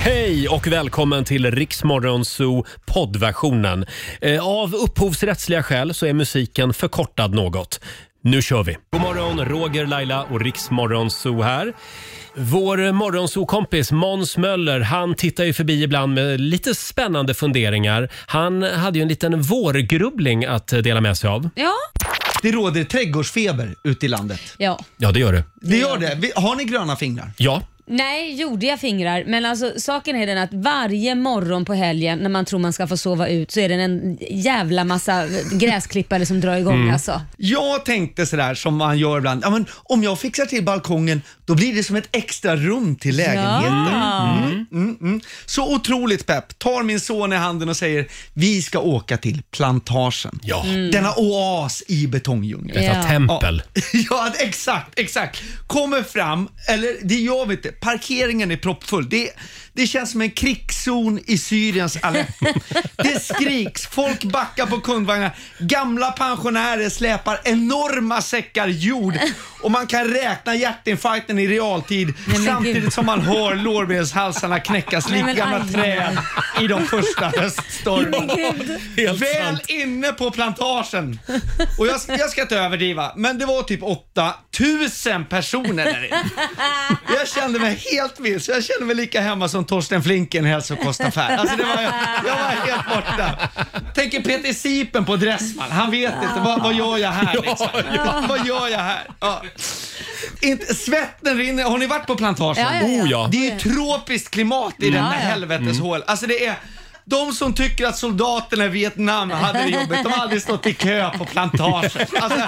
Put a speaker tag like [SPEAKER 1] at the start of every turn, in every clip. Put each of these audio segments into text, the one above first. [SPEAKER 1] Hej och välkommen till Riksmorgon Zoo poddversionen. Eh, Av upphovsrättsliga skäl så är musiken förkortad något. Nu kör vi! God morgon, Roger, Laila och Riksmorgon Zoo här. Vår morgonsokompis Måns Möller, han tittar ju förbi ibland med lite spännande funderingar. Han hade ju en liten vårgrubbling att eh, dela med sig av.
[SPEAKER 2] Ja.
[SPEAKER 3] Det råder trädgårdsfeber ute i landet.
[SPEAKER 2] ja.
[SPEAKER 1] Ja, det gör det.
[SPEAKER 3] Det gör det. Vi- Har ni gröna fingrar?
[SPEAKER 1] Ja.
[SPEAKER 2] Nej, gjorde jag fingrar. Men alltså, saken är den att varje morgon på helgen när man tror man ska få sova ut så är det en jävla massa gräsklippare som drar igång
[SPEAKER 1] Mm.
[SPEAKER 3] Mm.
[SPEAKER 2] alltså.
[SPEAKER 3] Jag tänkte sådär som man gör ibland. Ja, men om jag fixar till balkongen, då blir det som ett extra rum till lägenheten.
[SPEAKER 2] Ja.
[SPEAKER 3] Mm, mm. Så otroligt pepp. Tar min son i handen och säger, vi ska åka till plantagen.
[SPEAKER 1] Ja.
[SPEAKER 2] Mm.
[SPEAKER 3] Denna oas i betongdjungeln.
[SPEAKER 1] Mm. Detta
[SPEAKER 2] Ja.
[SPEAKER 1] tempel.
[SPEAKER 3] Ja, exakt, exakt. Kommer fram, eller det gör vi inte, parkeringen är proppfull. Det, det känns som en krigszon i Syriens Aleppo. Det skriks, folk backar på kundvagnar, gamla pensionärer släpar enorma säckar jord och man kan räkna hjärtinfarkten i realtid
[SPEAKER 2] men
[SPEAKER 3] samtidigt
[SPEAKER 2] gud.
[SPEAKER 3] som man hör lårbenshalsarna knäckas
[SPEAKER 2] Nej,
[SPEAKER 3] likt
[SPEAKER 2] men
[SPEAKER 3] gamla
[SPEAKER 2] aj.
[SPEAKER 3] träd i de första höststormarna.
[SPEAKER 2] Gud.
[SPEAKER 1] Helt
[SPEAKER 3] Väl
[SPEAKER 1] sant.
[SPEAKER 3] inne på plantagen. Och jag, jag ska inte överdriva, men det var typ 8000 personer där inne. Jag kände mig helt vilse. Jag kände mig lika hemma som Torsten Flinck i en hälsokostaffär. Alltså det var, jag, jag var helt borta. Tänker Peter Sipen på Dressman. Han vet inte, vad, vad gör jag här liksom? Vad- Vad gör jag här? Ja. Inte, svetten rinner. Har ni varit på plantagen?
[SPEAKER 2] Ja, ja, ja.
[SPEAKER 1] Oh, ja. Mm.
[SPEAKER 3] Det är ju tropiskt klimat i den
[SPEAKER 2] Ja,
[SPEAKER 3] här
[SPEAKER 2] ja.
[SPEAKER 3] helveteshål. Alltså det är de som tycker att soldaterna i Vietnam hade det jobbigt, de har aldrig stått i kö på plantagen. Alltså,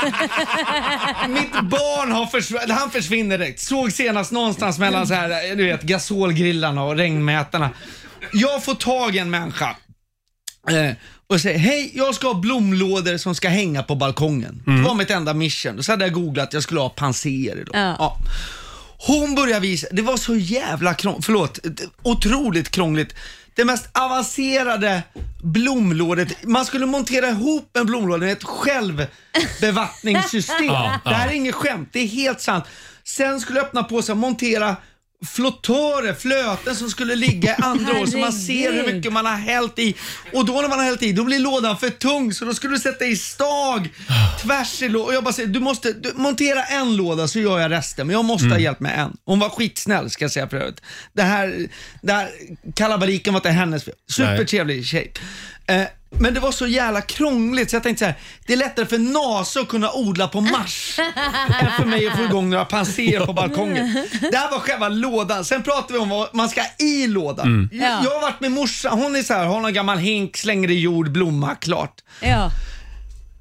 [SPEAKER 3] mitt barn har försvunnit, han försvinner direkt. Såg senast någonstans mellan så här, du vet, gasolgrillarna och regnmätarna. Jag får tag i en människa eh, och säger hej, jag ska ha blomlådor som ska hänga på balkongen. Det var mitt enda mission. Så hade jag googlat att jag skulle ha panser idag.
[SPEAKER 2] Ja.
[SPEAKER 3] Ja. Hon började visa, det var så jävla krångligt, förlåt, det- otroligt krångligt. Det mest avancerade blomlådet, man skulle montera ihop en blomlåda med ett självbevattningssystem.
[SPEAKER 1] Ja,
[SPEAKER 3] Det här
[SPEAKER 1] ja.
[SPEAKER 3] är inget skämt, det är helt sant. Sen skulle jag öppna påsen, montera flottörer, flöten som skulle ligga i andra år så man ser hur
[SPEAKER 2] Herregud.
[SPEAKER 3] mycket man har hällt i. Och då när man har hällt i, då blir lådan för tung så då skulle du sätta i stag tvärs i lådan. Och jag bara säger, du måste du, montera en låda så gör jag resten, men jag måste
[SPEAKER 1] Mm.
[SPEAKER 3] ha hjälp med en. Hon var skitsnäll ska jag säga för övrigt. Det här, det här kalabaliken var inte hennes fel. Supertrevlig tjej. Eh, men det var så jävla krångligt så jag tänkte så här, det är lättare för NASA att kunna odla på Mars än för mig att få igång några panser på balkongen. Det här var själva lådan. Sen pratade vi om vad man ska ha i lådan.
[SPEAKER 2] Ja.
[SPEAKER 3] Jag, jag har varit med morsan, hon är så här, har någon gammal hink, slänger i jord, blomma, klart.
[SPEAKER 2] Ja.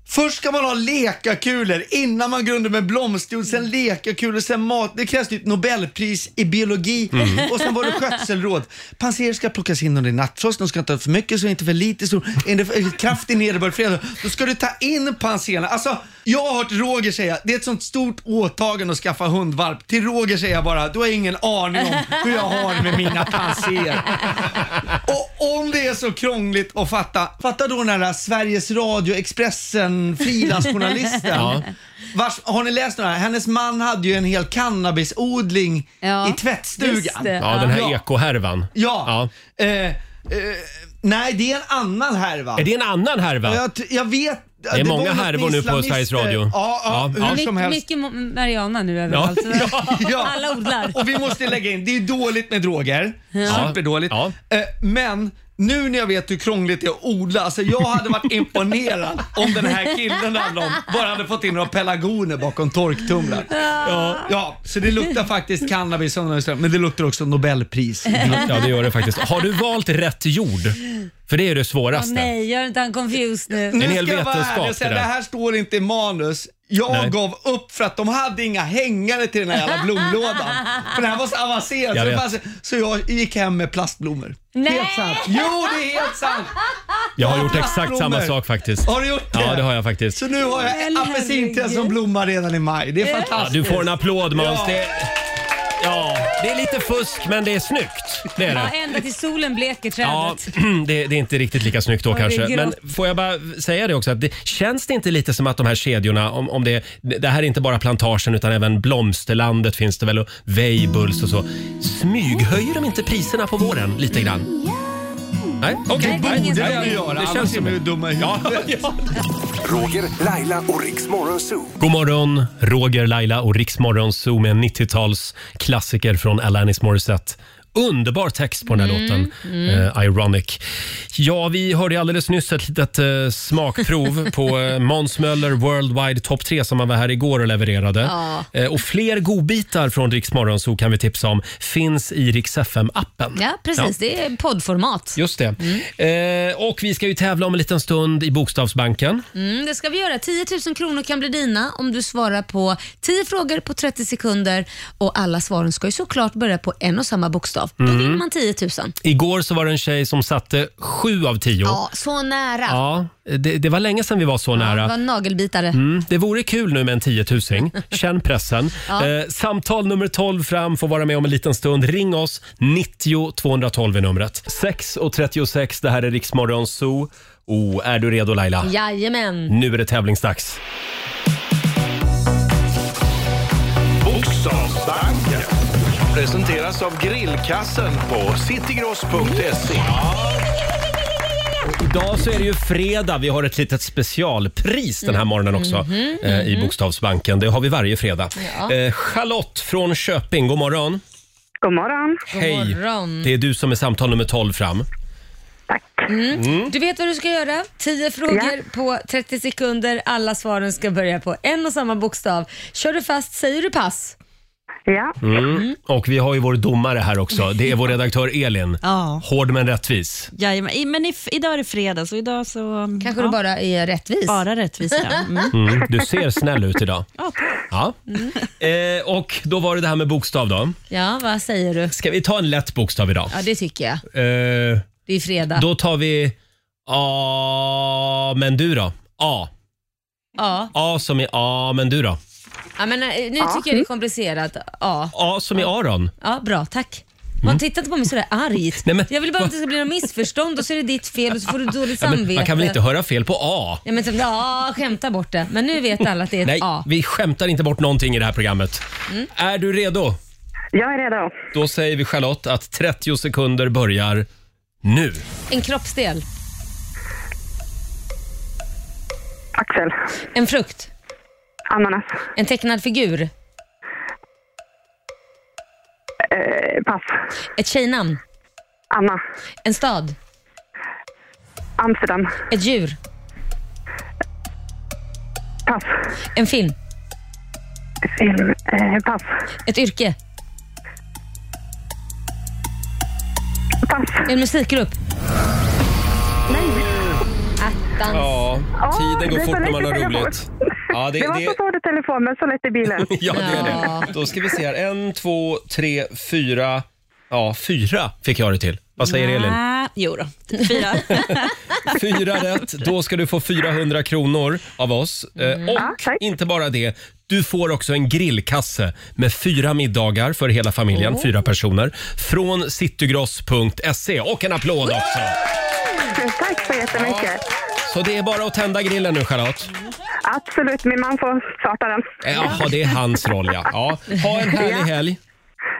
[SPEAKER 3] Först ska man ha lekakulor innan man går under med blomsterjord, sen lekakulor, sen mat. Det krävs typ Nobelpris i biologi och sen var det skötselråd. Panserer ska plockas in under nattfrost, de ska inte ha för mycket så inte för lite. Så är det för- kraftig nederbörd fredag, då ska du ta in pansererna. Alltså, jag har hört Roger säga, det är ett sånt stort åtagande att skaffa hundvalp. Till Roger säger jag bara, du har ingen aning om hur jag har det med mina panserer. Och om det är så krångligt att fatta, fatta då den här Sveriges Radio, Expressen, frilansjournalisten.
[SPEAKER 1] Ja.
[SPEAKER 3] Vars, har ni läst några? Hennes man hade ju en hel cannabisodling
[SPEAKER 2] Ja,
[SPEAKER 3] i tvättstugan.
[SPEAKER 2] just det.
[SPEAKER 1] Ja, den här
[SPEAKER 3] Ja.
[SPEAKER 1] ekohärvan.
[SPEAKER 3] Ja.
[SPEAKER 1] Ja.
[SPEAKER 3] Eh, eh, nej, det är en annan härva.
[SPEAKER 1] Är det en annan härva?
[SPEAKER 3] jag, t- jag vet. Det var
[SPEAKER 1] är många
[SPEAKER 3] något med
[SPEAKER 1] härvor nu på
[SPEAKER 3] islamister.
[SPEAKER 1] Sveriges Radio.
[SPEAKER 3] Ja, ja,
[SPEAKER 1] Ja,
[SPEAKER 3] hur
[SPEAKER 2] My-
[SPEAKER 3] som helst.
[SPEAKER 2] Mycket mo- Mariana nu överallt.
[SPEAKER 1] Ja.
[SPEAKER 3] Ja.
[SPEAKER 2] Alla odlar.
[SPEAKER 3] Och vi måste lägga in, det är dåligt med droger. Superdåligt.
[SPEAKER 1] Ja.
[SPEAKER 3] Eh, Men nu när jag vet hur krångligt det är att odla, alltså jag hade varit imponerad om den här killen det handlar om bara hade fått in några pelargoner bakom torktumlaren. Ja. så det luktar faktiskt cannabis, som de säger, men det luktar också Nobelpris.
[SPEAKER 1] Ja, det gör det faktiskt. Har du valt rätt jord? För det är det
[SPEAKER 2] Åh,
[SPEAKER 1] svåraste.
[SPEAKER 2] nej, gör inte han confused nu.
[SPEAKER 3] Nu
[SPEAKER 1] En
[SPEAKER 3] ska
[SPEAKER 1] hel
[SPEAKER 3] jag vara ärlig
[SPEAKER 1] vetenskap
[SPEAKER 3] och säga,
[SPEAKER 1] det
[SPEAKER 3] det
[SPEAKER 1] där.
[SPEAKER 3] här står inte i manus. Jag
[SPEAKER 1] Nej.
[SPEAKER 3] gav upp för att de hade inga hängare till den här jävla blomlådan. För det här var så avancerat.
[SPEAKER 1] Jag
[SPEAKER 3] så, det
[SPEAKER 1] vet.
[SPEAKER 3] fanns, så jag gick hem med plastblommor.
[SPEAKER 2] Nej!
[SPEAKER 3] Helt sant. Jo, det är helt sant.
[SPEAKER 1] Jag har gjort exakt samma sak faktiskt.
[SPEAKER 3] Har du gjort det?
[SPEAKER 1] Ja, det har jag faktiskt.
[SPEAKER 3] Så nu har jag
[SPEAKER 2] Men
[SPEAKER 3] apelsinträd
[SPEAKER 2] herregud.
[SPEAKER 3] som blommar redan i maj. Det är
[SPEAKER 1] Ja,
[SPEAKER 3] fantastiskt.
[SPEAKER 1] du får en applåd Måns.
[SPEAKER 3] Ja.
[SPEAKER 1] Det... Ja, det är lite fusk men det är snyggt. Det är
[SPEAKER 2] Ja,
[SPEAKER 1] det.
[SPEAKER 2] ända till solen bleker trädet.
[SPEAKER 1] Ja, det, det är inte riktigt lika snyggt då
[SPEAKER 2] Ja, det är
[SPEAKER 1] kanske.
[SPEAKER 2] grått.
[SPEAKER 1] Men får jag bara säga det också, att det, känns det inte lite som att de här kedjorna, om, om det, det här är inte bara plantagen utan även Blomsterlandet finns det väl och Weibulls och så. Smyghöjer de inte priserna på våren lite grann? Nej, okej.
[SPEAKER 2] Nej, det är ingen som
[SPEAKER 1] Nej, ja,
[SPEAKER 2] vill.
[SPEAKER 1] ja, Det känns som
[SPEAKER 3] ju dumma i
[SPEAKER 1] Ja,
[SPEAKER 3] huvudet.
[SPEAKER 1] ja.
[SPEAKER 4] Roger, Laila och Riks Morgonzoo.
[SPEAKER 1] God morgon, Roger, Laila och Riksmorgon Zoo med en 90-tals klassiker från Alanis Morissette. Underbar text på den
[SPEAKER 2] Mm,
[SPEAKER 1] här låten, eh, Ironic. Ja, vi hörde alldeles nyss ett litet eh, smakprov på eh, Måns Möller Worldwide Top 3 som han var här igår och levererade.
[SPEAKER 2] Ja.
[SPEAKER 1] Eh, och fler godbitar från Riksmorgon Zoo kan vi tipsa om finns i Rix FM-appen.
[SPEAKER 2] Ja, precis. Det är Mm. poddformat.
[SPEAKER 1] Just det. Eh, och vi ska ju tävla om en liten stund i Bokstavsbanken.
[SPEAKER 2] Mm, det ska vi göra. 10 000 kronor kan bli dina om du svarar på 10 frågor på 30 sekunder och alla svaren ska ju såklart börja på en och samma bokstav.
[SPEAKER 1] Mm.
[SPEAKER 2] Då
[SPEAKER 3] Mm.
[SPEAKER 2] vinner man 10 000.
[SPEAKER 1] Igår så var det en tjej som satte sju av tio.
[SPEAKER 2] Ja, så nära.
[SPEAKER 1] Ja, det, det var länge sedan vi var så
[SPEAKER 2] Det
[SPEAKER 1] nära.
[SPEAKER 2] var en nagelbitare.
[SPEAKER 1] Mm, det vore kul nu med en tiotusing. Känn pressen. eh, samtal nummer 12 fram får vara med om en liten stund. Ring oss. 90 212 är numret. 6.36, det här är Riksmorgon Zoo. Oh, är du redo Laila?
[SPEAKER 2] Jajamän.
[SPEAKER 1] Nu är det tävlingsdags.
[SPEAKER 5] Bokstavsbanken presenteras av grillkassen på citygross.se.
[SPEAKER 1] Idag så är det ju fredag. Vi har ett litet specialpris den här morgonen också
[SPEAKER 2] Mhm.
[SPEAKER 1] eh, i Bokstavsbanken. Det har vi varje fredag. Eh, Charlotte från Köping, god morgon.
[SPEAKER 6] God morgon.
[SPEAKER 1] Hej.
[SPEAKER 2] morgon.
[SPEAKER 1] Det är du som är samtal nummer 12 fram.
[SPEAKER 6] Tack.
[SPEAKER 2] Mm.
[SPEAKER 1] Mm.
[SPEAKER 2] Du vet vad du ska göra. 10 frågor på 30 sekunder. Alla svaren ska börja på en och samma bokstav. Kör du fast säger du pass.
[SPEAKER 6] Ja,
[SPEAKER 1] Mm.
[SPEAKER 2] Mm.
[SPEAKER 1] Och vi har ju vår domare här också. Det är vår redaktör Elin.
[SPEAKER 7] Ja,
[SPEAKER 1] Hård men rättvis.
[SPEAKER 7] jajamän. I- Men i, idag är det fredag, så idag så... mm,
[SPEAKER 2] Kanske
[SPEAKER 7] ja,
[SPEAKER 2] du bara är rättvis.
[SPEAKER 7] Bara rättvisa. Mm.
[SPEAKER 1] Mm, du ser snäll ut idag.
[SPEAKER 7] Ja.
[SPEAKER 1] Ja. Eh, och då var det det här med bokstav då.
[SPEAKER 2] Mm. Ja, vad säger du?
[SPEAKER 1] Ska vi ta en lätt bokstav idag?
[SPEAKER 2] Ja, det tycker jag.
[SPEAKER 1] Eh,
[SPEAKER 2] Det är fredag.
[SPEAKER 1] då tar vi A, men du då? A.
[SPEAKER 2] Ja.
[SPEAKER 1] A som i A, men du då?
[SPEAKER 2] Ja, men, eh, nu tycker jag det är komplicerat. Ja,
[SPEAKER 1] A som i Aron.
[SPEAKER 2] ja bra, tack. Man tittar inte på mig sådär argt.
[SPEAKER 1] Mm. Nej, men-
[SPEAKER 2] jag vill bara att det ska bli något missförstånd och så är det ditt fel och så får du dåligt
[SPEAKER 1] Ja,
[SPEAKER 2] samvete.
[SPEAKER 1] men man kan väl inte höra fel på A?
[SPEAKER 2] ja, men, typ, ja, skämta bort det. Men nu vet alla att det är ett
[SPEAKER 1] Nej,
[SPEAKER 2] A. Mm.
[SPEAKER 1] vi skämtar inte bort någonting i det här programmet. Är du redo?
[SPEAKER 6] jag är redo.
[SPEAKER 1] Då säger vi Charlotte att 30 sekunder börjar nu.
[SPEAKER 2] En kroppsdel.
[SPEAKER 6] Axel.
[SPEAKER 2] En frukt.
[SPEAKER 6] Ananas.
[SPEAKER 2] En tecknad figur.
[SPEAKER 6] Eh, pass.
[SPEAKER 2] Ett tjejnamn.
[SPEAKER 6] Anna.
[SPEAKER 2] En stad.
[SPEAKER 6] Amsterdam.
[SPEAKER 2] Ett djur.
[SPEAKER 6] Pass.
[SPEAKER 2] En film.
[SPEAKER 6] Film. Eh, pass.
[SPEAKER 2] Ett yrke.
[SPEAKER 6] Pass.
[SPEAKER 2] En musikgrupp. Attans.
[SPEAKER 1] Ja, tiden går
[SPEAKER 6] det är
[SPEAKER 1] fort
[SPEAKER 6] så
[SPEAKER 1] när man har
[SPEAKER 6] lätt att
[SPEAKER 1] roligt. Ja, det,
[SPEAKER 6] Det var
[SPEAKER 1] det,
[SPEAKER 6] så svårt i telefon, men så lätt i bilen.
[SPEAKER 1] ja, det är
[SPEAKER 2] Ja.
[SPEAKER 1] det. Då ska vi se här. En, två, tre, fyra. Ja, fyra fick jag det till. Vad säger Elin?
[SPEAKER 7] Ah, jo då. fyra.
[SPEAKER 1] Fyra rätt. Då ska du få 400 kronor av oss. Eh,
[SPEAKER 2] Mm.
[SPEAKER 6] Ja,
[SPEAKER 1] Och
[SPEAKER 6] tack.
[SPEAKER 1] inte bara det. Du får också en grillkasse med fyra middagar för hela familjen, fyra personer, från citygross.se. Och en applåd också!
[SPEAKER 6] Tack så jättemycket.
[SPEAKER 1] Så det är bara att tända grillen nu, Charlotte.
[SPEAKER 6] Absolut, min man får starta den.
[SPEAKER 1] Eh, Jaha, det är hans roll, ja. ja. Ha en härlig helg.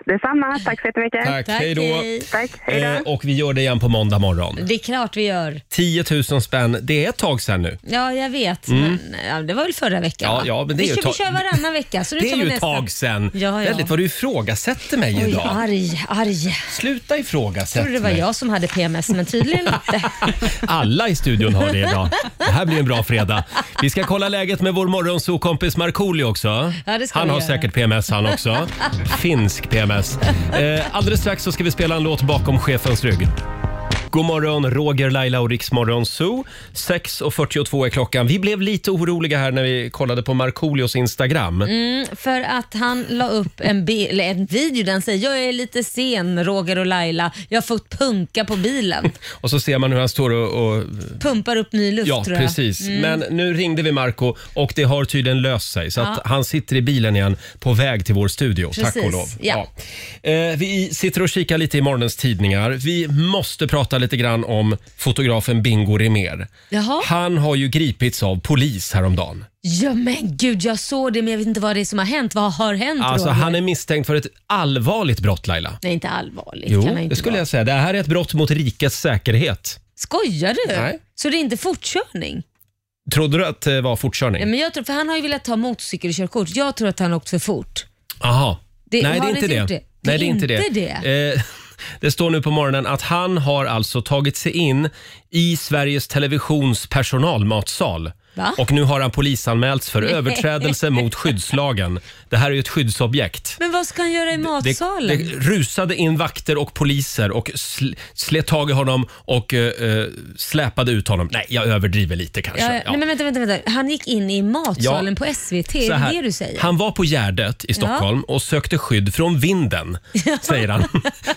[SPEAKER 6] Detsamma. Tack så jättemycket.
[SPEAKER 1] Tack,
[SPEAKER 2] Tack,
[SPEAKER 1] hej då.
[SPEAKER 2] hej.
[SPEAKER 6] Tack. Hej då.
[SPEAKER 1] Eh, och vi gör det igen på måndag morgon.
[SPEAKER 2] Det är klart vi gör.
[SPEAKER 1] 10 000 spänn, det är ett tag sedan nu.
[SPEAKER 2] Ja, jag vet. Men, ja, det var väl förra veckan?
[SPEAKER 1] Mm. Ja,
[SPEAKER 2] va?
[SPEAKER 1] ja, men det är
[SPEAKER 2] vi,
[SPEAKER 1] ju
[SPEAKER 2] kör,
[SPEAKER 1] ett
[SPEAKER 2] vi
[SPEAKER 1] tag-
[SPEAKER 2] kör varannan vecka. Så nu
[SPEAKER 1] Det
[SPEAKER 2] tar
[SPEAKER 1] är
[SPEAKER 2] vi
[SPEAKER 1] ju ett
[SPEAKER 2] nästa.
[SPEAKER 1] tag sedan.
[SPEAKER 2] Ja, ja.
[SPEAKER 1] Väldigt vad du ifrågasätter mig
[SPEAKER 2] Oj,
[SPEAKER 1] idag.
[SPEAKER 2] arg, arg. Jag
[SPEAKER 1] Sluta ifrågasätta
[SPEAKER 2] trodde det var
[SPEAKER 1] mig.
[SPEAKER 2] jag som hade PMS, men tydligen inte.
[SPEAKER 1] Alla i studion har det idag. Det här blir en bra fredag. Vi ska kolla läget med vår morgonsokompis Markoolio också.
[SPEAKER 2] Ja, det ska
[SPEAKER 1] han
[SPEAKER 2] vi
[SPEAKER 1] har
[SPEAKER 2] göra.
[SPEAKER 1] säkert PMS han också. Finsk PMS. Eh, alldeles strax så ska vi spela en låt bakom chefens rygg. God morgon, Roger, Laila och Riksmorgon Zoo. 6.42 är klockan. Vi blev lite oroliga här när vi kollade på Markoolios Instagram.
[SPEAKER 2] Mm, För att han la upp en, bi- eller en video där han säger jag är lite sen Roger och Laila, jag har fått punka på bilen.
[SPEAKER 1] Och så ser man hur han står och... och
[SPEAKER 2] Pumpar upp ny luft
[SPEAKER 1] ja,
[SPEAKER 2] tror jag. Mm.
[SPEAKER 1] precis. Men nu ringde vi Marco och det har tydligen löst sig. Så att han sitter i bilen igen på väg till vår studio, tack
[SPEAKER 2] Precis,
[SPEAKER 1] och lov.
[SPEAKER 2] ja.
[SPEAKER 1] Ja. Eh, vi sitter och kikar lite i morgonens tidningar. Vi måste prata lite grann om fotografen Bingo Rimér.
[SPEAKER 2] Jaha.
[SPEAKER 1] Han har ju gripits av polis häromdagen.
[SPEAKER 2] Ja men gud, jag såg det men jag vet inte vad det är som har hänt. Vad har hänt
[SPEAKER 1] Alltså,
[SPEAKER 2] Mm, Roger?
[SPEAKER 1] han är misstänkt för ett allvarligt brott, Laila.
[SPEAKER 2] Nej, inte allvarligt kan
[SPEAKER 1] Jo,
[SPEAKER 2] han inte
[SPEAKER 1] det skulle
[SPEAKER 2] vara.
[SPEAKER 1] jag säga. Det här är ett brott mot rikets säkerhet.
[SPEAKER 2] Skojar du?
[SPEAKER 1] Nej.
[SPEAKER 2] Så det är inte fortkörning?
[SPEAKER 1] Trodde du att det var
[SPEAKER 2] Ja,
[SPEAKER 1] fortkörning?
[SPEAKER 2] men jag tror, för han har ju velat ta motorcykelkörkort. Jag tror att han har åkt för fort.
[SPEAKER 1] Aha.
[SPEAKER 2] Det-
[SPEAKER 1] Nej,
[SPEAKER 2] har
[SPEAKER 1] det är
[SPEAKER 2] han
[SPEAKER 1] inte
[SPEAKER 2] inte
[SPEAKER 1] det.
[SPEAKER 2] gjort det?
[SPEAKER 1] Nej, det är inte det.
[SPEAKER 2] inte
[SPEAKER 1] Eh, det står nu på morgonen att han har alltså tagit sig in i Sveriges Televisions personalmatsal.
[SPEAKER 2] Va?
[SPEAKER 1] Och nu har han polisanmälts för överträdelse mot skyddslagen. Det här är ju ett skyddsobjekt.
[SPEAKER 2] Men vad ska han göra i
[SPEAKER 1] Det,
[SPEAKER 2] matsalen?
[SPEAKER 1] det rusade in vakter och poliser och sl, slet tag i honom och eh, eh, släpade ut honom. Nej, jag överdriver lite kanske.
[SPEAKER 2] Ja, ja.
[SPEAKER 1] Ja.
[SPEAKER 2] Nej, men vänta, vänta, vänta. Han gick in i matsalen
[SPEAKER 1] Ja.
[SPEAKER 2] på SVT,
[SPEAKER 1] Så
[SPEAKER 2] är det
[SPEAKER 1] här,
[SPEAKER 2] det du säger?
[SPEAKER 1] Han var på Gärdet i Stockholm och sökte skydd från vinden, säger han.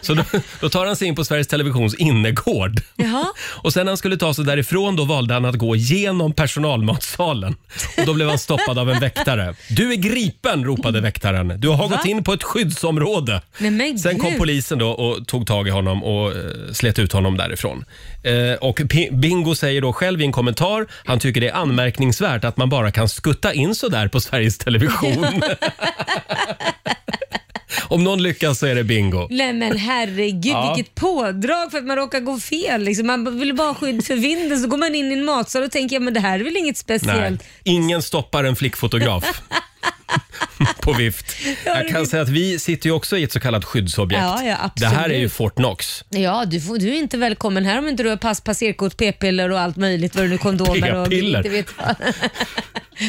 [SPEAKER 1] Så då, då tar han sig in på Sveriges Televisions innergård.
[SPEAKER 2] Jaha.
[SPEAKER 1] Och sen när han skulle ta sig därifrån då valde han att gå genom personalmatsalen. Och då blev han stoppad av en väktare. Du är gripen, ropade väktaren. Du har gått in på ett skyddsområde.
[SPEAKER 2] Nej, men
[SPEAKER 1] sen kom
[SPEAKER 2] gud.
[SPEAKER 1] polisen då och tog tag i honom och eh, slet ut honom därifrån. Eh, och P- Bingo säger då själv i en kommentar, han tycker det är anmärkningsvärt att man bara kan skutta in sådär på Sveriges Television. Om någon lyckas så är det Bingo.
[SPEAKER 2] Nej men herregud
[SPEAKER 1] Ja.
[SPEAKER 2] vilket pådrag för att man råkar gå fel. Liksom. Man vill bara ha skydd för vinden så går man in i en matsal och tänker ja, men det här är väl inget
[SPEAKER 1] Nej,
[SPEAKER 2] speciellt.
[SPEAKER 1] ingen stoppar en flickfotograf. På vift. Jag kan säga att vi sitter ju också i ett så kallat skyddsobjekt.
[SPEAKER 2] Ja, ja, absolut.
[SPEAKER 1] det här är ju Fort Knox.
[SPEAKER 2] Ja, du, får, du är inte välkommen här om inte du har pass, passerkort, p-piller och allt möjligt. Vad det nu kondomer och
[SPEAKER 1] P-piller.
[SPEAKER 2] inte vet vad.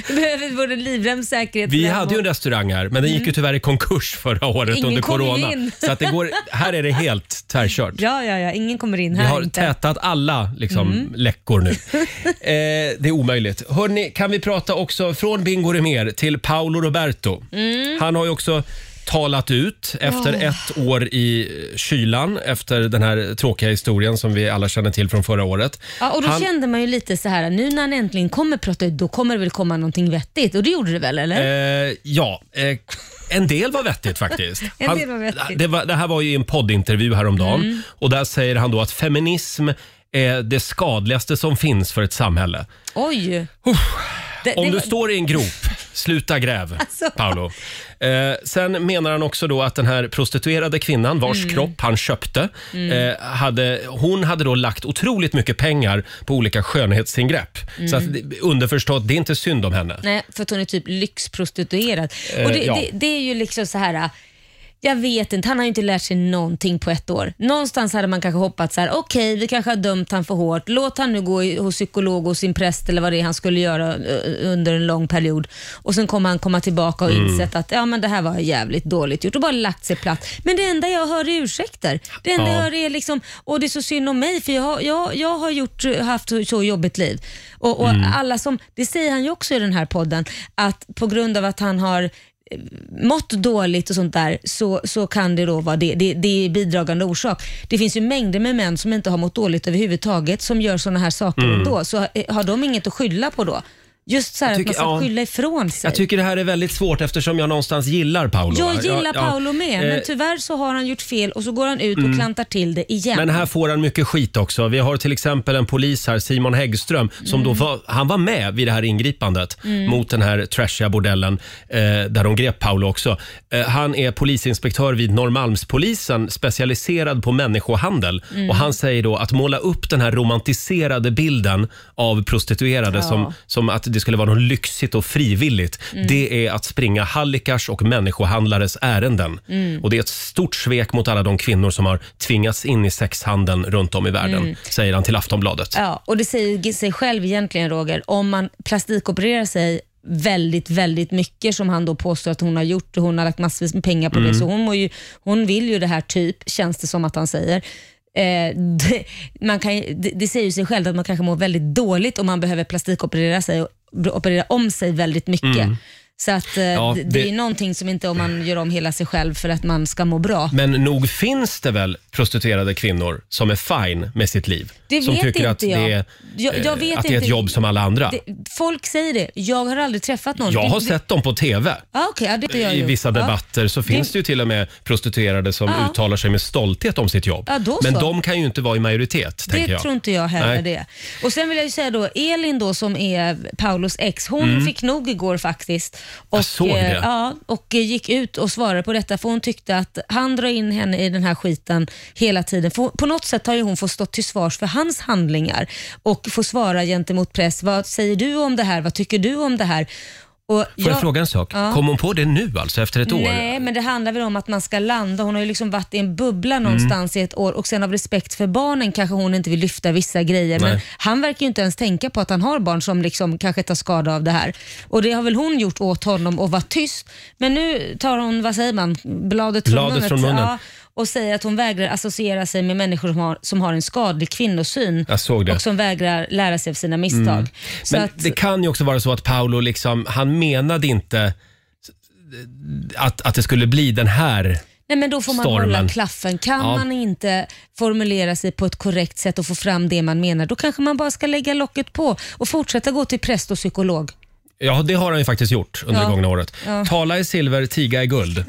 [SPEAKER 2] Du behöver både livrem, säkerhet
[SPEAKER 1] Vi
[SPEAKER 2] rem
[SPEAKER 1] hade ju
[SPEAKER 2] och-
[SPEAKER 1] en restaurang här, men den gick ju tyvärr i konkurs förra året
[SPEAKER 2] Mm. Ingen
[SPEAKER 1] under
[SPEAKER 2] kom ju
[SPEAKER 1] corona.
[SPEAKER 2] in.
[SPEAKER 1] Så att det går, här är det helt tvärkört.
[SPEAKER 2] Ja, ja, ja. Ingen kommer in
[SPEAKER 1] Vi
[SPEAKER 2] här
[SPEAKER 1] har
[SPEAKER 2] inte. Mm.
[SPEAKER 1] tätat alla liksom, läckor nu. Eh, det är omöjligt. Hörrni, kan vi prata också från Bingo Rimér till Paolo Roberto.
[SPEAKER 2] Mm.
[SPEAKER 1] Han har ju också talat ut efter ett år i kylan efter den här tråkiga historien som vi alla känner till från förra året.
[SPEAKER 2] Ja, och då
[SPEAKER 1] han,
[SPEAKER 2] kände man ju lite så här, nu när han äntligen kommer prata ut, då kommer det väl komma någonting vettigt? Och det gjorde det väl, eller?
[SPEAKER 1] eh, ja, eh, en del var vettigt faktiskt.
[SPEAKER 2] En
[SPEAKER 1] Han-
[SPEAKER 2] del var vettigt. Mm.
[SPEAKER 1] Det, var, det här var ju i en poddintervju häromdagen och där säger han då att feminism är det skadligaste som finns för ett samhälle.
[SPEAKER 2] Oj! Det- det
[SPEAKER 1] Om du
[SPEAKER 2] var- Alltså,
[SPEAKER 1] står i en grop, sluta gräv, Paolo. Eh, sen menar han också då att den här prostituerade kvinnan vars
[SPEAKER 2] Mm.
[SPEAKER 1] kropp han köpte, eh, hade, hon hade då lagt otroligt mycket pengar på olika skönhetsingrepp. Så att,
[SPEAKER 2] Mm.
[SPEAKER 1] det- underförstått, det är inte synd om henne.
[SPEAKER 2] Nej, för att hon är typ lyxprostituerad.
[SPEAKER 1] Eh,
[SPEAKER 2] och det,
[SPEAKER 1] ja.
[SPEAKER 2] det, det är ju liksom så här... Jag vet inte, han har ju inte lärt sig någonting på ett år. Någonstans hade man kanske hoppat så här: okej vi kanske har dömt han för hårt, låt han nu gå i, hos psykolog och sin präst eller vad det är han skulle göra eh, under en lång period. Och sen kommer han komma tillbaka och
[SPEAKER 1] Mm.
[SPEAKER 2] insett att ja men det här var jävligt dåligt gjort och bara lagt sig platt. Men det enda jag hör är ursäkter. Det enda
[SPEAKER 1] Ja.
[SPEAKER 2] jag hör är liksom, åh det är så synd om mig för jag, har- jag, jag har gjort, haft så- så jobbigt liv. Och, och
[SPEAKER 1] Mm.
[SPEAKER 2] alla som, det säger han ju också i den här podden, att på grund av att han har eh, mått dåligt och sånt där så, så kan det då vara det. det. Det är bidragande orsak. Det finns ju mängder med män som inte har mått dåligt överhuvudtaget som gör såna här saker
[SPEAKER 1] Mm.
[SPEAKER 2] ändå. Så eh, har de inget att skylla på då? Just så här
[SPEAKER 1] tycker-
[SPEAKER 2] att man ska
[SPEAKER 1] ja.
[SPEAKER 2] skylla ifrån sig.
[SPEAKER 1] Jag tycker det här är väldigt svårt eftersom jag någonstans gillar Paolo. va?
[SPEAKER 2] jag gillar
[SPEAKER 1] Ja, ja.
[SPEAKER 2] Paolo med, typ
[SPEAKER 1] Eh, Mm.
[SPEAKER 2] men tyvärr så har han gjort fel och så går han ut och klantar till det igen.
[SPEAKER 1] Men här får han mycket skit också. Vi har till exempel en polis här, Simon Häggström, som då var, han var med vid det här ingripandet mot den här trashiga bordellen eh, där de grep Paolo också. Eh, han är polisinspektör vid Norrmalmspolisen, specialiserad på människohandel. Och han säger då att måla upp den här romantiserade bilden av prostituerade som, som att det skulle vara något lyxigt och frivilligt. Det är att springa hallikars och människohandlares ärenden. Och det är ett stort svek mot alla de kvinnor som har tvingats in i sexhandeln runt om i världen,
[SPEAKER 2] Mm.
[SPEAKER 1] säger han till Aftonbladet.
[SPEAKER 2] Ja, och det säger ju sig själv egentligen Roger, om man plastikopererar sig väldigt, väldigt mycket som han då påstår att hon har gjort och
[SPEAKER 1] Mm.
[SPEAKER 2] hon har lagt massvis med pengar på det, så hon, mår ju, hon vill ju det här typ, känns det som att han säger. eh, det, man kan, ju- det, det säger ju sig självt att man kanske mår väldigt dåligt om man behöver plastikoperera sig och br- operera om sig väldigt mycket. Så att, eh, det, det är
[SPEAKER 1] Mm. det-
[SPEAKER 2] ju någonting som inte om man gör om hela sig själv för att man ska må bra.
[SPEAKER 1] Men nog finns det väl prostituerade kvinnor som är fine med sitt liv?
[SPEAKER 2] Det
[SPEAKER 1] som
[SPEAKER 2] vet
[SPEAKER 1] tycker
[SPEAKER 2] inte
[SPEAKER 1] att, Det, är,
[SPEAKER 2] jag. Jag- jag
[SPEAKER 1] eh,
[SPEAKER 2] vet
[SPEAKER 1] att det är ett
[SPEAKER 2] inte.
[SPEAKER 1] jobb som alla andra.
[SPEAKER 2] Det, folk säger det. Jag har aldrig träffat någon.
[SPEAKER 1] jag
[SPEAKER 2] Det-
[SPEAKER 1] har
[SPEAKER 2] det-
[SPEAKER 1] sett dem på TV.
[SPEAKER 2] Ah, okay, ja, det har jag
[SPEAKER 1] I
[SPEAKER 2] gjort.
[SPEAKER 1] vissa
[SPEAKER 2] Ja.
[SPEAKER 1] debatter så finns det ju till och med prostituerade som
[SPEAKER 2] Ja.
[SPEAKER 1] uttalar sig med stolthet om sitt jobb.
[SPEAKER 2] Ja, då
[SPEAKER 1] Men
[SPEAKER 2] så.
[SPEAKER 1] de kan ju inte vara i majoritet,
[SPEAKER 2] Det
[SPEAKER 1] tänker jag.
[SPEAKER 2] tror inte jag heller
[SPEAKER 1] Nej.
[SPEAKER 2] det. Och sen vill jag ju säga då, Elin då som är Paulos ex, hon fick nog igår faktiskt. Och,
[SPEAKER 1] Mm. såg
[SPEAKER 2] eh,
[SPEAKER 1] det.
[SPEAKER 2] Ja, och eh, gick ut och svarade på detta för hon tyckte att han drar in henne i den här skiten hela tiden. För, på något sätt har ju hon fått stå till svars för hans handlingar och få svara gentemot press. Vad säger du om det här? Vad tycker du om det här? Och
[SPEAKER 1] Får jag fråga en sak? Kom hon på det nu alltså, efter ett år?
[SPEAKER 2] Nej, men det handlar väl om att man ska landa. Hon har ju liksom varit i en
[SPEAKER 1] Mm.
[SPEAKER 2] bubbla någonstans i ett år och sen av respekt för barnen kanske hon inte vill lyfta vissa grejer. Men
[SPEAKER 1] Nej.
[SPEAKER 2] han verkar ju inte ens tänka på att han har barn som liksom kanske tar skada av det här. Och det har väl hon gjort åt honom och varit tyst. Men nu tar hon, vad säger man, bladet från
[SPEAKER 1] Bladet
[SPEAKER 2] munnen.
[SPEAKER 1] från munnen.
[SPEAKER 2] Ja, och säger att hon vägrar associera sig med människor som har, som har en skadlig kvinnosyn
[SPEAKER 1] Jag såg det.
[SPEAKER 2] och som vägrar lära sig av sina misstag. Så
[SPEAKER 1] Mm. Men
[SPEAKER 2] att,
[SPEAKER 1] det kan ju också vara så att Paolo liksom, han menade inte att, att det skulle bli den här
[SPEAKER 2] Nej, men då får man hålla
[SPEAKER 1] stormen.
[SPEAKER 2] klaffen. Kan
[SPEAKER 1] Ja.
[SPEAKER 2] man inte formulera sig på ett korrekt sätt och få fram det man menar, då kanske man bara ska lägga locket på och fortsätta gå till präst och psykolog.
[SPEAKER 1] Ja, det har han ju faktiskt gjort under
[SPEAKER 2] Ja.
[SPEAKER 1] det gångna året.
[SPEAKER 2] Ja.
[SPEAKER 1] Tala i silver, tiga i guld.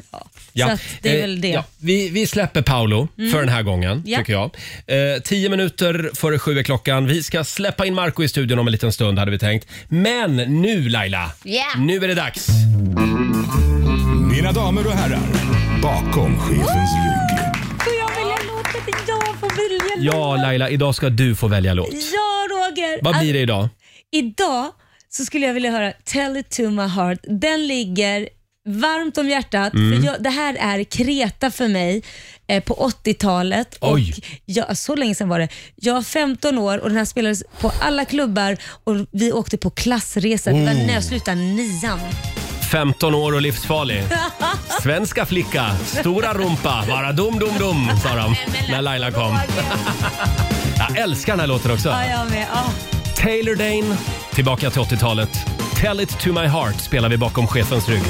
[SPEAKER 2] Så att det är
[SPEAKER 1] Eh,
[SPEAKER 2] väl det. Mm.
[SPEAKER 1] Vi, vi släpper Paolo för den här gången,
[SPEAKER 2] Ja.
[SPEAKER 1] tycker jag. Eh, tio minuter före sju är klockan. Vi ska släppa in Marco i studion om en liten stund, hade vi tänkt. Men nu, Laila,
[SPEAKER 2] Ja.
[SPEAKER 1] nu är det dags. Mm.
[SPEAKER 5] Mina damer och herrar, bakom chefens rygg.
[SPEAKER 2] Får jag välja låtet? Jag får välja
[SPEAKER 1] Ja, Laila, idag ska du få välja låt.
[SPEAKER 2] Ja, Roger!
[SPEAKER 1] Vad blir
[SPEAKER 2] Att-
[SPEAKER 1] det idag?
[SPEAKER 2] Idag så skulle jag vilja höra Tell it to my heart. Den ligger varmt om hjärtat.
[SPEAKER 1] Mm.
[SPEAKER 2] För jag, det här är Kreta för mig eh, på 80-talet. Och
[SPEAKER 1] Oj.
[SPEAKER 2] jag, så länge sedan var det. Jag var 15 år och den här spelades på alla klubbar och vi åkte på klassresa. Det var när
[SPEAKER 1] Oh.
[SPEAKER 2] jag slutade nian.
[SPEAKER 1] 15 år och livsfarlig. Svenska flicka, stora rumpa, bara dum dum dum sa de när Laila kom. Jag älskar den här låten också.
[SPEAKER 2] Ja, jag med. Ja.
[SPEAKER 1] Taylor Dane, tillbaka till 80-talet. Tell it to my heart spelar vi bakom chefens rygg.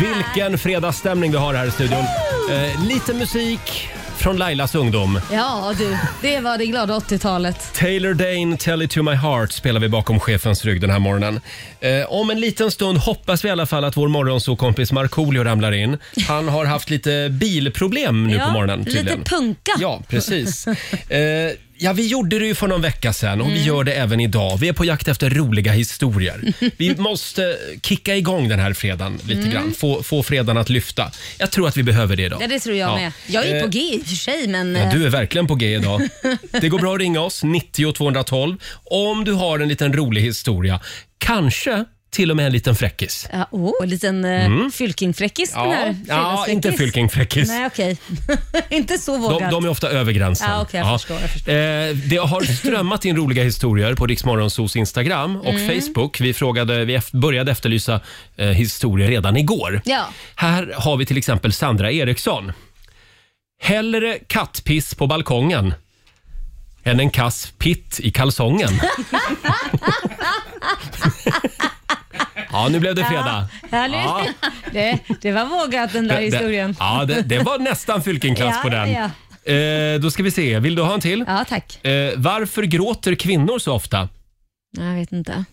[SPEAKER 1] Vilken fredagsstämning vi har här i studion. Eh, lite musik från Lailas ungdom.
[SPEAKER 2] ja, du. Det var det glada 80-talet.
[SPEAKER 1] Taylor Dane, Tell it to my heart spelar vi bakom chefens rygg den här morgonen. Eh, om en liten stund hoppas vi i alla fall att vår morgonsåkompis Markoolio ramlar in. Han har haft lite bilproblem nu
[SPEAKER 2] Ja,
[SPEAKER 1] på morgonen
[SPEAKER 2] lite
[SPEAKER 1] tydligen.
[SPEAKER 2] punka.
[SPEAKER 1] Ja, precis. Eh, ja, vi gjorde det ju för någon vecka sedan och
[SPEAKER 2] Mm.
[SPEAKER 1] vi gör det även idag. Vi är på jakt efter roliga historier. Vi måste kicka igång den här fredagen lite grann. Få, få fredagen att lyfta. Jag tror att vi behöver det idag.
[SPEAKER 2] Mm. Ja, det tror jag
[SPEAKER 1] Ja.
[SPEAKER 2] med. Jag är
[SPEAKER 1] Eh,
[SPEAKER 2] på G i och för sig, men...
[SPEAKER 1] Ja,
[SPEAKER 2] eh,
[SPEAKER 1] du är verkligen på G idag. Det går bra att ringa oss, 90 212, om du har en liten rolig historia. Kanske till och med en liten fräckis.
[SPEAKER 2] Ja, oh, en liten eh, fylkingfräckis den här
[SPEAKER 1] Mm. ja
[SPEAKER 2] fredagsfräckis.
[SPEAKER 1] inte fylkingfräckis.
[SPEAKER 2] Nej, okej. inte så
[SPEAKER 1] De,
[SPEAKER 2] vågat.
[SPEAKER 1] de är ofta över gränsen.
[SPEAKER 2] Ja, okej, jag förstår, jag förstår.
[SPEAKER 1] Eh, det har strömmat in roliga historier på Riksmorgonsos Instagram och
[SPEAKER 2] Mm.
[SPEAKER 1] Facebook. Vi, frågade, vi eft- började efterlysa eh, historier redan igår.
[SPEAKER 2] Ja.
[SPEAKER 1] Här har vi till exempel Sandra Eriksson. Hellre kattpiss på balkongen än en kass pitt i kalsongen. Ja, nu blev det fredag.
[SPEAKER 2] Ja, härligt.
[SPEAKER 1] Ja.
[SPEAKER 2] Det, det var vågat den där
[SPEAKER 1] Det- det-
[SPEAKER 2] historien.
[SPEAKER 1] Ja, det, det var nästan fylkenklass
[SPEAKER 2] Ja,
[SPEAKER 1] på
[SPEAKER 2] ja,
[SPEAKER 1] den. Eh, då ska vi se, vill du ha en till?
[SPEAKER 2] Ja, tack.
[SPEAKER 1] Eh, varför gråter kvinnor så ofta?
[SPEAKER 2] Nej, Jag vet inte.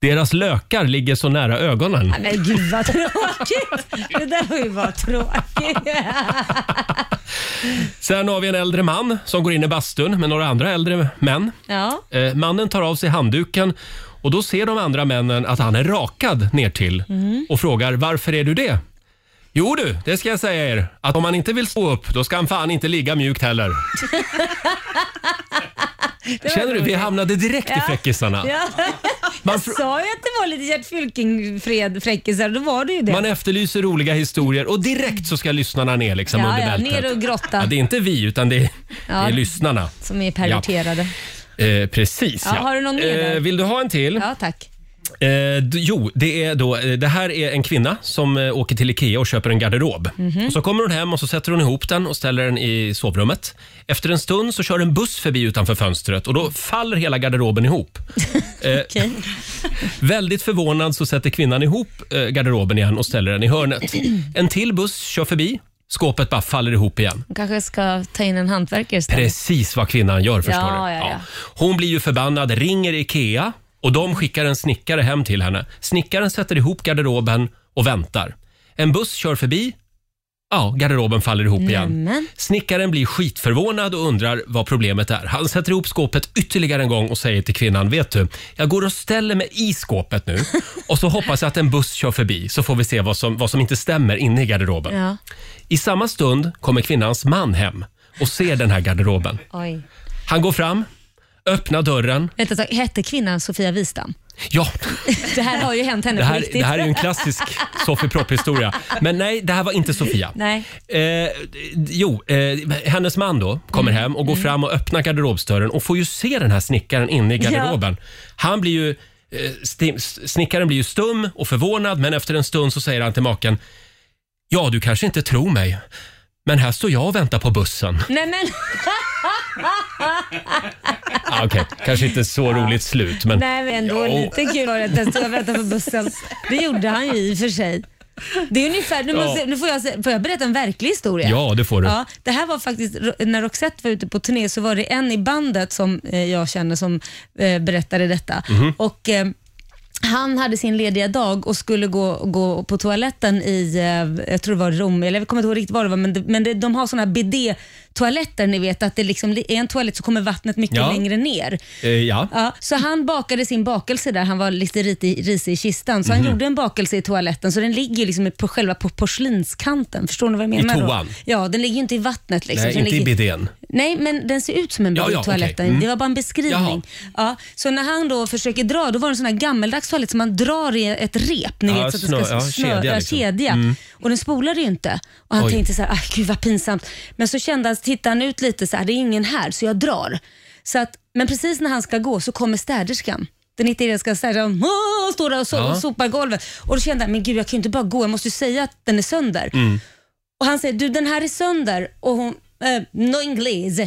[SPEAKER 1] Deras lökar ligger så nära ögonen.
[SPEAKER 2] Men gud vad tråkigt. Det där var ju bara tråkigt.
[SPEAKER 1] Sen har vi en äldre man som går in i bastun med några andra äldre män.
[SPEAKER 2] Ja.
[SPEAKER 1] Eh, mannen tar av sig handduken och då ser de andra männen att han är rakad ner till
[SPEAKER 2] Mm.
[SPEAKER 1] och frågar varför är du det? Jo du, det ska jag säga er. Att om man inte vill stå upp, då ska han fan inte ligga mjukt heller. Känner du, vi hamnade direkt i fräckisarna.
[SPEAKER 2] Ja.
[SPEAKER 1] Man,
[SPEAKER 2] Jag
[SPEAKER 1] fr-
[SPEAKER 2] sa ju att det var lite Gert Fylking-fräckisar, då var det ju det.
[SPEAKER 1] man efterlyser roliga historier och direkt så ska lyssnarna ner liksom
[SPEAKER 2] ja,
[SPEAKER 1] under
[SPEAKER 2] ja,
[SPEAKER 1] bältet.
[SPEAKER 2] ner och grotta
[SPEAKER 1] Ja, det är inte vi, utan det är,
[SPEAKER 2] Ja.
[SPEAKER 1] det är lyssnarna.
[SPEAKER 2] som är perverterade.
[SPEAKER 1] Eh, precis, ja.
[SPEAKER 2] Ja, har du någon mer där?
[SPEAKER 1] eh, Vill du ha en till?
[SPEAKER 2] Ja, tack.
[SPEAKER 1] Eh, d- jo, det, är då, eh, det här är en kvinna som eh, åker till Ikea och köper en garderob.
[SPEAKER 2] Mhm.
[SPEAKER 1] Och så kommer hon hem och så sätter hon ihop den och ställer den i sovrummet. Efter en stund så kör en buss förbi utanför fönstret och då faller hela garderoben ihop. Eh,
[SPEAKER 2] Okej.
[SPEAKER 1] Väldigt förvånad så sätter kvinnan ihop eh, garderoben igen och ställer den i hörnet. En till buss kör förbi, skåpet bara faller ihop igen.
[SPEAKER 2] Man kanske ska ta in en hantverkare istället.
[SPEAKER 1] Precis vad kvinnan gör förstår
[SPEAKER 2] Ja,
[SPEAKER 1] du.
[SPEAKER 2] ja, ja.
[SPEAKER 1] Hon blir ju förbannad, ringer IKEA och de skickar en snickare hem till henne. Snickaren sätter ihop garderoben och väntar. En buss kör förbi. Ja, garderoben faller ihop igen.
[SPEAKER 2] Nämen.
[SPEAKER 1] Snickaren blir skitförvånad och undrar vad problemet är. Han sätter ihop skåpet ytterligare en gång och säger till kvinnan, vet du, jag går och ställer mig i skåpet nu och så hoppas jag att en buss kör förbi så får vi se vad som, vad som inte stämmer inne i garderoben.
[SPEAKER 2] Ja.
[SPEAKER 1] I samma stund kommer kvinnans man hem och ser den här garderoben.
[SPEAKER 2] Oj.
[SPEAKER 1] Han går fram, öppnar dörren.
[SPEAKER 2] Vänta, så, hette kvinnan Sofia Wistam?
[SPEAKER 1] Ja,
[SPEAKER 2] Det här har ju hänt henne
[SPEAKER 1] det
[SPEAKER 2] på
[SPEAKER 1] här,
[SPEAKER 2] riktigt.
[SPEAKER 1] det här är ju en klassisk Sofie Propp-historia. Men nej, det här var inte Sofia.
[SPEAKER 2] Nej.
[SPEAKER 1] Eh, jo, eh, hennes man då kommer
[SPEAKER 2] Mm.
[SPEAKER 1] hem och går fram och öppnar garderobsdörren och får ju se den här snickaren inne i garderoben. Han blir ju... eh, sti- Snickaren blir ju stum och förvånad men efter en stund så säger han till maken Ja, du kanske inte tror mig, men här står jag och väntar på bussen.
[SPEAKER 2] Nej men,
[SPEAKER 1] Ah, Okej, kanske inte så roligt slut men...
[SPEAKER 2] nej, men ändå
[SPEAKER 1] Jo.
[SPEAKER 2] lite kul var det att den stod och väntade på bussen. Det gjorde han ju i och för sig. Det är ungefär, nu,
[SPEAKER 1] Ja.
[SPEAKER 2] måste, nu får, jag, se- får jag berätta en verklig historia?
[SPEAKER 1] Ja, det får du.
[SPEAKER 2] Ja, det här var faktiskt, när Roxette var ute på turné så var det en i bandet som eh, jag känner som eh, berättade detta.
[SPEAKER 1] Mhm.
[SPEAKER 2] Och eh, han hade sin lediga dag och skulle gå, gå på toaletten i, eh, jag tror det var Rom, eller jag kommer inte ihåg riktigt var det var, men, det, men det, de har såna här bidé-toaletter, ni vet att det liksom, det är en toalett så kommer vattnet mycket
[SPEAKER 1] Ja.
[SPEAKER 2] längre ner.
[SPEAKER 1] Eh, ja.
[SPEAKER 2] Ja, så han bakade sin bakelse där, han var lite ritig, risig i kistan,
[SPEAKER 1] Mhm.
[SPEAKER 2] så han gjorde en bakelse i toaletten, så den ligger ju liksom på själva på porslinskanten. Förstår ni vad jag menar? då?
[SPEAKER 1] toan?
[SPEAKER 2] Ja, den ligger ju inte i vattnet. Liksom.
[SPEAKER 1] Nej,
[SPEAKER 2] den
[SPEAKER 1] inte i
[SPEAKER 2] ligger...
[SPEAKER 1] bidén.
[SPEAKER 2] Nej, men den ser ut som en bidé
[SPEAKER 1] Ja, ja,
[SPEAKER 2] i toaletten.
[SPEAKER 1] okej. Mm.
[SPEAKER 2] Det var bara en beskrivning. Ja, så när han då försöker dra, då var det en sån här gammeldags toalett som man drar i ett rep, ni
[SPEAKER 1] Ja,
[SPEAKER 2] vet, så att
[SPEAKER 1] snö-
[SPEAKER 2] det ska
[SPEAKER 1] ja,
[SPEAKER 2] snö,
[SPEAKER 1] kedja
[SPEAKER 2] ja,
[SPEAKER 1] liksom.
[SPEAKER 2] kedja. Och den spolade ju inte. Och han
[SPEAKER 1] Oj.
[SPEAKER 2] tänkte så här, "Aj, gud vad pinsamt. Men så kände han, tittade han ut lite så här, det är ingen här, så jag drar. Så att, men precis när han ska gå så kommer städerskan. Den italienska städerskan "Åh", står där och, so-
[SPEAKER 1] Ja.
[SPEAKER 2] och sopar golvet. Och då kände han, men gud jag kan ju inte bara gå, jag måste ju säga att den är sönder.
[SPEAKER 1] Mm.
[SPEAKER 2] Och han säger, du den här är sönder. Och hon, eh, no inglés.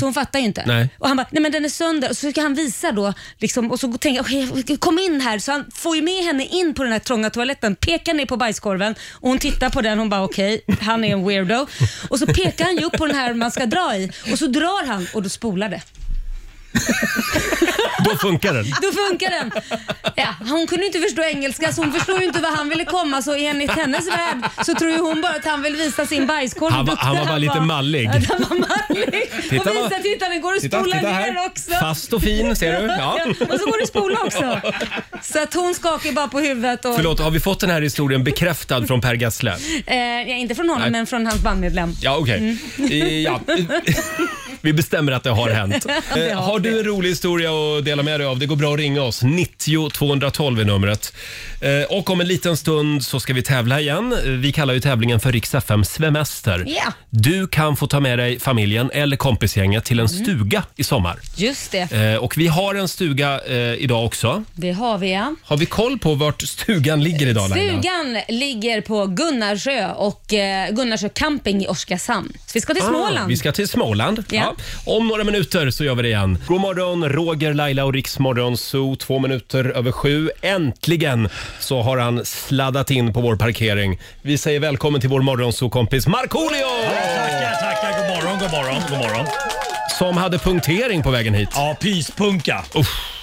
[SPEAKER 2] Så hon fattar ju inte.
[SPEAKER 1] Nej.
[SPEAKER 2] Och han bara, nej men den är sönder. Och så ska han visa då, liksom, och så tänker jag, okej, kom in här. Så han får ju med henne in på den här trånga toaletten, pekar ner på bajskorven och hon tittar på den och hon bara, okej, han är en weirdo. Och så pekar han ju upp på den här man ska dra i och så drar han och då spolar det.
[SPEAKER 1] Då funkar den.
[SPEAKER 2] Då funkar den. Ja, hon kunde inte förstå engelska så hon förstod ju inte vad han ville komma så enligt hennes värld så tror ju hon bara att han vill visa sin bajskorv.
[SPEAKER 1] Han var-
[SPEAKER 2] Duktig
[SPEAKER 1] han var bara lite mallig.
[SPEAKER 2] Ja, han var mallig.
[SPEAKER 1] Titta
[SPEAKER 2] och
[SPEAKER 1] vad-
[SPEAKER 2] visa, titta den går att
[SPEAKER 1] titta,
[SPEAKER 2] spola
[SPEAKER 1] titta här.
[SPEAKER 2] ner också.
[SPEAKER 1] Fast och fin, ser du? Ja.
[SPEAKER 2] Ja. och så går det att spola också. Så att hon skakar bara på huvudet. Och,
[SPEAKER 1] Förlåt, har vi fått den här historien bekräftad från Per Gessle?
[SPEAKER 2] Eh, ja, inte från honom
[SPEAKER 1] Nej.
[SPEAKER 2] men från hans bandmedlem.
[SPEAKER 1] Ja, okej.
[SPEAKER 2] Mm.
[SPEAKER 1] Eh, Ja. Vi bestämmer att det har hänt.
[SPEAKER 2] det
[SPEAKER 1] Eh,
[SPEAKER 2] har
[SPEAKER 1] Har du
[SPEAKER 2] det.
[SPEAKER 1] en rolig historia att dela med dig av? Det går bra att ringa oss. 90 212 är numret. Eh, Och om en liten stund så ska vi tävla igen. Eh, Vi kallar ju tävlingen för Rix FM Svemester.
[SPEAKER 2] Ja.
[SPEAKER 1] Du kan få ta med dig familjen eller kompisgänget till en
[SPEAKER 2] Mm.
[SPEAKER 1] stuga i sommar.
[SPEAKER 2] Just det,
[SPEAKER 1] Eh, Och vi har en stuga eh, idag också.
[SPEAKER 2] det har vi ja.
[SPEAKER 1] Har vi koll på vart stugan ligger idag Laila?
[SPEAKER 2] Stugan ligger på Gunnarsö och eh, Gunnarsö camping i Oskarshamn. Så vi ska till Småland.
[SPEAKER 1] Ah, vi ska till Småland.
[SPEAKER 2] Ja.
[SPEAKER 1] Ja, om några minuter så gör vi det igen. God morgon, Roger, Laila och Riksmorgon Zoo. Två minuter över sju. Äntligen så har han sladdat in på vår parkering. Vi säger välkommen till vår morgonzoo-kompis Markoolio!
[SPEAKER 8] Tackar, tackar. God morgon, god morgon, god morgon.
[SPEAKER 1] Som hade punktering på vägen hit.
[SPEAKER 8] Ja, pyspunka.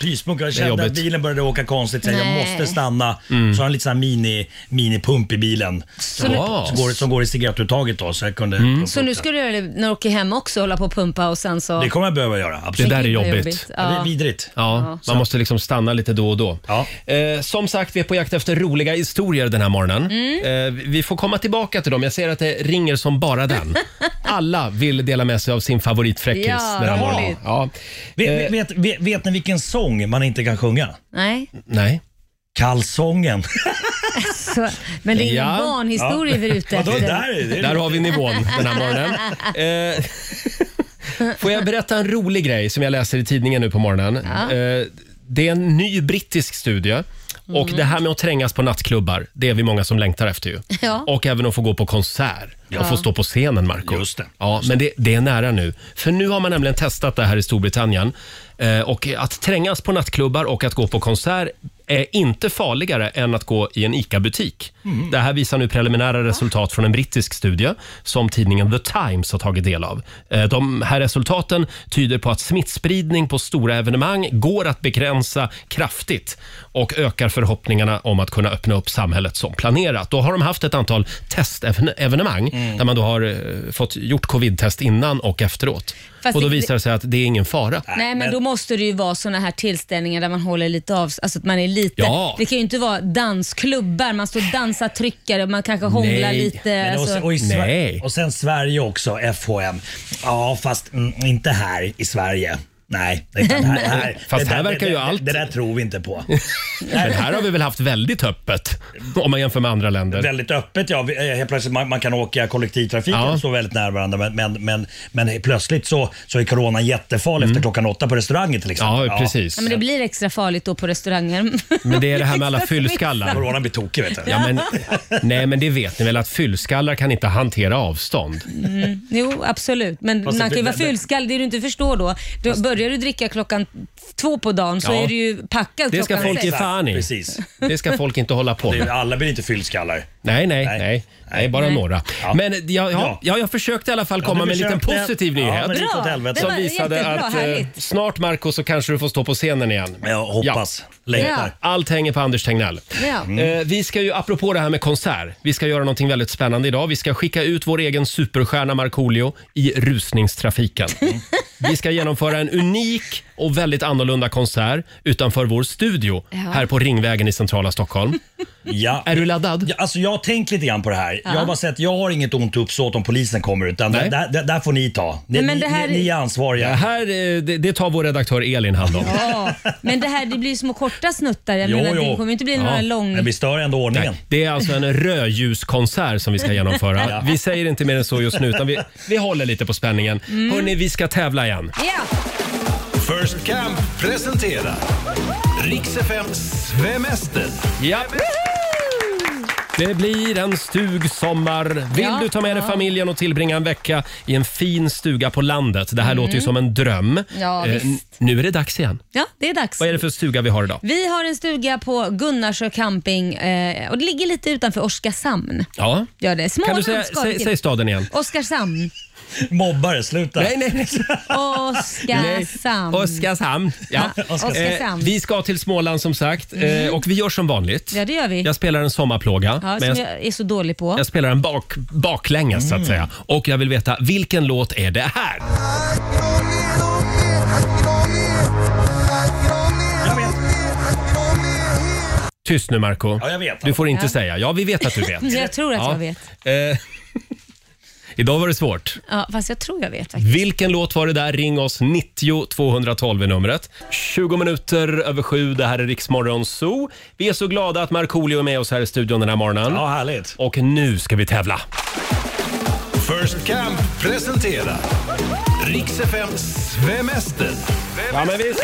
[SPEAKER 8] Pyspunka. Jag kände att
[SPEAKER 1] jobbigt. Mm.
[SPEAKER 8] bilen började åka konstigt. Så jag
[SPEAKER 2] Nej.
[SPEAKER 8] måste stanna. Så har han lite sån här mini, minipump i bilen. Som,
[SPEAKER 1] Ja.
[SPEAKER 8] som, går, som går i cigarettuttaget då. Så jag kunde...
[SPEAKER 1] Mm.
[SPEAKER 2] Mm. Så nu ska du göra det när du åker hem också, hålla på och pumpa och sen så...
[SPEAKER 8] Det kommer jag behöva göra,
[SPEAKER 1] Alltså- Det
[SPEAKER 8] absolut.
[SPEAKER 1] där är
[SPEAKER 2] Vad
[SPEAKER 1] jobbigt.
[SPEAKER 8] Ja. Det är
[SPEAKER 2] Ja.
[SPEAKER 8] vidrigt.
[SPEAKER 1] Ja, man måste liksom stanna lite då och då.
[SPEAKER 8] Ja.
[SPEAKER 1] Eh, som sagt, vi är på jakt efter roliga historier den här morgonen. Eh, vi får komma tillbaka till dem. Jag ser att det ringer som bara den. Alla vill dela med sig av sin favoritfräckis
[SPEAKER 2] Ja,
[SPEAKER 1] den här morgonen.
[SPEAKER 2] roligt.
[SPEAKER 1] Ja. Eh,
[SPEAKER 8] Vet, vet, vet, vet ni vilken sång man inte kan sjunga?
[SPEAKER 2] Nej.
[SPEAKER 1] Nej.
[SPEAKER 8] Kalsongen.
[SPEAKER 2] Så, men det är ingen
[SPEAKER 1] Ja.
[SPEAKER 2] barnhistoria vi är ute
[SPEAKER 8] Vadå,
[SPEAKER 2] efter.
[SPEAKER 8] där? är det-
[SPEAKER 1] Där har vi nivån den här morgonen. Eh, får jag berätta en rolig grej som jag läser i tidningen nu på morgonen? Eh, det är en ny brittisk studie. Och Det här med att trängas på nattklubbar, det är vi många som längtar efter. ju.
[SPEAKER 2] Ja.
[SPEAKER 1] Och även att få gå på konsert och få stå på scenen, Marco.
[SPEAKER 8] Just det.
[SPEAKER 1] Ja, men det, det är nära nu. För nu har man nämligen testat det här i Storbritannien. Eh, och att trängas på nattklubbar och att gå på konsert är inte farligare än att gå i en ICA-butik.
[SPEAKER 8] Mm.
[SPEAKER 1] Det här visar nu preliminära resultat från en brittisk studie som tidningen The Times har tagit del av. Eh, De här resultaten tyder på att smittspridning på stora evenemang går att begränsa kraftigt och ökar förhoppningarna om att kunna öppna upp samhället som planerat. Då har de haft ett antal testevenemang
[SPEAKER 2] Mm.
[SPEAKER 1] där man då har eh, fått gjort covid-test innan och efteråt.
[SPEAKER 2] Fast
[SPEAKER 1] och då
[SPEAKER 2] det-
[SPEAKER 1] visar det sig att det är ingen fara.
[SPEAKER 2] Nej, men då måste det ju vara såna här tillställningar där man håller lite av alltså att man är lite.
[SPEAKER 1] Ja.
[SPEAKER 2] Det kan ju inte vara dansklubbar, man står och dansar tryckare, man kanske hånglar
[SPEAKER 1] Nej.
[SPEAKER 2] lite.
[SPEAKER 8] Men och,
[SPEAKER 2] Alltså.
[SPEAKER 8] sen- och, i Sver-
[SPEAKER 1] Nej.
[SPEAKER 8] och sen Sverige också, FHM. Ja, fast mm, inte här i Sverige. Nej, utan här, här.
[SPEAKER 1] Fast
[SPEAKER 8] det
[SPEAKER 1] här
[SPEAKER 8] där-
[SPEAKER 1] verkar ju
[SPEAKER 8] det,
[SPEAKER 1] allt-
[SPEAKER 8] Det, det där tror vi inte på.
[SPEAKER 1] Men här har vi väl haft väldigt öppet om man jämför med andra länder.
[SPEAKER 8] väldigt öppet, ja. Vi- eh, Helt plötsligt man, man kan åka kollektivtrafiken
[SPEAKER 1] Ja.
[SPEAKER 8] och stå väldigt nära varandra. Men, men, men, men plötsligt så, så är coronan jättefarlig efter klockan åtta på restaurangen till exempel.
[SPEAKER 1] Mm. Ja, precis.
[SPEAKER 2] Ja, men det blir extra farligt då på restaurangen.
[SPEAKER 1] Men det är det här med alla fyllskallar.
[SPEAKER 8] Coronan blir tokig vet du.
[SPEAKER 1] Ja, men, nej, men det vet ni väl att fyllskallar kan inte hantera avstånd.
[SPEAKER 2] Mm. Jo, absolut. Men
[SPEAKER 8] Fast
[SPEAKER 2] man
[SPEAKER 8] det-
[SPEAKER 2] kan ju vara
[SPEAKER 8] det- det-
[SPEAKER 2] fullskall, det du inte förstår då. då börjar du dricka klockan två på dagen så
[SPEAKER 1] Ja.
[SPEAKER 2] är du ju packad
[SPEAKER 1] Det ska
[SPEAKER 2] klockan
[SPEAKER 1] folk ge
[SPEAKER 2] sex.
[SPEAKER 1] fan i.
[SPEAKER 8] Precis.
[SPEAKER 1] Det ska folk inte hålla på
[SPEAKER 8] Det är-
[SPEAKER 1] med.
[SPEAKER 8] Alla blir inte fyllskallar.
[SPEAKER 1] Nej, nej, nej.
[SPEAKER 8] Nej.
[SPEAKER 1] nej. bara
[SPEAKER 2] Nej.
[SPEAKER 1] några.
[SPEAKER 8] Ja.
[SPEAKER 1] Men jag, ja,
[SPEAKER 8] Ja.
[SPEAKER 1] ja, jag försökte i alla fall komma
[SPEAKER 8] du
[SPEAKER 1] med en liten
[SPEAKER 8] försökte.
[SPEAKER 1] positiv
[SPEAKER 8] Ja,
[SPEAKER 1] nyhet.
[SPEAKER 8] men det gick åt
[SPEAKER 2] Bra.
[SPEAKER 8] helvete.
[SPEAKER 2] Det
[SPEAKER 1] som
[SPEAKER 2] var
[SPEAKER 1] visade
[SPEAKER 2] jättebra,
[SPEAKER 1] att eh,
[SPEAKER 2] härligt.
[SPEAKER 1] snart Marco så kanske du får stå på scenen igen.
[SPEAKER 8] Men jag hoppas.
[SPEAKER 2] Ja.
[SPEAKER 8] Längtar.
[SPEAKER 1] Allt hänger på Anders Tegnell.
[SPEAKER 2] Ja.
[SPEAKER 1] Eh, vi ska ju, apropå det här med konsert, vi ska göra någonting väldigt spännande idag. Vi ska skicka ut vår egen superstjärna Markoolio i rusningstrafiken. Vi ska genomföra en unik och väldigt annorlunda konsert utanför vår studio här på Ringvägen i centrala Stockholm.
[SPEAKER 8] Ja.
[SPEAKER 1] Är du laddad?
[SPEAKER 8] Ja, alltså jag har tänkt lite grann på det här. Jag har bara sett, jag har inget ont uppsåt om polisen kommer utan
[SPEAKER 1] Nej.
[SPEAKER 8] där, där, där- där får ni ta. Ni,
[SPEAKER 2] Nej, men det
[SPEAKER 8] ni-
[SPEAKER 2] här
[SPEAKER 8] ni, ni är
[SPEAKER 1] Det
[SPEAKER 8] ansvariga.
[SPEAKER 1] här eh, det, det tar vår redaktör Elin hand om.
[SPEAKER 2] Ja, men det här det blir ju små korta snuttar. Jag
[SPEAKER 8] Jo,
[SPEAKER 2] menar,
[SPEAKER 8] jo.
[SPEAKER 2] Det kommer ju inte bli några lång...
[SPEAKER 8] Men vi stör ändå ordningen.
[SPEAKER 1] Det är alltså en rödljuskonsert som vi ska genomföra. Vi säger inte mer än så just nu, utan vi, vi håller lite på spänningen.
[SPEAKER 2] Mm.
[SPEAKER 1] Hörni, vi ska tävla igen.
[SPEAKER 2] Ja,
[SPEAKER 9] First Camp presenterar Rix FMs svemester.
[SPEAKER 1] Ja. Det blir en stugsommar. Vill
[SPEAKER 2] Ja.
[SPEAKER 1] du ta med dig familjen och tillbringa en vecka i en fin stuga på landet? Det här låter ju som en dröm.
[SPEAKER 2] Mm. Ja, visst.
[SPEAKER 1] n- nu är det dags igen.
[SPEAKER 2] ja, det är dags.
[SPEAKER 1] Vad är det för stuga vi har idag?
[SPEAKER 2] Vi har en stuga på Gunnarsjö camping eh, och det ligger lite utanför Oskarshamn.
[SPEAKER 1] Ja.
[SPEAKER 2] Gör det. Små
[SPEAKER 1] Kan du säga,
[SPEAKER 2] landskap.
[SPEAKER 1] säg, säg staden igen?
[SPEAKER 2] Oskarshamn.
[SPEAKER 8] Mobbare, sluta.
[SPEAKER 1] Nej, nej, nej. Nej.
[SPEAKER 2] Oskarshamn.
[SPEAKER 1] Oskarshamn. Ja.
[SPEAKER 2] Ja, Mm. Oskarshamn. Mm.
[SPEAKER 1] Eh, vi ska till Småland som sagt eh, och vi gör som vanligt.
[SPEAKER 2] Ja, det gör vi.
[SPEAKER 1] Jag spelar en sommarplåga.
[SPEAKER 2] Ja,
[SPEAKER 1] men
[SPEAKER 2] som
[SPEAKER 1] jag,
[SPEAKER 2] jag är så dålig på.
[SPEAKER 1] jag spelar den bak, baklänges
[SPEAKER 8] Mm.
[SPEAKER 1] så att säga. Och jag vill veta, vilken låt är det här?
[SPEAKER 8] Jag vet.
[SPEAKER 1] Tyst nu Marco.
[SPEAKER 8] Ja, jag vet.
[SPEAKER 1] Du får inte
[SPEAKER 2] Ja.
[SPEAKER 1] säga. Ja, vi vet att du vet.
[SPEAKER 2] Jag tror att jag vet.
[SPEAKER 1] Eh, idag var det svårt.
[SPEAKER 2] Ja, fast jag tror jag vet faktiskt.
[SPEAKER 1] Vilken låt var det där? Ring oss 90 212 är numret. 20 minuter över sju. Det här är Riksmorgon Zoo. Vi är så glada att Markoolio är med oss här i studion den här morgonen.
[SPEAKER 8] Ja, härligt.
[SPEAKER 1] Och nu ska vi tävla.
[SPEAKER 9] First Camp presenterar Rix FMs svemester.
[SPEAKER 1] Ja, men visst.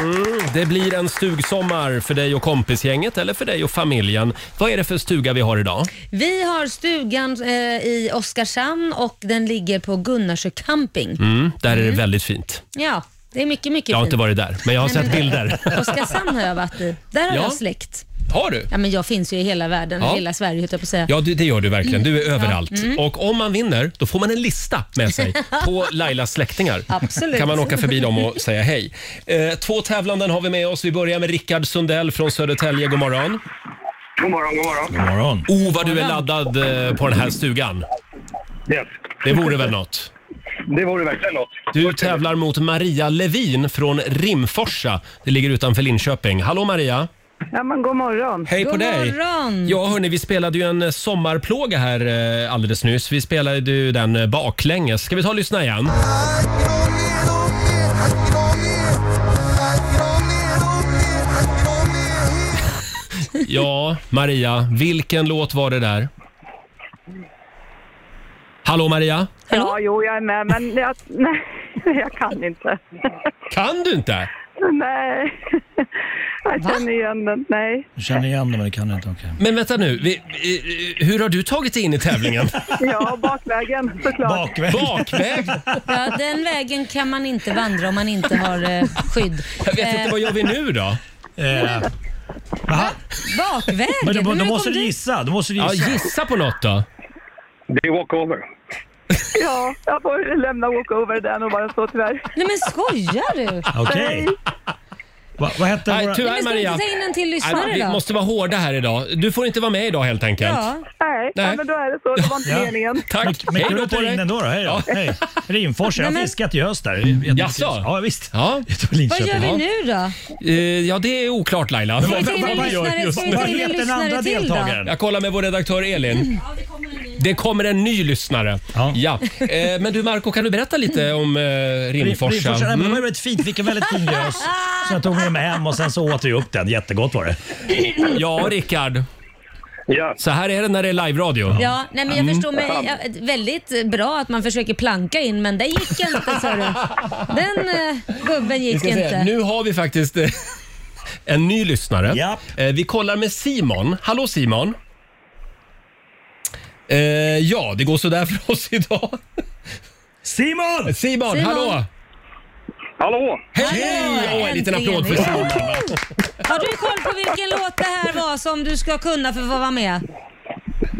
[SPEAKER 8] Mm.
[SPEAKER 1] Det blir en stugsommar för dig och kompisgänget eller för dig och familjen. Vad är det för stuga vi har idag?
[SPEAKER 2] Vi har stugan eh, i Oskarshamn och den ligger på Gunnarsö camping.
[SPEAKER 1] Mm, där är det väldigt fint.
[SPEAKER 2] Ja, det är mycket, mycket
[SPEAKER 1] Jag har
[SPEAKER 2] fint.
[SPEAKER 1] inte varit där, men jag har
[SPEAKER 2] Nej,
[SPEAKER 1] sett
[SPEAKER 2] men-
[SPEAKER 1] bilder.
[SPEAKER 2] Oskarshamn har jag varit i. Där har
[SPEAKER 1] Ja.
[SPEAKER 2] jag släkt.
[SPEAKER 1] Har du?
[SPEAKER 2] Ja, men jag finns ju i hela världen,
[SPEAKER 1] Ja.
[SPEAKER 2] hela Sverige höll jag på att säga.
[SPEAKER 1] Ja, det, det gör du verkligen. Du är överallt. Och om man vinner, då får man en lista med sig på Lailas släktingar.
[SPEAKER 2] Absolut.
[SPEAKER 1] kan man åka förbi dem och säga hej. Eh, två tävlanden har vi med oss. Vi börjar med Rickard Sundell från Södertälje. God morgon.
[SPEAKER 9] God morgon, god morgon.
[SPEAKER 8] God morgon.
[SPEAKER 1] Oh, vad du är laddad eh, på den här stugan.
[SPEAKER 9] Yes.
[SPEAKER 1] Det vore väl något.
[SPEAKER 9] Det vore verkligen något.
[SPEAKER 1] Du tävlar mot Maria Levin från Rimforsa. Det ligger utanför Linköping. Hallå Maria!
[SPEAKER 6] Ja, men god morgon.
[SPEAKER 1] Hej på
[SPEAKER 2] God
[SPEAKER 1] dig!
[SPEAKER 8] Mm.
[SPEAKER 2] morgon.
[SPEAKER 1] Ja hörni, vi spelade ju en eh, sommarplåga här eh, alldeles nyss. Vi spelade ju den eh, baklänges. Ska vi ta och lyssna igen? Ja, Maria, vilken låt var det där? Hallå Maria?
[SPEAKER 2] Hallå?
[SPEAKER 6] Ja, jo, jag är med, men jag, nej, jag kan inte.
[SPEAKER 1] Kan du inte?
[SPEAKER 6] nej, jag känner igen den. Nej.
[SPEAKER 8] Du känner igen det men det kan du inte. Okay.
[SPEAKER 1] Men vänta nu, vi, eh, hur har du tagit dig in i tävlingen?
[SPEAKER 6] Ja, bakvägen såklart.
[SPEAKER 8] Bakväg.
[SPEAKER 1] Bakväg?
[SPEAKER 2] Ja, den vägen kan man inte vandra om man inte har eh, skydd.
[SPEAKER 1] Jag vet inte, vad gör vi nu då?
[SPEAKER 8] Eh, va?
[SPEAKER 2] Eh, Bakvägen?
[SPEAKER 8] Men då, då
[SPEAKER 2] Hur
[SPEAKER 8] måste
[SPEAKER 2] kom
[SPEAKER 8] du gissa. Då måste du
[SPEAKER 1] Ja,
[SPEAKER 8] gissa.
[SPEAKER 1] gissa på något då.
[SPEAKER 9] Det är walkover.
[SPEAKER 6] Ja, jag får lämna walkover där och bara så tyvärr.
[SPEAKER 2] Nej men skojar du?
[SPEAKER 8] Okej. Va, vad hette
[SPEAKER 1] Nej,
[SPEAKER 8] våra...
[SPEAKER 1] tyvärr
[SPEAKER 2] Men ska vi
[SPEAKER 1] Maria.
[SPEAKER 2] inte ta in en till lyssnare
[SPEAKER 1] Nej, vi
[SPEAKER 2] då?
[SPEAKER 1] måste vara hårda här idag. Du får inte vara med idag helt enkelt.
[SPEAKER 2] Ja.
[SPEAKER 6] Nej,
[SPEAKER 1] Nej.
[SPEAKER 6] ja, men då är det så. Det var inte
[SPEAKER 8] Ja.
[SPEAKER 6] meningen.
[SPEAKER 1] Tack,
[SPEAKER 8] Men
[SPEAKER 1] hej
[SPEAKER 8] kul
[SPEAKER 1] då
[SPEAKER 8] att du
[SPEAKER 1] på dig.
[SPEAKER 8] ringde ändå då. Hej då. Hej. Rimfors, jag
[SPEAKER 2] Nej,
[SPEAKER 8] har
[SPEAKER 2] men-
[SPEAKER 8] fiskat i höst där. Jättekul.
[SPEAKER 1] Jaså?
[SPEAKER 8] Ja, visst.
[SPEAKER 1] Ja,
[SPEAKER 8] Utanför
[SPEAKER 2] Vad gör
[SPEAKER 8] Linköping.
[SPEAKER 2] vi
[SPEAKER 1] Ja.
[SPEAKER 2] nu då?
[SPEAKER 1] eh, ja, det är oklart Laila.
[SPEAKER 2] Ska vi ta in
[SPEAKER 8] vad-
[SPEAKER 2] en
[SPEAKER 8] vad
[SPEAKER 2] lyssnare,
[SPEAKER 1] just
[SPEAKER 2] ska vi
[SPEAKER 1] nu?
[SPEAKER 2] ta
[SPEAKER 8] Vad
[SPEAKER 2] in en
[SPEAKER 8] heter den andra
[SPEAKER 2] lyssnare till då? Mm.
[SPEAKER 8] deltagaren?
[SPEAKER 1] Jag kollar med vår redaktör Elin. Det kommer en ny lyssnare.
[SPEAKER 8] Ja.
[SPEAKER 1] Eh, men du Marco, kan du berätta lite om eh, Rimforsa?
[SPEAKER 8] Rimforsa, nej, men
[SPEAKER 1] Mm.
[SPEAKER 8] Det var väldigt fint. Fick en väldigt fin lös. Så jag tog med mig hem och sen så åt vi upp den. Jättegott var det.
[SPEAKER 1] Ja, Rickard.
[SPEAKER 9] Ja.
[SPEAKER 1] Så här är det när det är live-radio.
[SPEAKER 2] Ja, nej men jag
[SPEAKER 1] Mm.
[SPEAKER 2] förstår mig ja, väldigt bra att man försöker planka in men det gick inte sa du. Den eh, gubben
[SPEAKER 1] Vi
[SPEAKER 2] gick
[SPEAKER 1] ska se.
[SPEAKER 2] inte.
[SPEAKER 1] Nu har vi faktiskt eh, en ny lyssnare.
[SPEAKER 8] Japp.
[SPEAKER 1] Eh, Vi kollar med Simon. Hallå Simon! Eh, ja, det går sådär för oss idag.
[SPEAKER 8] Simon!
[SPEAKER 1] Simon,
[SPEAKER 2] Simon.
[SPEAKER 1] hallå!
[SPEAKER 9] Hallå!
[SPEAKER 1] Hej! Åh, en liten
[SPEAKER 2] Äntligen.
[SPEAKER 1] applåd för Simon.
[SPEAKER 2] Har du koll på vilken låt det här var som du ska kunna för att få vara med?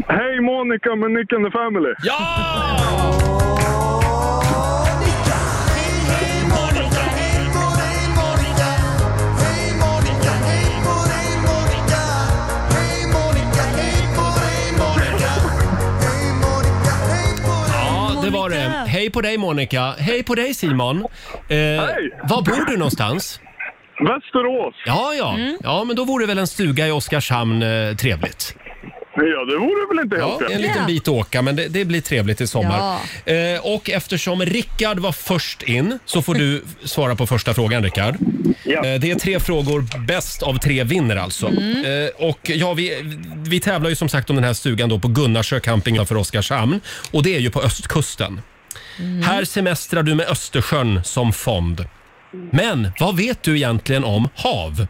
[SPEAKER 9] Hej Monica med Nick and the Family.
[SPEAKER 1] Ja! Ja, det var det. Hej på dig Monica. Hej på dig Simon. Eh, Var bor du någonstans?
[SPEAKER 9] Västerås.
[SPEAKER 1] Ja, ja. Ja, men då vore väl en stuga i Oskarshamn eh, trevligt.
[SPEAKER 9] Ja, det vore väl inte
[SPEAKER 1] Ja,
[SPEAKER 9] helt
[SPEAKER 1] en
[SPEAKER 9] fel.
[SPEAKER 1] liten
[SPEAKER 2] Ja.
[SPEAKER 1] bit att åka, men det, det blir trevligt i sommar. Eh, och eftersom Rickard var först in så får du f- svara på första frågan, Rickard.
[SPEAKER 9] Ja.
[SPEAKER 1] Eh, det är tre frågor, bäst av tre vinner alltså. Eh, och ja, vi, vi tävlar ju som sagt om den här stugan då på Gunnarsö camping för Oskarshamn. Och det är ju på östkusten. Här semestrar du med Östersjön som fond. Men vad vet du egentligen om hav?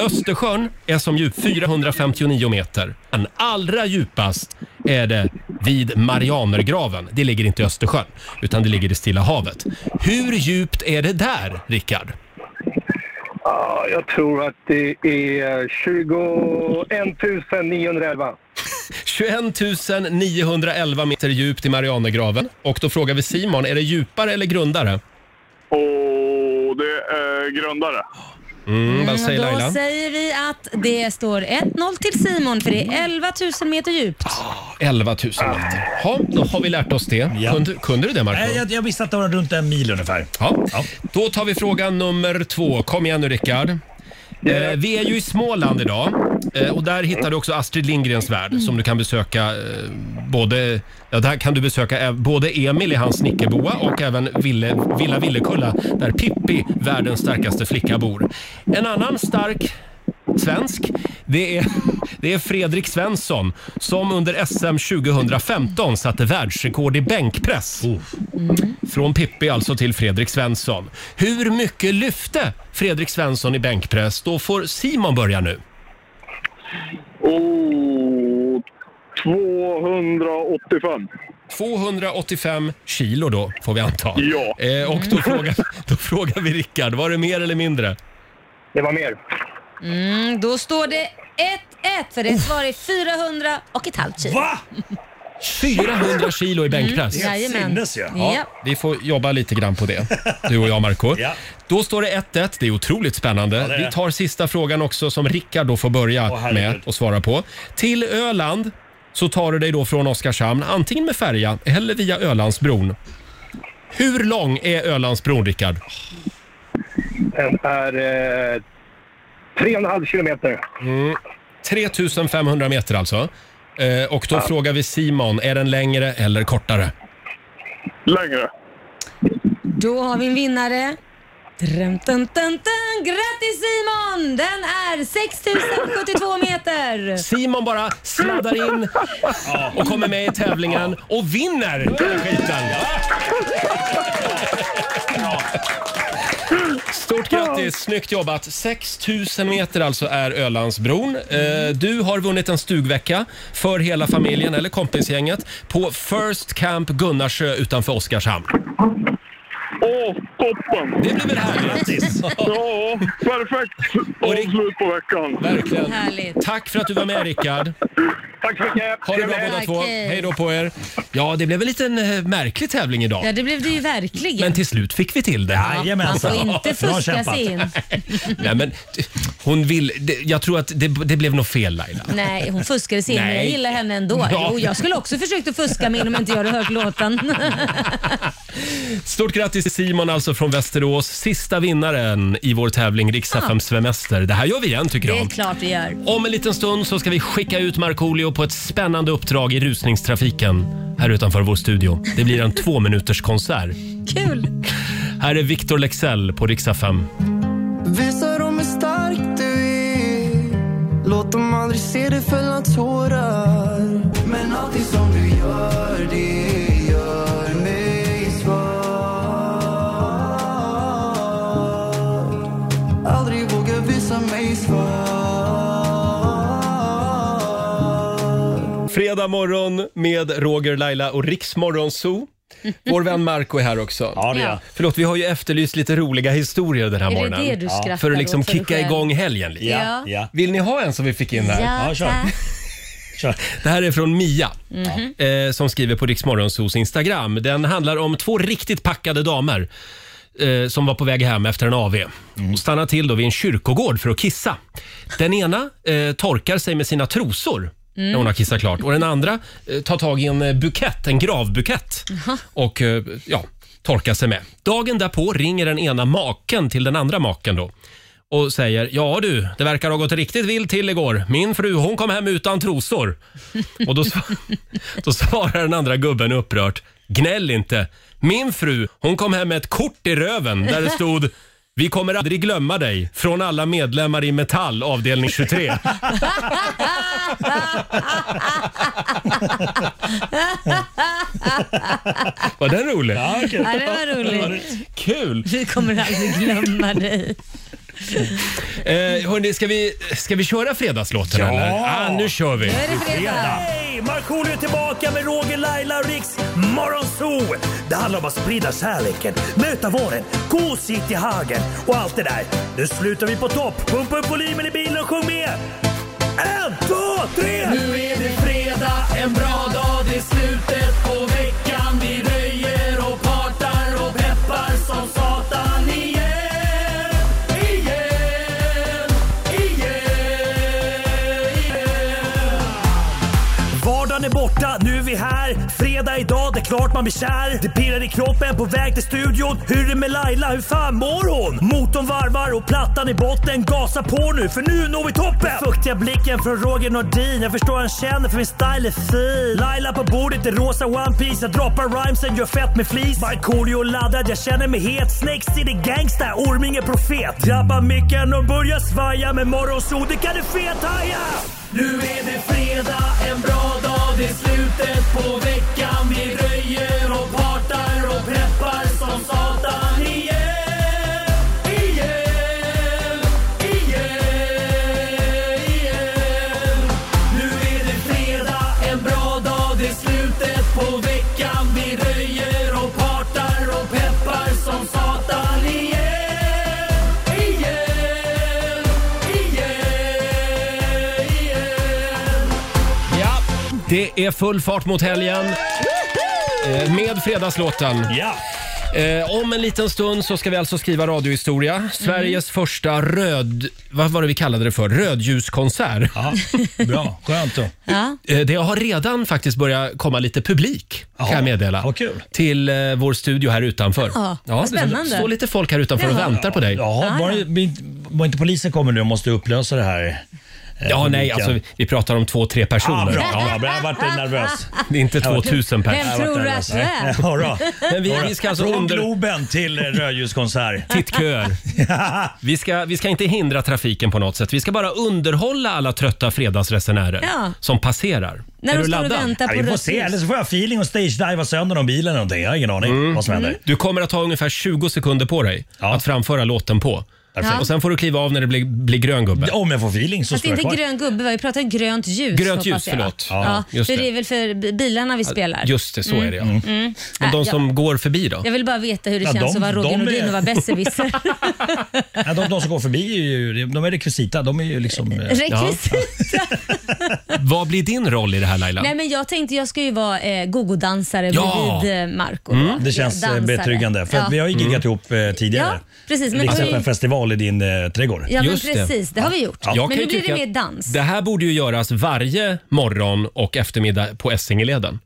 [SPEAKER 1] Östersjön är som djup 459 meter. Men allra djupast är det vid Marianergraven. Det ligger inte i Östersjön, utan det ligger i Stilla havet. Hur djupt är det där, Rickard?
[SPEAKER 9] Ja, jag tror att det är 21 911.
[SPEAKER 1] 21 911 meter djupt i Marianergraven. Och då frågar vi Simon, är det djupare eller grundare?
[SPEAKER 9] Och det är grundare.
[SPEAKER 1] Mm, vad säger
[SPEAKER 2] Då
[SPEAKER 1] Laila?
[SPEAKER 2] säger vi att det står 1-0 till Simon för det är 11 000 meter djupt.
[SPEAKER 1] Ah. 11 000
[SPEAKER 9] Ah.
[SPEAKER 1] meter. Ja, då har vi lärt oss det.
[SPEAKER 8] Ja.
[SPEAKER 1] Kunde, kunde du det, Marco?
[SPEAKER 8] Nej, jag, jag visste att det var runt en mil ungefär.
[SPEAKER 1] Ja. Då tar vi fråga nummer två. Kom igen nu Rickard. Eh, vi är ju i Småland idag eh, och där hittar du också Astrid Lindgrens värld som du kan besöka eh, både, ja, där kan du besöka eh, både Emil i hans snickerboa och även Ville, Villa Villekulla där Pippi, världens starkaste flicka, bor. En annan stark svensk. Det är, det är Fredrik Svensson som under SM 2015 satte världsrekord i bänkpress. Från Pippi alltså till Fredrik Svensson. Hur mycket lyfte Fredrik Svensson i bänkpress? Då får Simon börja nu.
[SPEAKER 9] Oh, 285.
[SPEAKER 1] 285 kilo då, får vi anta.
[SPEAKER 9] Ja.
[SPEAKER 1] Eh, och då frågar, då frågar vi Rickard, var det mer eller mindre?
[SPEAKER 9] Det var mer.
[SPEAKER 2] Mm, då står det 1-1 för det svar är 400 och ett halvt kilo.
[SPEAKER 8] Va?
[SPEAKER 1] 400 kilo i bänkpress.
[SPEAKER 8] Helt
[SPEAKER 2] Jajamän.
[SPEAKER 8] sinnes ju.
[SPEAKER 1] Ja,
[SPEAKER 2] Ja.
[SPEAKER 1] Vi får jobba lite grann på det, du och jag Marco.
[SPEAKER 8] Ja.
[SPEAKER 1] Då står det 1-1. Det är otroligt spännande.
[SPEAKER 8] det är det.
[SPEAKER 1] Vi tar sista frågan också som Rickard då får börja
[SPEAKER 8] Åh, herregud.
[SPEAKER 1] med och svara på. Till Öland så tar du dig då från Oskarshamn antingen med färja eller via Ölandsbron. Hur lång är Ölandsbron, Rickard?
[SPEAKER 9] Den är eh, 3,5 kilometer.
[SPEAKER 1] 3500 meter alltså. Eh, och då frågar vi Simon, är den längre eller kortare?
[SPEAKER 9] Längre.
[SPEAKER 2] Då har vi en vinnare. Dun, dun, dun, dun. Grattis Simon! Den är 6072 meter.
[SPEAKER 1] Simon bara sladdar in och kommer med i tävlingen och vinner den skiten. Stort grattis, snyggt jobbat. 6000 meter alltså är Ölandsbron. Eh, Du har vunnit en stugvecka för hela familjen eller kompisgänget på First Camp Gunnarsö utanför Oskarshamn.
[SPEAKER 9] Åh, toppen!
[SPEAKER 1] Det blir väl härligt?
[SPEAKER 8] Grattis.
[SPEAKER 9] Ja, perfekt avslut på veckan.
[SPEAKER 1] Verkligen.
[SPEAKER 2] Härligt.
[SPEAKER 1] Tack för att du var med Rickard.
[SPEAKER 9] Tack så mycket!
[SPEAKER 1] Ha det bra båda
[SPEAKER 2] Tack,
[SPEAKER 1] två.
[SPEAKER 2] hej.
[SPEAKER 1] Hej då på er. Ja, det blev en liten eh, märklig tävling idag.
[SPEAKER 2] Ja, det blev det ju verkligen.
[SPEAKER 1] Men till slut fick vi till det.
[SPEAKER 2] Man får
[SPEAKER 8] Jajamensan.
[SPEAKER 2] inte
[SPEAKER 8] Bra
[SPEAKER 2] fuska
[SPEAKER 8] kämpat.
[SPEAKER 2] sig in.
[SPEAKER 1] Nej, men t- hon vill, det, jag tror att det, det blev nog fel Laila.
[SPEAKER 2] Nej, hon fuskade sig in, men jag
[SPEAKER 1] Nej.
[SPEAKER 2] gillar henne ändå.
[SPEAKER 1] Ja.
[SPEAKER 2] Jo, jag skulle också försökt att fuska mig in om inte jag hade hört låten.
[SPEAKER 1] Stort grattis till Simon alltså från Västerås. Sista vinnaren i vår tävling Rix fm Svemester. Det här gör vi igen tycker
[SPEAKER 2] Det är
[SPEAKER 1] jag.
[SPEAKER 2] klart vi gör.
[SPEAKER 1] Om en liten stund så ska vi skicka ut Markoolio på ett spännande uppdrag i rusningstrafiken här utanför vår studio. Det blir en två minuters konsert.
[SPEAKER 2] Kul!
[SPEAKER 1] Här är Victor Lexell på Rix FM.
[SPEAKER 10] Visa dem hur stark du är Låt dem aldrig se dig fälla tårar Men allting som du gör, det gör mig svag Aldrig våga visa mig svag
[SPEAKER 1] Fredag morgon med Roger, Laila och Riksmorgon Zoo. Vår vän Marco är här också.
[SPEAKER 8] Ja, det är jag.
[SPEAKER 1] Förlåt, vi har ju efterlyst lite roliga historier den här
[SPEAKER 2] Är det
[SPEAKER 1] morgonen.
[SPEAKER 2] det du skrattar
[SPEAKER 1] För att liksom
[SPEAKER 2] åt, för dig
[SPEAKER 1] kicka
[SPEAKER 2] själv?
[SPEAKER 1] igång helgen lite.
[SPEAKER 8] Ja, ja.
[SPEAKER 1] Vill ni ha en som vi fick in här?
[SPEAKER 8] Ja, kör.
[SPEAKER 2] tack.
[SPEAKER 8] Kör.
[SPEAKER 1] Det här är från Mia
[SPEAKER 2] Mm-hmm.
[SPEAKER 1] eh, som skriver på Riksmorgonsos Instagram. Den handlar om två riktigt packade damer eh, som var på väg hem efter en AV och stannade till då vid en kyrkogård för att kissa. Den ena eh, torkar sig med sina trosor när hon har kissat klart och den andra eh, tar tag i en eh, bukett, en gravbukett och eh, ja, torkar sig med. Dagen därpå ringer den ena maken till den andra maken då och säger “Ja du, det verkar ha gått riktigt vilt till igår. Min fru hon kom hem utan trosor”. Och då, sva- då svarar den andra gubben upprört “Gnäll inte. Min fru hon kom hem med ett kort i röven där det stod vi kommer aldrig glömma dig från alla medlemmar i Metall avdelning 23. Var den rolig?
[SPEAKER 8] Ja, kul.
[SPEAKER 2] Ja, det var roligt.
[SPEAKER 1] Kul!
[SPEAKER 2] Vi kommer aldrig glömma dig.
[SPEAKER 1] Eh, hörni, ska vi, ska vi köra fredagslåten
[SPEAKER 8] Ja.
[SPEAKER 1] eller? Ah, nu kör vi!
[SPEAKER 2] Då är det fredag.
[SPEAKER 8] Hej! Markoolio är tillbaka med Roger, Laila och Riks Morgonzoo! Det handlar om att sprida kärleken, möta våren, gosigt i hagen och allt det där. Nu slutar vi på topp! Pumpa upp volymen i bilen och sjung med! En, två, tre! Nu är det fredag, en bra dag, det är slutet på veckan. Vi röjer och partar och peppar som satan igen, igen, igen. Vardagen är borta, nu är vi här. Fredag idag, det är klart man blir kär. Det pirrar i kroppen på väg till studion. Hur är det med Laila, hur fan mår hon? Motorn varvar och plattan i botten. Gasa på nu, för nu når vi toppen! Den fuktiga blicken från Roger Nordin. Jag förstår han känner för min style är fin. Laila på bordet i rosa One Piece Jag droppar rhymesen, gör fett med flis. Markoolio laddad, jag känner mig het. Snake City gangsta, Orminge profet. Drabbar micken och börjar svaja. Med morgonsol, det kan du fethaja! Nu är det fredag, en bra dag. Det är slutet på veckan. Vi röjer och partar och peppar som satan igen. Igen, igen, igen. Nu är det fredag, en bra dag. Det är slutet på veckan. Vi röjer och partar och peppar som satan igen. Igen, igen, igen.
[SPEAKER 1] Ja, det är full fart mot helgen. Eh, Med fredagslåten.
[SPEAKER 8] Ja.
[SPEAKER 1] Eh, om en liten stund så ska vi alltså skriva radiohistoria. Sveriges första röd... Vad var det vi kallade det för? Rödljuskonsert.
[SPEAKER 11] Ja, bra. Skönt då.
[SPEAKER 2] Ja.
[SPEAKER 1] Eh, Det har redan faktiskt börjat komma lite publik, kan jag meddela. Vad
[SPEAKER 11] kul.
[SPEAKER 1] Till eh, vår studio här utanför.
[SPEAKER 2] Ja, vad spännande.
[SPEAKER 1] Det står lite folk här utanför och
[SPEAKER 2] Jaha.
[SPEAKER 1] väntar på dig.
[SPEAKER 11] Ja, var, det, var inte polisen kommer nu och måste upplösa det här? eh,
[SPEAKER 1] Ja, nej,
[SPEAKER 11] publiken?
[SPEAKER 1] alltså vi- vi pratar om två, tre
[SPEAKER 11] Ah,
[SPEAKER 1] personer.
[SPEAKER 11] bra, bra,
[SPEAKER 1] Ja.
[SPEAKER 11] bra. Jag har varit nervös.
[SPEAKER 1] Det är inte
[SPEAKER 11] Jag har varit-
[SPEAKER 1] 2000
[SPEAKER 11] Jag
[SPEAKER 1] personer.
[SPEAKER 11] har
[SPEAKER 2] Vem
[SPEAKER 11] varit
[SPEAKER 2] tror du
[SPEAKER 11] nervös.
[SPEAKER 2] att du är?
[SPEAKER 11] Ja, bra.
[SPEAKER 1] Men vi,
[SPEAKER 11] Jodå.
[SPEAKER 1] vi ska alltså
[SPEAKER 11] Från
[SPEAKER 1] under...
[SPEAKER 11] Globen till eh, rödljuskonsert.
[SPEAKER 1] Tittköer. Vi ska, vi ska inte hindra trafiken på något sätt. Vi ska bara underhålla alla trötta fredagsresenärer
[SPEAKER 2] Ja.
[SPEAKER 1] som passerar.
[SPEAKER 2] När
[SPEAKER 1] är
[SPEAKER 2] de
[SPEAKER 1] du
[SPEAKER 2] står och
[SPEAKER 1] laddad?
[SPEAKER 2] väntar
[SPEAKER 11] Ja,
[SPEAKER 2] på
[SPEAKER 11] vi får
[SPEAKER 2] rött
[SPEAKER 11] se, eller
[SPEAKER 2] ljus.
[SPEAKER 11] så får jag feeling och stage-diva sönder någon bil eller någonting. Jag har ingen aning vad som händer.
[SPEAKER 1] Mm.
[SPEAKER 2] Mm.
[SPEAKER 1] Du kommer att ha ungefär 20 sekunder på dig
[SPEAKER 11] Ja.
[SPEAKER 1] att framföra låten på.
[SPEAKER 11] Perfekt.
[SPEAKER 1] Och sen får du kliva av när det blir, blir grön gubbe.
[SPEAKER 11] Om jag får feeling så
[SPEAKER 2] Fast
[SPEAKER 11] står jag
[SPEAKER 2] inte
[SPEAKER 11] kvar.
[SPEAKER 2] grön gubbe, va? vi pratar grönt ljus.
[SPEAKER 1] Grönt
[SPEAKER 2] hoppas
[SPEAKER 1] ljus,
[SPEAKER 2] jag.
[SPEAKER 1] förlåt.
[SPEAKER 2] Ja,
[SPEAKER 1] Ja, just
[SPEAKER 2] för
[SPEAKER 1] det.
[SPEAKER 2] det är väl för bi- bilarna vi spelar.
[SPEAKER 1] Just det, så är det ja. Men
[SPEAKER 2] Äh,
[SPEAKER 1] de
[SPEAKER 2] jag-
[SPEAKER 1] som går förbi då?
[SPEAKER 2] Jag vill bara veta hur det
[SPEAKER 11] Ja,
[SPEAKER 2] känns
[SPEAKER 11] de-
[SPEAKER 2] att vara
[SPEAKER 11] de
[SPEAKER 2] Roger
[SPEAKER 11] är-
[SPEAKER 2] Nordin och vara besserwisser.
[SPEAKER 11] Nej, de, de som går förbi är ju, de är rekvisita. De är ju liksom... eh,
[SPEAKER 2] Rekvisita.
[SPEAKER 1] Vad blir din roll i det här Laila?
[SPEAKER 2] Nej men jag tänkte jag ska ju vara eh, gogodansare
[SPEAKER 1] Ja.
[SPEAKER 2] bredvid eh, Marco. då.
[SPEAKER 11] Det känns eh,
[SPEAKER 2] Dansare.
[SPEAKER 11] betryggande. För
[SPEAKER 2] ja.
[SPEAKER 11] vi har ju giggat ihop eh, tidigare.
[SPEAKER 2] Ja, precis, men
[SPEAKER 11] Liksom
[SPEAKER 2] det var ju-
[SPEAKER 11] på en festival i din eh, trädgård.
[SPEAKER 2] Ja men
[SPEAKER 1] Just det.
[SPEAKER 2] precis, det, har vi gjort.
[SPEAKER 1] Jag
[SPEAKER 2] Men
[SPEAKER 1] kan
[SPEAKER 2] nu
[SPEAKER 1] ju
[SPEAKER 2] blir
[SPEAKER 1] tycka
[SPEAKER 2] det mer
[SPEAKER 1] att
[SPEAKER 2] dans.
[SPEAKER 1] Det här borde ju göras varje morgon och eftermiddag på Essingeleden.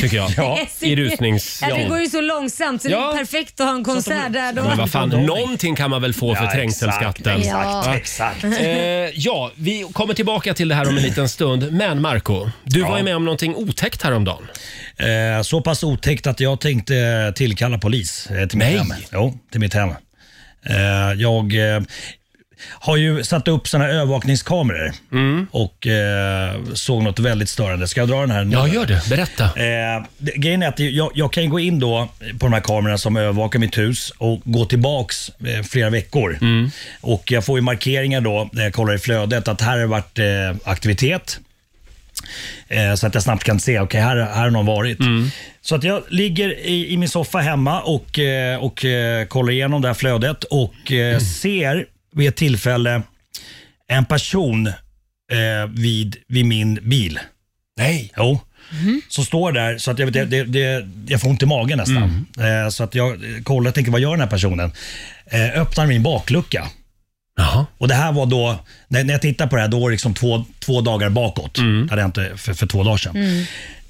[SPEAKER 1] Tycker jag.
[SPEAKER 11] Ja,
[SPEAKER 1] I rusnings...
[SPEAKER 2] Mm. Ja, det går ju så långsamt så det
[SPEAKER 1] Ja.
[SPEAKER 2] är perfekt att ha en konsert där då.
[SPEAKER 1] Men vad fan, någonting kan man väl få för
[SPEAKER 11] Ja,
[SPEAKER 1] trängselskatten?
[SPEAKER 11] Exakt,
[SPEAKER 2] Ja.
[SPEAKER 11] exakt, exakt.
[SPEAKER 1] Eh, ja, vi kommer tillbaka till det här om en liten stund. Men Marco, du var ju med om någonting otäckt häromdagen.
[SPEAKER 11] Eh, så pass otäckt att jag tänkte eh, tillkalla polis eh, till mitt
[SPEAKER 1] Nej.
[SPEAKER 11] hem. Jo, till mitt hem. Eh, jag eh, har ju satt upp såna här övervakningskameror
[SPEAKER 1] Mm.
[SPEAKER 11] och eh, såg något väldigt störande. Ska jag dra den här? nu?
[SPEAKER 1] Ja, gör det. Berätta.
[SPEAKER 11] Eh, det- grejen är att jag, jag kan ju gå in då på de här kamerorna som övervakar mitt hus och gå tillbaks eh, flera veckor.
[SPEAKER 1] Mm.
[SPEAKER 11] Och Jag får ju markeringar då när jag kollar i flödet att här har det varit eh, aktivitet. Eh, så att jag snabbt kan se, okej här, här har någon varit. Så att jag ligger i, i min soffa hemma och, eh, och eh, kollar igenom det här flödet och eh, ser vid ett tillfälle en person eh, vid, vid min bil.
[SPEAKER 1] Nej.
[SPEAKER 11] Jo. Så står där, så att jag, vet- det, det, det, jag får ont i magen nästan. Eh, så att jag eh, kollar och tänker, vad gör den här personen? Eh, öppnar min baklucka.
[SPEAKER 1] Jaha.
[SPEAKER 11] Och det här var då, när, när jag tittar på det här, då var det liksom två, två dagar bakåt. Det hade jag inte för, för två dagar sedan.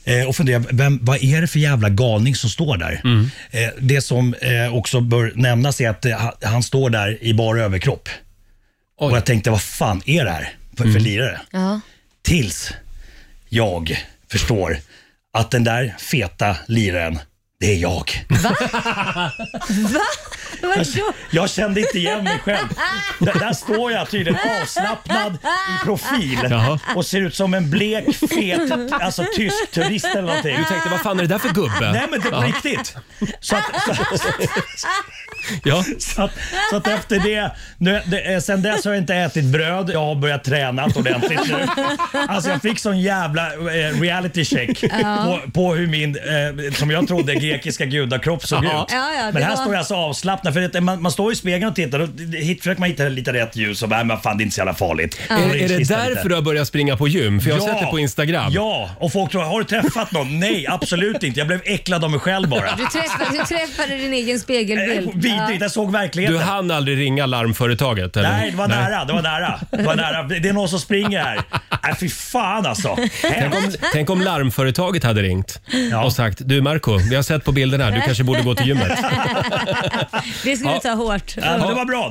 [SPEAKER 11] Eh, och funderar, vem, vad är det för jävla galning som står där? Eh, det som eh, också bör nämnas är att eh, ha- han står där i bara överkropp. Och jag tänkte, vad fan är det här för, för lirare?
[SPEAKER 2] Ja.
[SPEAKER 11] Tills jag förstår att den där feta liraren, det är jag.
[SPEAKER 2] Va? Vadå?
[SPEAKER 11] Jag kände inte igen mig själv. Där, där står jag tydligen avslappnad i profil
[SPEAKER 1] Jaha.
[SPEAKER 11] och ser ut som en blek, fet alltså, tysk turist eller någonting.
[SPEAKER 1] Du tänkte, vad fan är det där för gubbe?
[SPEAKER 11] Nej men det var riktigt. Så att, så,
[SPEAKER 1] Ja.
[SPEAKER 11] så att, så att efter det, nu, det, eh, sen dess har jag inte ätit bröd, jag har börjat träna ordentligt nu. Alltså jag fick sån jävla eh, reality check på, på hur min, eh, som jag trodde, grekiska gudakropp såg
[SPEAKER 2] Ja.
[SPEAKER 11] ut.
[SPEAKER 2] Ja, ja, det
[SPEAKER 11] men här
[SPEAKER 2] var-
[SPEAKER 11] står jag alltså avslappnad. För det, man, man står i spegeln och tittar och hit, försöker man hitta lite rätt ljus och bara, "Nej, men fan det är inte så jävla farligt.
[SPEAKER 1] Ja. Är- är det därför du har börjat springa på gym? För jag har sett det på Instagram.
[SPEAKER 11] Ja, och folk tror, har du träffat någon? Nej, absolut inte. Jag blev äcklad av mig själv bara.
[SPEAKER 2] Du träffade, du träffade din egen spegelbild.
[SPEAKER 11] Eh, Vidrigt, jag såg verkligheten.
[SPEAKER 1] Du hann aldrig ringa larmföretaget? Eller?
[SPEAKER 11] Nej, det var nära. Det var nära. Det var nära. Det är någon som springer här. Nej, fy fan alltså.
[SPEAKER 1] Tänk om, tänk om larmföretaget hade ringt och sagt du Marco, vi har sett på bilderna, du kanske borde gå till gymmet.
[SPEAKER 2] Det skulle
[SPEAKER 1] Ja.
[SPEAKER 2] ta hårt.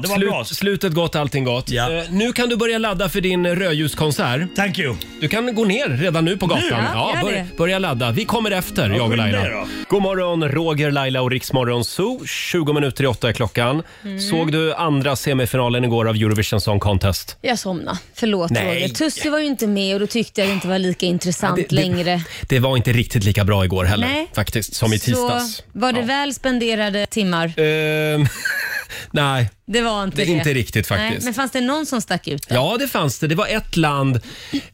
[SPEAKER 1] Slut- Slutet gott, allting gott. Eh, nu kan du börja ladda för din rödljuskonsert.
[SPEAKER 11] Thank you.
[SPEAKER 1] Du kan gå ner redan nu på gatan.
[SPEAKER 11] Nu? Ja, gör
[SPEAKER 1] börja,
[SPEAKER 11] det.
[SPEAKER 1] börja ladda. Vi kommer efter,
[SPEAKER 11] Ja,
[SPEAKER 1] jag och
[SPEAKER 11] skynda
[SPEAKER 1] Laila.
[SPEAKER 11] er då.
[SPEAKER 1] God morgon, Roger, Laila och Riksmorgon Zoo. 20 minuter i åtta är klockan.
[SPEAKER 2] Mm.
[SPEAKER 1] Såg du andra semifinalen igår av Eurovision Song Contest?
[SPEAKER 2] Jag somnade. Förlåt
[SPEAKER 1] Nej.
[SPEAKER 2] Roger. Tusse var ju inte med och då tyckte jag det inte var lika intressant
[SPEAKER 1] Ja, det- det-
[SPEAKER 2] längre.
[SPEAKER 1] Det var inte riktigt lika bra igår heller,
[SPEAKER 2] Nej.
[SPEAKER 1] faktiskt, som i tisdags.
[SPEAKER 2] Så var det väl spenderade timmar?
[SPEAKER 1] Ehm, nej,
[SPEAKER 2] Det var inte
[SPEAKER 1] Det
[SPEAKER 2] det.
[SPEAKER 1] är inte riktigt faktiskt.
[SPEAKER 2] Nej, men fanns det någon som stack ut?
[SPEAKER 1] Ja, det fanns det. Det var ett land.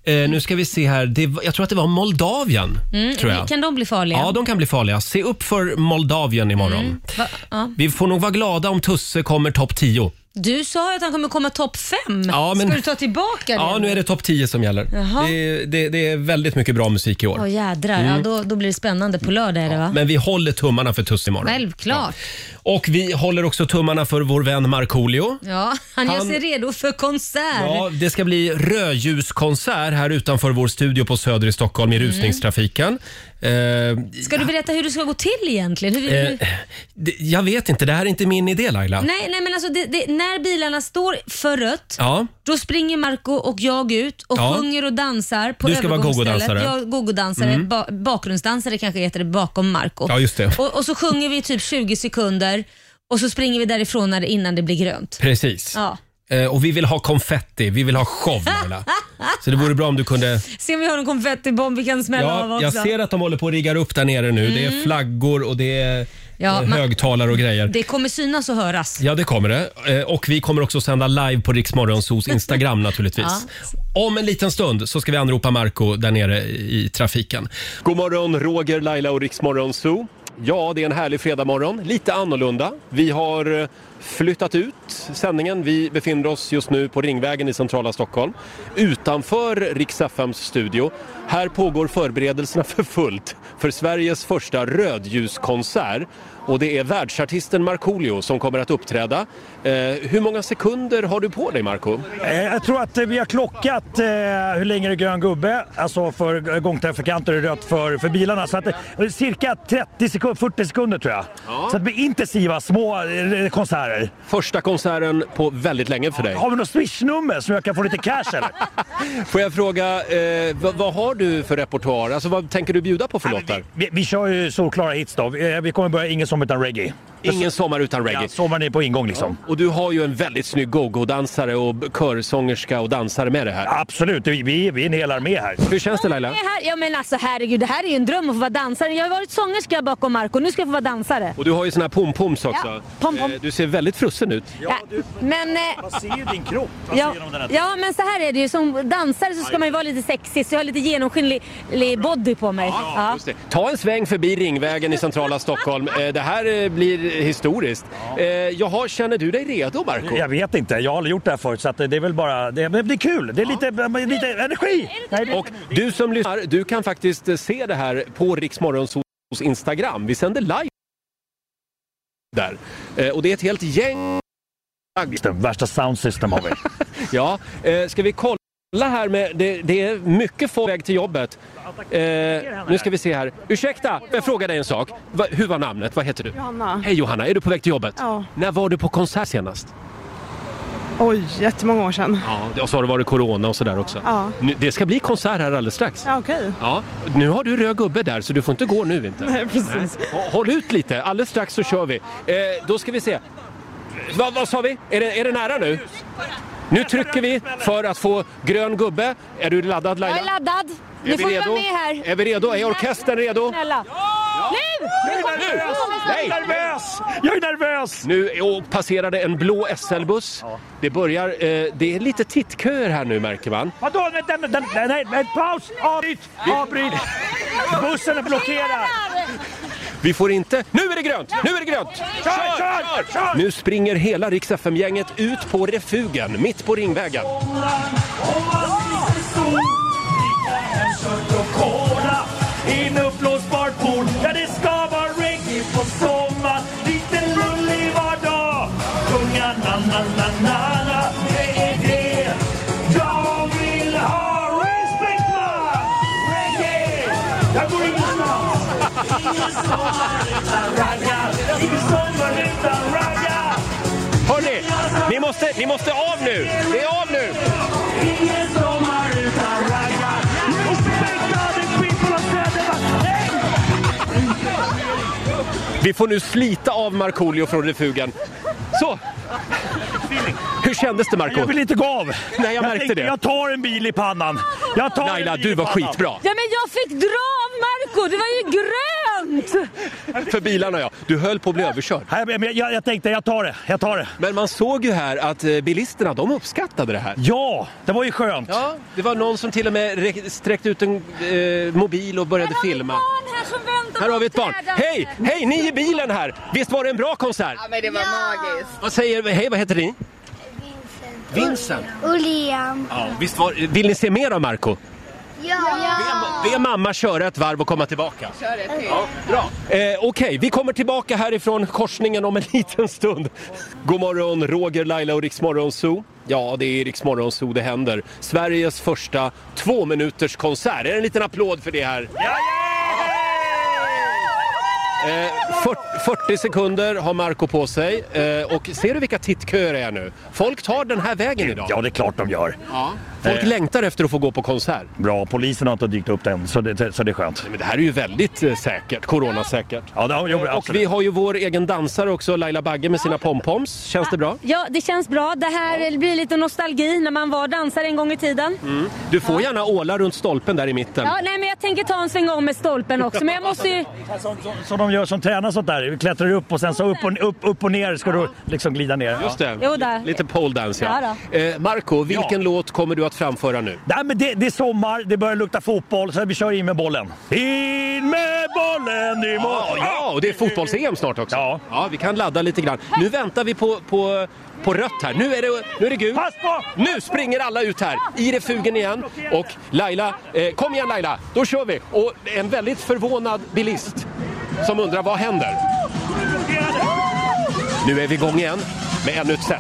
[SPEAKER 1] Eh, nu ska vi se här. Det, var- jag tror att det var Moldavien.
[SPEAKER 2] Mm,
[SPEAKER 1] tror jag.
[SPEAKER 2] Kan de bli farliga?
[SPEAKER 1] Ja, de kan bli farliga. Se upp för Moldavien imorgon.
[SPEAKER 2] Mm. Va? Ja.
[SPEAKER 1] Vi får nog vara glada om Tusse kommer topp 10.
[SPEAKER 2] Du sa ju att han kommer komma topp fem.
[SPEAKER 1] Ja, men-
[SPEAKER 2] Ska du ta tillbaka det?
[SPEAKER 1] Ja, nu är det topp 10 som gäller.
[SPEAKER 2] Jaha.
[SPEAKER 1] Det, det, det är väldigt mycket bra musik i år.
[SPEAKER 2] Åh jädrar,
[SPEAKER 1] Mm.
[SPEAKER 2] ja, då, då blir det spännande. På lördag är det va?
[SPEAKER 1] Men vi håller tummarna för Tusse imorgon.
[SPEAKER 2] Självklart.
[SPEAKER 1] Och vi håller också tummarna för vår vän Markoolio.
[SPEAKER 2] Ja. han gör
[SPEAKER 1] Han-
[SPEAKER 2] sig redo för konsert.
[SPEAKER 1] Ja, det ska bli rödljuskonsert här utanför vår studio på Söder i Stockholm i
[SPEAKER 2] Mm.
[SPEAKER 1] rusningstrafiken. Eh,
[SPEAKER 2] Ska du berätta hur det ska gå till egentligen? Hur, hur,
[SPEAKER 1] Eh, det, jag vet inte, det här är inte min idé Laila.
[SPEAKER 2] Nej, nej men alltså det, det, när bilarna står för rött,
[SPEAKER 1] Ja.
[SPEAKER 2] då springer Marco och jag ut och
[SPEAKER 1] Ja.
[SPEAKER 2] sjunger och dansar på
[SPEAKER 1] Du ska vara
[SPEAKER 2] övergångsstället.
[SPEAKER 1] gogodansare.
[SPEAKER 2] Jag är gogodansare,
[SPEAKER 1] Mm.
[SPEAKER 2] ba, bakgrundsdansare kanske heter det, bakom Marco.
[SPEAKER 1] Ja, just det.
[SPEAKER 2] Och, och så sjunger vi i typ 20 sekunder och så springer vi därifrån när det, innan det blir grönt.
[SPEAKER 1] Precis.
[SPEAKER 2] Ja.
[SPEAKER 1] Eh, och vi vill ha konfetti, vi vill ha show Laila. Så det vore bra om du kunde...
[SPEAKER 2] Se om vi har en konfettibomb vi kan smälla av
[SPEAKER 1] Ja,
[SPEAKER 2] också.
[SPEAKER 1] jag ser att de håller på och riggar upp där nere nu. Det är
[SPEAKER 2] Mm.
[SPEAKER 1] flaggor och det är
[SPEAKER 2] Ja,
[SPEAKER 1] eh,
[SPEAKER 2] man-
[SPEAKER 1] högtalare och grejer.
[SPEAKER 2] Det kommer synas och höras.
[SPEAKER 1] Ja, det kommer det. Eh, Och vi kommer också sända live på Rix Morgonzos Instagram naturligtvis.
[SPEAKER 2] Ja.
[SPEAKER 1] Om en liten stund så ska vi anropa Marco där nere i trafiken. God morgon, Roger, Laila och Rix Morgonzoo. Ja, det är en härlig fredagmorgon. Lite annorlunda. Vi har eh, flyttat ut sändningen. Vi befinner oss just nu på Ringvägen i centrala Stockholm utanför Rix FMs studio. Här pågår förberedelserna för fullt för Sveriges första rödljuskonsert. Och det är världsartisten Markoolio som kommer att uppträda. Eh, hur många sekunder har du på dig, Marco?
[SPEAKER 11] Eh, Jag tror att eh, vi har klockat eh, hur länge det är grön gubbe, alltså för eh, gångtrafikanter och rött för, för bilarna. Så att, eh, cirka 30 sekunder, 40 sekunder tror jag. Så att det blir intensiva små eh, konserter.
[SPEAKER 1] Första konserten på väldigt länge för dig.
[SPEAKER 11] Har vi något swishnummer så jag kan få lite cash eller?
[SPEAKER 1] Får jag fråga, eh, vad, vad har du för repertoar? Alltså, vad tänker du bjuda på för låtar?
[SPEAKER 11] Vi, vi kör ju solklara hits då. Vi, eh, vi kommer börja Ingen sommar utan reggae.
[SPEAKER 1] Ingen sommar utan reggae.
[SPEAKER 11] Ja, sommaren är på ingång liksom.
[SPEAKER 1] Och du har ju en väldigt snygg go-go-dansare och b- körsångerska och dansare med det här.
[SPEAKER 11] Absolut, vi, vi, vi är en hel armé här.
[SPEAKER 1] Hur känns det Laila?
[SPEAKER 2] Det här, ja men alltså herregud, det här är ju en dröm att få vara dansare. Jag har varit sångerska bakom Marco, nu ska jag få vara dansare.
[SPEAKER 1] Och du har ju såna här pompoms också.
[SPEAKER 2] Ja, pompom.
[SPEAKER 1] Eh, Du ser väldigt frusen ut.
[SPEAKER 2] Ja, men, eh,
[SPEAKER 11] Man ser ju din kropp. Man
[SPEAKER 2] ja,
[SPEAKER 11] ser genom den här-
[SPEAKER 2] ja, men så här är det ju. Som dansare så ska man ju vara lite sexig, så jag har lite genomskinlig
[SPEAKER 12] eh,
[SPEAKER 2] li- body på mig. Ja.
[SPEAKER 1] Just det. Ta en sväng förbi Ringvägen i centrala Stockholm. Eh, Det här eh, blir historiskt. Eh, Jaha, känner du dig redo Marco?
[SPEAKER 11] Jag vet inte, jag har aldrig gjort det här förut så att det är väl bara, det, men det är kul, det är lite, lite energi. Nej, det-
[SPEAKER 1] Och du som lyssnar, du kan faktiskt eh, se det här på Riksmorgonsos Instagram. Vi sänder live där. Eh, Och det är ett helt gäng...
[SPEAKER 11] Värsta soundsystem har vi.
[SPEAKER 1] Ja, eh, ska vi kolla här med... Det, det är mycket folk på väg till jobbet. Eh, nu ska vi se här. Ursäkta, får jag fråga dig en sak? Va, hur var namnet? Vad heter du?
[SPEAKER 13] Johanna.
[SPEAKER 1] Hej Johanna, är du på väg till jobbet?
[SPEAKER 13] Ja.
[SPEAKER 1] När var du på konsert senast?
[SPEAKER 13] Oj, jättemånga år sedan.
[SPEAKER 1] Ja, och så har det varit corona och sådär också.
[SPEAKER 13] Ja.
[SPEAKER 1] Nu, det ska bli konsert här alldeles strax.
[SPEAKER 13] Ja, okej.
[SPEAKER 1] Ja, nu har du röd gubbe där så du får inte gå nu inte.
[SPEAKER 13] Nej, precis.
[SPEAKER 1] Nej. Hå- Håll ut lite, alldeles strax så kör vi. Eh, då ska vi se. Va, vad sa vi? Är det, är det nära nu? Nu trycker vi för att få grön gubbe. Är du laddad
[SPEAKER 2] Jag
[SPEAKER 1] Laila?
[SPEAKER 2] är laddad.
[SPEAKER 1] Är
[SPEAKER 2] Nu
[SPEAKER 1] vi
[SPEAKER 2] får du
[SPEAKER 1] redo?
[SPEAKER 2] vara med här.
[SPEAKER 1] Är vi redo? Är orkestern redo?
[SPEAKER 2] Snälla. Nu!
[SPEAKER 1] Nej!
[SPEAKER 11] nervös! Jag är nervös!
[SPEAKER 1] Nu och passerade en blå SL-buss. Det börjar, eh, det är lite tittköer här nu märker man.
[SPEAKER 11] Vadå? Vänta, vänta, nej, nej, nej, paus! Avbryt! Avbryt! Bussen är blockerad!
[SPEAKER 1] Vi får inte... Nu är det grönt! Nu är det grönt! Kör! Kör! Kör! Nu springer hela Rix FM-gänget ut på refugen, mitt på Ringvägen.
[SPEAKER 8] Kött och cola i en uppblåsbar pool. Ja, det ska vara reggae på sommaren. Lite lullig var dag. Sjunga na-na-na-na-na. Det är det jag vill ha. Respect man! Reggae! Jag går ingenstans. Ingen sommar utan ragga. Ingen sommar utan ragga.
[SPEAKER 1] Hörni, ni måste, ni måste av nu! Det är av nu!
[SPEAKER 8] Ingen sommar utan ragga. Respect other people of Södermalm. Hey!
[SPEAKER 1] Vi får nu slita av Markoolio från refugen. Så! Hur kändes det Marco?
[SPEAKER 8] Jag vill inte gå av.
[SPEAKER 1] Nej, jag märkte
[SPEAKER 8] tänkte,
[SPEAKER 1] det.
[SPEAKER 8] Jag tar en bil i pannan. Jag tar
[SPEAKER 1] Laila,
[SPEAKER 8] en bil
[SPEAKER 1] du
[SPEAKER 8] i
[SPEAKER 1] var
[SPEAKER 8] pannan.
[SPEAKER 1] skitbra.
[SPEAKER 12] Ja men jag fick dra av Marco, det var ju grönt!
[SPEAKER 1] För bilarna ja. Du höll på att bli överkörd.
[SPEAKER 8] Jag, jag, jag tänkte, jag tar det, jag tar det.
[SPEAKER 1] Men man såg ju här att eh, bilisterna, de uppskattade det här.
[SPEAKER 8] Ja, det var ju skönt.
[SPEAKER 1] Ja, det var någon som till och med re- sträckte ut en eh, mobil och började filma.
[SPEAKER 12] Här som väntar
[SPEAKER 1] Här har vi ett
[SPEAKER 12] på
[SPEAKER 1] barn.
[SPEAKER 12] träden.
[SPEAKER 1] Hej, hej, ni i bilen här! Visst var det en bra konsert?
[SPEAKER 14] men det var magiskt.
[SPEAKER 1] Vad säger, hej, vad heter ni? Vincent.
[SPEAKER 14] Och Liam.
[SPEAKER 1] Ja, visst var, vill ni se mer av Marco?
[SPEAKER 14] Ja.
[SPEAKER 1] Be mamma köra ett varv och komma tillbaka.
[SPEAKER 14] Kör ett till.
[SPEAKER 1] Bra. Eh, Okej, vi kommer tillbaka härifrån korsningen om en liten stund. God morgon, Roger, Laila och Riksmorgon Zoo. Ja, det är Riksmorgon Zoo det händer. Sveriges första två minuters konsert. Är det en liten applåd för det här? Eh, 40, 40 sekunder har Marco på sig. Eh, och ser du vilka tittköer det är nu? Folk tar den här vägen idag.
[SPEAKER 8] Ja, det är klart de gör.
[SPEAKER 1] Ja. Folk
[SPEAKER 8] Eh.
[SPEAKER 1] längtar efter att få gå på konsert.
[SPEAKER 8] Bra, polisen har inte dykt upp än, så det, så det är skönt.
[SPEAKER 1] Men det här är ju väldigt eh, säkert, coronasäkert. Eh,
[SPEAKER 8] Ja, det har, jo,
[SPEAKER 1] Och
[SPEAKER 8] absolut.
[SPEAKER 1] vi har ju vår egen dansare också, Laila Bagge med sina pompoms. Känns det bra?
[SPEAKER 12] Ja, det känns bra. Det här blir lite nostalgi när man var dansare en gång i tiden.
[SPEAKER 1] Mm. Du får gärna åla runt stolpen där i mitten.
[SPEAKER 12] Ja, nej men jag tänker ta en sväng om med stolpen också, men jag måste ju...
[SPEAKER 8] Så de gör som tränar sånt där, klättrar upp och sen så upp och, upp, upp och ner ska du liksom glida ner.
[SPEAKER 1] Just
[SPEAKER 8] Ja.
[SPEAKER 1] det.
[SPEAKER 12] Jo, där.
[SPEAKER 1] Lite pole dance ja.
[SPEAKER 12] Ja,
[SPEAKER 1] Eh, Marco, vilken
[SPEAKER 8] Ja.
[SPEAKER 1] låt kommer du att framföra nu?
[SPEAKER 8] Nej, men det, det är sommar, det börjar lukta fotboll, så vi kör in med bollen. In med bollen i mål!
[SPEAKER 1] Ja, ja, och det är fotbolls-EM snart också. Ja. vi kan ladda lite grann. Nu väntar vi på, på, på rött här. Nu är det, nu är det gult.
[SPEAKER 8] Pass på!
[SPEAKER 1] Nu springer alla ut här i refugen igen. Och Laila, eh, kom igen Laila, då kör vi. Och en väldigt förvånad bilist som undrar vad händer? Nu är vi igång igen med ännu ett set.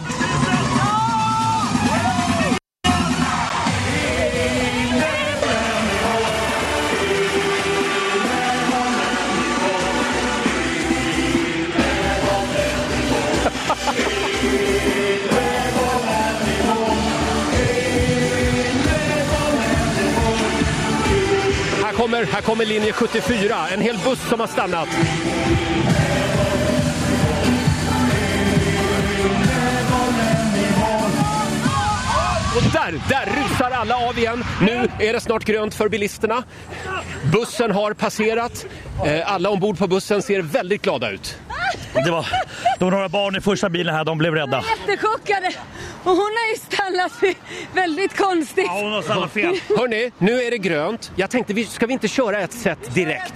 [SPEAKER 1] Här kommer, här kommer linje 74, en hel buss som har stannat. Och där, där rusar alla av igen. Nu är det snart grönt för bilisterna. Bussen har passerat. Eh, Alla ombord på bussen ser väldigt glada ut.
[SPEAKER 8] Det var, det var några barn i första bilen här, de blev rädda.
[SPEAKER 12] Jättechockade! Och hon har ju stannat väldigt konstigt. Ja,
[SPEAKER 8] hon har
[SPEAKER 1] Hörni, nu är det grönt. Jag tänkte, vi- ska vi inte köra ett set direkt?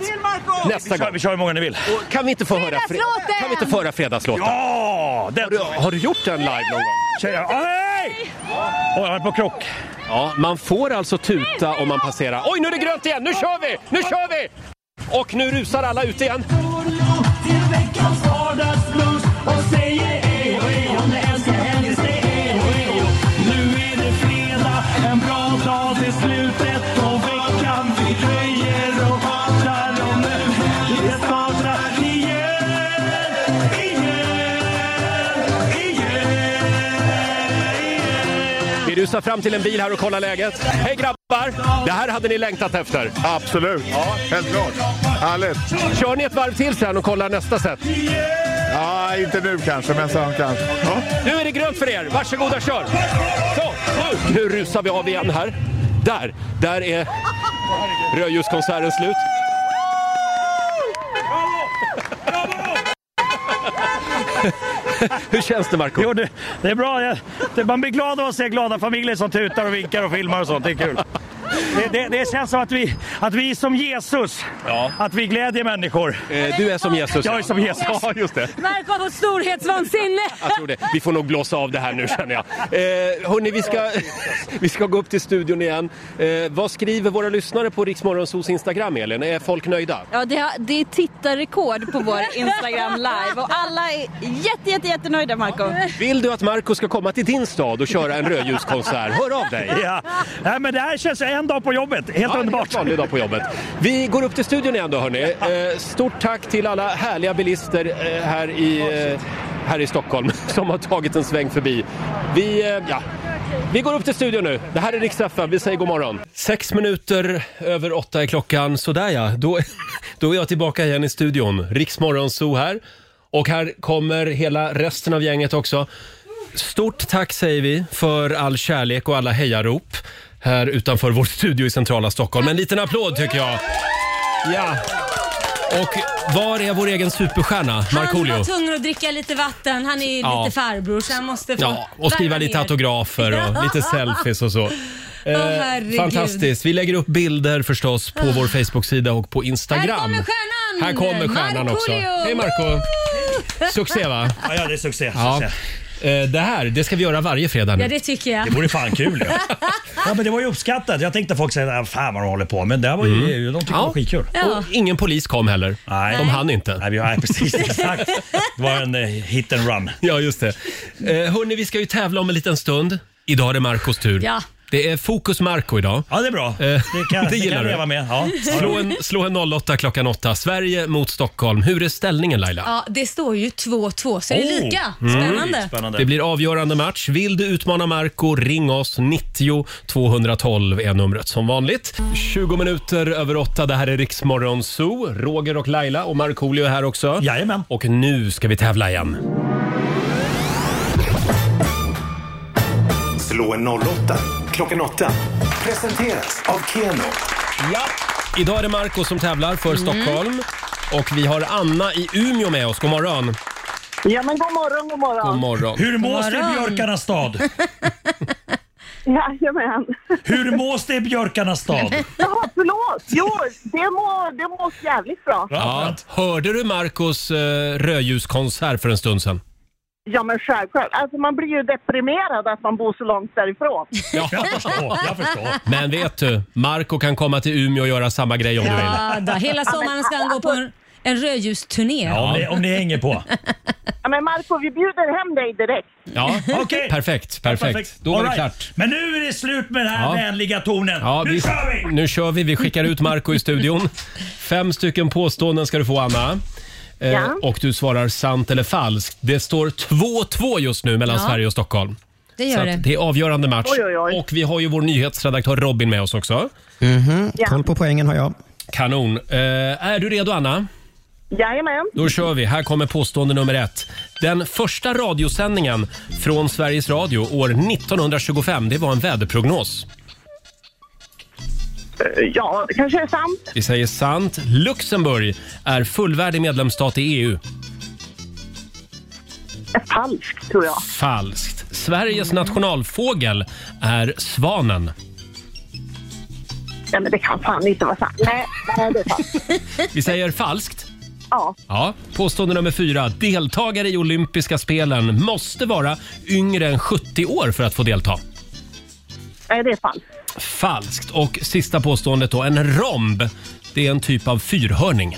[SPEAKER 1] Nästa
[SPEAKER 8] vi, kör,
[SPEAKER 1] gång.
[SPEAKER 8] vi kör hur många ni vill.
[SPEAKER 1] Och Kan vi inte få höra, fre-
[SPEAKER 12] Fredagslåten!
[SPEAKER 1] kan vi inte få höra fredagslåten?
[SPEAKER 8] Ja! Den... Har, du,
[SPEAKER 1] har du gjort den live någon gång?
[SPEAKER 8] Kör jag. Ah, hej! Oj, jag är på krock.
[SPEAKER 1] Ja, man får alltså tuta om man passerar. Oj, nu är det grönt igen! Nu kör vi! Nu kör vi! Och nu rusar alla ut igen.
[SPEAKER 8] Till veckans vardagsblues och säger ej och ej om du älskar henne, säg ej och ej Nu är det fredag, en bra dag till slutet på veckan Vi röjer och hatar och nu det startar igen, igen, igen
[SPEAKER 1] Vi rusar fram till en bil här och kollar läget. Hej grabbar! Det här hade ni längtat efter. Absolut, helt klart. Härligt. Kör ni ett varv till sen och kollar nästa set? Ja, inte nu kanske, men sen kanske. Nu är det grönt för er. Varsågoda, kör! Så, nu, nu rusar vi av igen här. Där, där är rödljuskonserten slut. Hur känns det Marco?
[SPEAKER 8] Jo, det, det är bra. Jag, det, man blir glad av att se glada familjer som tutar och vinkar och filmar och sånt. Det är kul. Det, det, det känns som att vi, att vi är som Jesus. Att vi glädjer människor.
[SPEAKER 1] Eh, du är som Jesus.
[SPEAKER 8] Jag är som Jesus.
[SPEAKER 1] Ja, just det.
[SPEAKER 12] Marko har fått storhetsvansinne.
[SPEAKER 1] Jag tror det. Vi får nog blåsa av det här nu känner jag. Eh, hörni, vi ska, vi ska gå upp till studion igen. Eh, vad skriver våra lyssnare på Riksmorgonsos Instagram, Elin? Är folk nöjda?
[SPEAKER 7] Ja, det, har- det är tittarrekord på vår Instagram live och alla är jätte, jätte, jättenöjda Marco.
[SPEAKER 1] Vill du att Marco ska komma till din stad och köra en rödljuskonsert? Hör av dig!
[SPEAKER 8] Ja. Nej, men det här känns en dag på jobbet. Helt
[SPEAKER 1] underbart! Helt vanlig dag på jobbet. Vi går upp till studion igen då hörni. Eh, stort tack till alla härliga bilister eh, här, i, eh, här i Stockholm som har tagit en sväng förbi. Vi, eh, ja. vi går upp till studion nu. Det här är Rix FM. Vi säger god morgon. Sex minuter över åtta är klockan. Sådär ja, då, då är jag tillbaka igen i studion. Rix Morgonzoo här. Och här kommer hela resten av gänget också. Stort tack säger vi för all kärlek och alla hejarop här utanför vår studio i centrala Stockholm. En liten applåd tycker jag. Ja. Och var är vår egen superstjärna,
[SPEAKER 2] Han var
[SPEAKER 1] Markoolio?
[SPEAKER 2] tvungen att dricka lite vatten. Han är ju
[SPEAKER 1] Ja.
[SPEAKER 2] lite farbror så han måste få
[SPEAKER 1] Ja, och skriva
[SPEAKER 2] värma
[SPEAKER 1] lite
[SPEAKER 2] ner.
[SPEAKER 1] autografer och lite selfies och så.
[SPEAKER 2] herregud. Ah.
[SPEAKER 1] fantastiskt. Vi lägger upp bilder förstås på vår Facebook-sida och på Instagram.
[SPEAKER 2] Här kommer stjärnan!
[SPEAKER 1] Här kommer stjärnan också.
[SPEAKER 2] Markoolio!
[SPEAKER 1] Hej Marco! Succé va?
[SPEAKER 8] Ja, ja det är succé.
[SPEAKER 1] Ja. Eh, Det här, det ska vi göra varje fredag nu.
[SPEAKER 2] Ja, det tycker jag.
[SPEAKER 8] Det vore fan kul
[SPEAKER 1] ja.
[SPEAKER 8] Ja, men det var ju uppskattat. Jag tänkte folk säger "Ah, fan vad de håller på men det här var ju,
[SPEAKER 1] Mm.
[SPEAKER 8] de tyckte det var skitkul.
[SPEAKER 2] Ja.
[SPEAKER 1] Och ingen polis kom heller.
[SPEAKER 8] Nej.
[SPEAKER 1] De hann inte.
[SPEAKER 8] Nej, vi- nej precis. Exakt. Det var en eh, hit and run.
[SPEAKER 1] Ja, just det. Eh, hörni, vi ska ju tävla om en liten stund. Idag är det Marcos tur.
[SPEAKER 2] Ja.
[SPEAKER 1] Det är fokus Marco idag. Eh,
[SPEAKER 8] Ja, det är bra. Det kan- det kan
[SPEAKER 1] gillar
[SPEAKER 8] jag
[SPEAKER 1] du.
[SPEAKER 8] leva med. Ja.
[SPEAKER 1] Slå, en, slå en 08 klockan 8. Sverige mot Stockholm. Hur är ställningen Laila?
[SPEAKER 2] Ja, det står ju 2-2 så det
[SPEAKER 1] Oh.
[SPEAKER 2] är lika.
[SPEAKER 1] Mm.
[SPEAKER 2] Mm. Spännande.
[SPEAKER 1] Det blir avgörande match. Vill du utmana Marco, ring oss. 90 212 är numret som vanligt. 20 minuter över 8. Det här är Riksmorgon Zoo. Roger och Laila och Markoolio är här också.
[SPEAKER 8] Jajamän.
[SPEAKER 1] Och nu ska vi tävla igen.
[SPEAKER 4] Slå en 08 klockan 8. Presenteras av Keno.
[SPEAKER 1] Ja. Idag är det Marco som tävlar för Stockholm. Och vi har Anna i Umeå med oss. God morgon.
[SPEAKER 15] Ja, men god morgon, god morgon.
[SPEAKER 1] God morgon.
[SPEAKER 8] Hur mås det i björkarnas stad?
[SPEAKER 15] Jajamän.
[SPEAKER 8] Hur mås det i björkarnas stad?
[SPEAKER 15] Ja, förlåt. Jo, det mår det må jävligt bra.
[SPEAKER 1] Ja. Hörde du Marcos eh, rödljuskonsert för en stund sedan?
[SPEAKER 15] Ja, men självklart. Alltså, man blir ju deprimerad att man bor så långt därifrån.
[SPEAKER 1] Ja, jag förstår. Jag förstår. Men vet du, Marco kan komma till Umeå och göra samma grej om du vill.
[SPEAKER 2] Ja, då. Hela sommaren ska han gå på en, en rödljusturné.
[SPEAKER 8] hänger på.
[SPEAKER 15] Ja, men Marco, vi bjuder hem dig direkt.
[SPEAKER 1] Ja,
[SPEAKER 8] okej.
[SPEAKER 1] Perfekt, perfekt. Då var
[SPEAKER 8] All
[SPEAKER 1] det
[SPEAKER 8] right.
[SPEAKER 1] klart.
[SPEAKER 8] Men nu är det slut med den här
[SPEAKER 1] Ja.
[SPEAKER 8] vänliga tonen.
[SPEAKER 1] Ja,
[SPEAKER 8] nu
[SPEAKER 1] vi,
[SPEAKER 8] kör vi!
[SPEAKER 1] Nu kör vi. Vi skickar ut Marco i studion. Fem stycken påståenden ska du få, Anna. Eh,
[SPEAKER 8] Ja.
[SPEAKER 1] Och du svarar sant eller falskt. Det står 2-2 just nu mellan
[SPEAKER 8] Ja.
[SPEAKER 1] Sverige och Stockholm.
[SPEAKER 2] Det gör
[SPEAKER 1] Så
[SPEAKER 2] det.
[SPEAKER 1] att det är avgörande match.
[SPEAKER 2] Oj, oj, oj.
[SPEAKER 1] Och vi har ju vår nyhetsredaktör Robin med oss också.
[SPEAKER 16] Mhm,
[SPEAKER 15] Ja.
[SPEAKER 16] koll på poängen har jag.
[SPEAKER 1] Kanon. Eh, är du redo, Anna?
[SPEAKER 15] Jajamän.
[SPEAKER 1] Då kör vi. Här kommer påstående nummer ett. Den första radiosändningen från Sveriges Radio år 1925, det var en väderprognos.
[SPEAKER 15] Eh, Ja, det kanske är sant.
[SPEAKER 1] Vi säger sant. Luxemburg är fullvärdig medlemsstat i E EU.
[SPEAKER 15] Är falskt, tror jag.
[SPEAKER 1] Falskt. Sveriges nationalfågel är svanen.
[SPEAKER 15] Nej, men det kan fan inte vara sant. Nej, nej det är sant.
[SPEAKER 1] Vi säger falskt.
[SPEAKER 15] Ja.
[SPEAKER 1] Ja. Påstående nummer fyra. Deltagare i olympiska spelen måste vara yngre än 70 år för att få delta.
[SPEAKER 15] Nej, det är falskt.
[SPEAKER 1] Falskt. Och sista påståendet då. En romb, det är en typ av fyrhörning.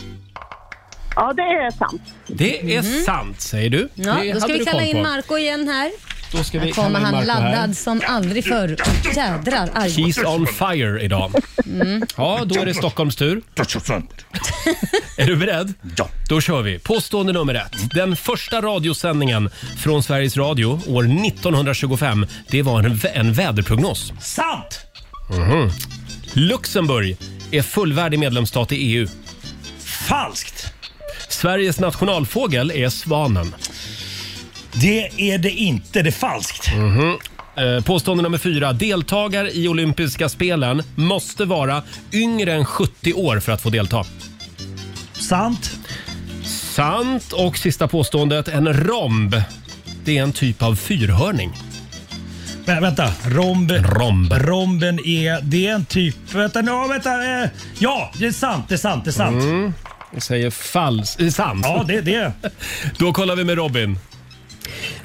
[SPEAKER 15] Ja, det är sant.
[SPEAKER 1] Det är sant, säger du.
[SPEAKER 2] Mhm. Ja,
[SPEAKER 1] det
[SPEAKER 2] då ska
[SPEAKER 1] hade
[SPEAKER 2] vi
[SPEAKER 1] du
[SPEAKER 2] kalla
[SPEAKER 1] koll
[SPEAKER 2] in
[SPEAKER 1] på.
[SPEAKER 2] Marco igen här.
[SPEAKER 1] Då ska
[SPEAKER 2] Här
[SPEAKER 1] vi kalla
[SPEAKER 2] kommer
[SPEAKER 1] in
[SPEAKER 2] han
[SPEAKER 1] Marco här.
[SPEAKER 2] laddad som aldrig förr. Jädrar arg.
[SPEAKER 1] She's on fire idag.
[SPEAKER 2] Mm.
[SPEAKER 1] Ja, då är det Stockholms tur. Är du beredd? Ja. Då kör vi. Påstående nummer ett. Den första radiosändningen från Sveriges Radio år 1925, det var en, vä- en väderprognos.
[SPEAKER 8] Sant!
[SPEAKER 1] Mhm. Luxemburg är fullvärdig medlemsstat i EU.
[SPEAKER 8] Falskt!
[SPEAKER 1] Sveriges nationalfågel är svanen.
[SPEAKER 8] Det är det inte. Det är falskt.
[SPEAKER 1] Eh, Påstående nummer fyra. Deltagare i olympiska spelen måste vara yngre än 70 år för att få delta.
[SPEAKER 8] Sant.
[SPEAKER 1] Sant. Och sista påståendet. En romb, det är en typ av fyrhörning.
[SPEAKER 11] Vä- vänta, romb. Romb. Romben är, det är en typ, vänta nu, vänta. Eh, ja, det är sant, det är sant, det är sant.
[SPEAKER 1] Mm. Jag säger falskt, eh, sant.
[SPEAKER 11] Ja, det är det.
[SPEAKER 1] Då kollar vi med Robin.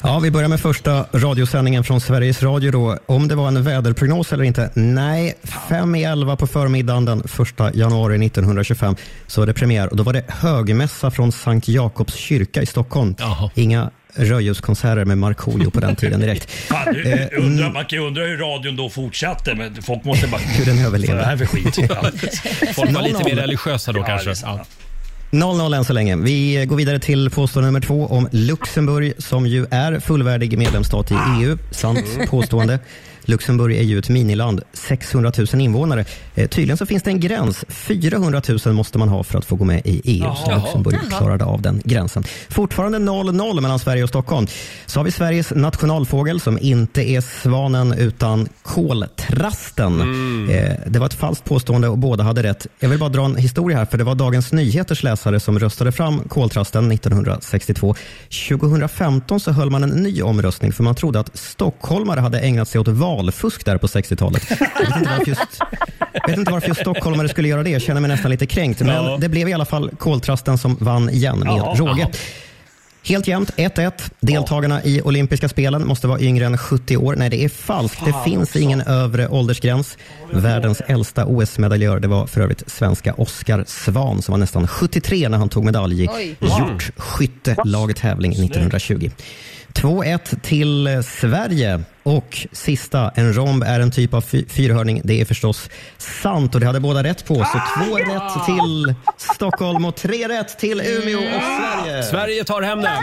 [SPEAKER 16] Ja, vi börjar med första radiosändningen från Sveriges Radio. Då. Om det var en väderprognos eller inte? Nej, fem i elva på förmiddagen den 1 januari 1925 så var det premiär och då var det högmässa från Sankt Jakobs kyrka i Stockholm. Inga rödljuskonserter med Markoolio på den tiden direkt.
[SPEAKER 11] Fan, du,
[SPEAKER 16] Eh,
[SPEAKER 11] undrar, man kan ju undra hur radion då fortsatte, men folk måste bara...
[SPEAKER 16] Hur den överlever.
[SPEAKER 11] Vad mm. är det här för skit? Ja.
[SPEAKER 1] Folk var lite mer
[SPEAKER 16] 0-0.
[SPEAKER 1] religiösa då kanske. Ja.
[SPEAKER 16] 0-0 än så länge. Vi går vidare till påstående nummer två om Luxemburg som ju är fullvärdig medlemsstat i EU. Sant påstående. Luxemburg är ju ett miniland, 600 000 invånare. Eh, tydligen så finns det en gräns. 400 000 måste man ha för att få gå med i E EU. Så
[SPEAKER 10] Jaha.
[SPEAKER 16] Luxemburg
[SPEAKER 10] Jaha.
[SPEAKER 16] klarade av den gränsen. Fortfarande 0-0 mellan Sverige och Stockholm. Så har vi Sveriges nationalfågel som inte är svanen utan koltrasten.
[SPEAKER 10] Mm.
[SPEAKER 16] Eh, det var ett falskt påstående och båda hade rätt. Jag vill bara dra en historia här, för det var Dagens Nyheters läsare som röstade fram koltrasten 1962. 2015 så höll man en ny omröstning, för man trodde att stockholmare hade ägnat sig åt valfusk där på 60-talet. Jag vet inte varför just, jag vet inte varför just stockholmare skulle göra det, jag känner mig nästan lite kränkt. Men
[SPEAKER 10] Ja.
[SPEAKER 16] det blev i alla fall koltrasten som vann igen med
[SPEAKER 10] Ja.
[SPEAKER 16] råge. Helt jämnt, 1-1. Deltagarna i olympiska spelen måste vara yngre än 70 år. Nej, det är falskt. Det
[SPEAKER 10] Fan
[SPEAKER 16] finns
[SPEAKER 10] också.
[SPEAKER 16] ingen övre åldersgräns. Världens äldsta OS-medaljör, det var för övrigt svenska Oskar Svan som var nästan 73 när han tog medalj i
[SPEAKER 10] Oj.
[SPEAKER 16] hjortskytte, lagtävling 1920. 2-1 till eh, Sverige. Och sista, en romb är en typ av fy- fyrhörning. Det är förstås sant och det hade båda rätt på. Så 2-1 till Stockholm och 3 rätt till Umeå och Sverige.
[SPEAKER 1] Sverige tar hem den.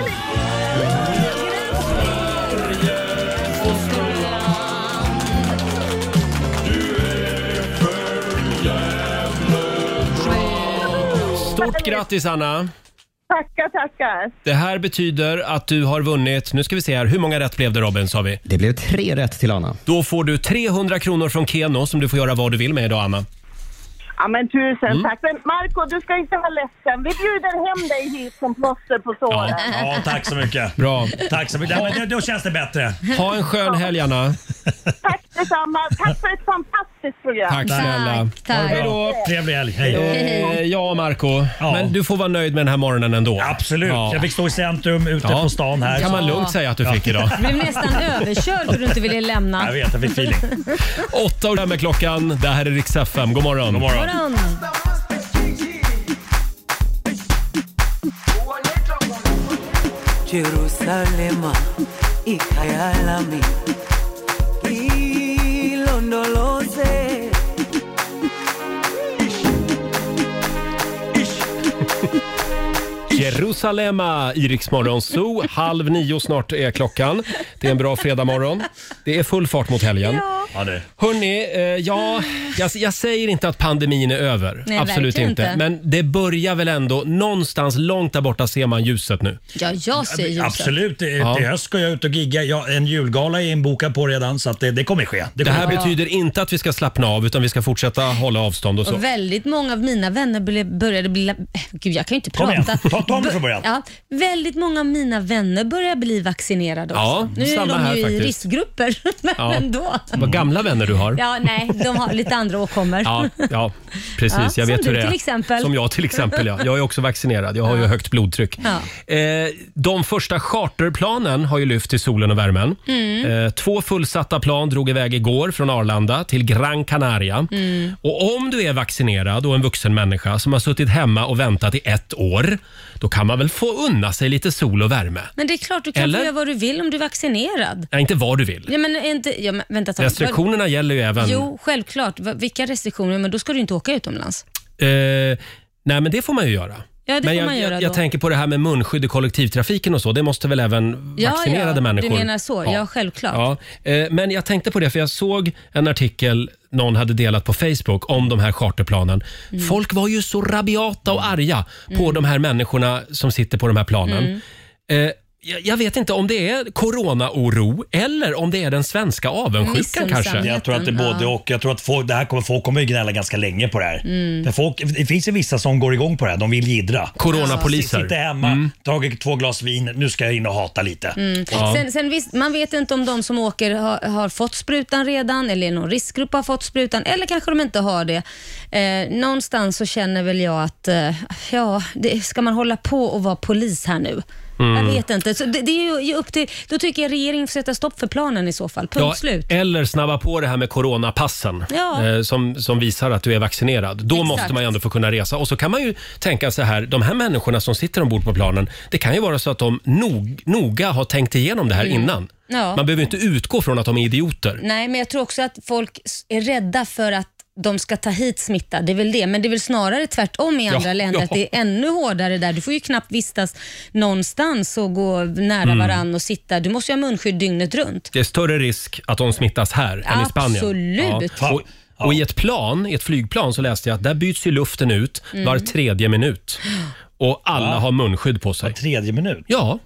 [SPEAKER 1] Stort grattis Anna!
[SPEAKER 15] Tackar, tackar.
[SPEAKER 1] Det här betyder att du har vunnit, nu ska vi se här, hur många rätt blev det Robin sa vi?
[SPEAKER 16] Det blev tre rätt till Anna.
[SPEAKER 1] Då får du 300 kronor från Keno som du får göra vad du vill med idag Anna.
[SPEAKER 15] Ja, men tusen
[SPEAKER 1] Mm.
[SPEAKER 15] tack. Men Marco, du ska inte vara ledsen. Vi bjuder hem dig hit som plåster på såren.
[SPEAKER 11] Ja, tack så mycket.
[SPEAKER 1] Bra.
[SPEAKER 11] Tack så mycket. Ja, men då- då känns det bättre.
[SPEAKER 1] Ha en skön helg Anna.
[SPEAKER 15] Detsamma. Tack för ett fantastiskt program.
[SPEAKER 1] Tack snälla. Hej då.
[SPEAKER 11] Trevlig helg.
[SPEAKER 1] Eh, ja Marco, men du får vara nöjd med den här morgonen ändå. Absolut,
[SPEAKER 11] Jag fick stå i centrum ute på stan här.
[SPEAKER 1] kan man
[SPEAKER 11] Så-
[SPEAKER 1] lugnt säga att du fick idag.
[SPEAKER 2] Du blev nästan överkörd för du inte ville lämna.
[SPEAKER 1] Jag vet, jag fick feeling. Åtta och fem är klockan. Det här är Rix FM. God morgon. God
[SPEAKER 2] Morgon.
[SPEAKER 17] Jerusalema ikayalami ilondoloze
[SPEAKER 1] Jerusalema i Rix Morgon Zoo. Halv nio snart är klockan. Det är en bra fredagmorgon. Det är full fart mot helgen. Ja. Hörni, eh, ja, jag, jag säger inte att pandemin är över.
[SPEAKER 2] Nej,
[SPEAKER 1] Absolut
[SPEAKER 2] verkligen
[SPEAKER 1] inte.
[SPEAKER 2] inte.
[SPEAKER 1] Men det börjar väl ändå någonstans långt där borta ser man ljuset nu.
[SPEAKER 2] Ja, jag ser ljuset.
[SPEAKER 11] Absolut, till
[SPEAKER 1] Ja.
[SPEAKER 11] till höst ska jag ut och gigga. Ja, en julgala är inbokad på redan så att det, det kommer ske.
[SPEAKER 1] Det här
[SPEAKER 11] kommer ske.
[SPEAKER 1] betyder inte att vi ska slappna av utan vi ska fortsätta hålla avstånd och så.
[SPEAKER 2] Och väldigt många av mina vänner ble- började bli... la- Gud, jag kan ju inte
[SPEAKER 1] Kom igen.
[SPEAKER 2] prata.
[SPEAKER 1] Ta- ta om det från början.
[SPEAKER 2] Ja, väldigt många av mina vänner börjar bli vaccinerade
[SPEAKER 1] Ja,
[SPEAKER 2] också. Nu är
[SPEAKER 1] samma
[SPEAKER 2] de
[SPEAKER 1] här
[SPEAKER 2] ju
[SPEAKER 1] faktiskt.
[SPEAKER 2] i riskgrupper, men
[SPEAKER 1] Ja.
[SPEAKER 2] ändå.
[SPEAKER 1] Vad gamla vänner du har.
[SPEAKER 2] Ja, nej, de har lite andra åkommor.
[SPEAKER 1] Ja, ja precis.
[SPEAKER 2] Ja,
[SPEAKER 1] jag
[SPEAKER 2] som
[SPEAKER 1] vet
[SPEAKER 2] du
[SPEAKER 1] hur det är.
[SPEAKER 2] till exempel.
[SPEAKER 1] Som jag till exempel. Ja. Jag är också vaccinerad. Jag har ju högt blodtryck.
[SPEAKER 2] Ja.
[SPEAKER 1] Eh, de första charterplanen har ju lyft till solen och värmen.
[SPEAKER 10] Mm.
[SPEAKER 1] Eh, två fullsatta plan drog iväg igår från Arlanda till Gran Canaria.
[SPEAKER 10] Mm.
[SPEAKER 1] Och om du är vaccinerad och en vuxen människa som har suttit hemma och väntat i ett år, då kan man väl få unna sig lite sol och värme?
[SPEAKER 2] Men det är klart, du kan
[SPEAKER 1] Eller?
[SPEAKER 2] få göra vad du vill om du är vaccinerad.
[SPEAKER 1] Nej, inte vad du vill.
[SPEAKER 2] Ja, men är inte, ja, men vänta ett tag.
[SPEAKER 1] Restriktionerna gäller ju även...
[SPEAKER 2] Jo, självklart. Va- Vilka restriktioner? Men då ska du inte åka utomlands.
[SPEAKER 1] Eh, nej, men det får man ju göra.
[SPEAKER 2] Ja, det
[SPEAKER 1] men
[SPEAKER 2] får
[SPEAKER 1] jag,
[SPEAKER 2] man göra
[SPEAKER 1] jag,
[SPEAKER 2] då.
[SPEAKER 1] jag tänker på det här med munskydd i kollektivtrafiken och så. Det måste väl även vaccinerade
[SPEAKER 2] ja,
[SPEAKER 1] människor...
[SPEAKER 2] Du menar så? Ja, självklart.
[SPEAKER 1] Ja, eh, men jag tänkte på det, för jag såg en artikel någon hade delat på Facebook om de här charterplanen.
[SPEAKER 10] Mm.
[SPEAKER 1] Folk var ju så rabiata och arga på
[SPEAKER 10] Mm.
[SPEAKER 2] Mm.
[SPEAKER 1] de här människorna som sitter på de här planen. Eh, Jag, jag vet inte om det är coronaoro eller om det är den svenska avundsjukan kanske.
[SPEAKER 11] Jag tror att det är både och. Jag tror att folk, det här kommer, folk kommer ju gnälla ganska länge på det här.
[SPEAKER 1] Mm.
[SPEAKER 11] För folk, det finns ju vissa som går igång på det här. De vill jiddra.
[SPEAKER 1] Coronapoliser. Mm.
[SPEAKER 11] Sitter hemma, tagit två glas vin, nu ska jag in och hata lite.
[SPEAKER 2] Mm. Sen, sen visst, man vet inte om de som åker har, har fått sprutan redan eller i någon riskgrupp har fått sprutan eller kanske de inte har det. Eh, någonstans så känner väl jag att eh, ja, det, ska man hålla på och vara polis här nu?
[SPEAKER 1] Mm.
[SPEAKER 2] Jag vet inte. Så det, det är ju- ju upp till, då tycker jag regeringen får sätta stopp för planen i så fall. Punkt
[SPEAKER 1] Ja,
[SPEAKER 2] slut.
[SPEAKER 1] eller snabba på det här med coronapassen
[SPEAKER 2] Ja.
[SPEAKER 1] eh, som, som visar att du är vaccinerad. Då
[SPEAKER 2] Exakt.
[SPEAKER 1] måste man ju ändå få kunna resa. Och så kan man ju tänka så här, de här människorna som sitter ombord på planen, det kan ju vara så att de nog, noga har tänkt igenom det här
[SPEAKER 2] Mm.
[SPEAKER 1] innan.
[SPEAKER 2] Ja.
[SPEAKER 1] Man behöver ju inte utgå från att de är idioter.
[SPEAKER 2] Nej, men jag tror också att folk s- är rädda för att de ska ta hit smitta. Det är väl det. Men det är väl snarare tvärtom i
[SPEAKER 1] Ja,
[SPEAKER 2] andra länder.
[SPEAKER 1] ja.
[SPEAKER 2] Att det är ännu hårdare där. Du får ju knappt vistas någonstans och gå nära
[SPEAKER 1] Mm.
[SPEAKER 2] varann och sitta. Du måste ju ha munskydd dygnet runt.
[SPEAKER 1] Det är större risk att de smittas här än i Spanien.
[SPEAKER 2] Absolut.
[SPEAKER 1] Ja. Och, och i ett plan, i ett flygplan så läste jag att där byts ju luften ut
[SPEAKER 2] Mm.
[SPEAKER 1] var tredje minut. Och alla
[SPEAKER 11] Va?
[SPEAKER 1] har munskydd på sig. Var
[SPEAKER 11] tredje minut?
[SPEAKER 1] Ja.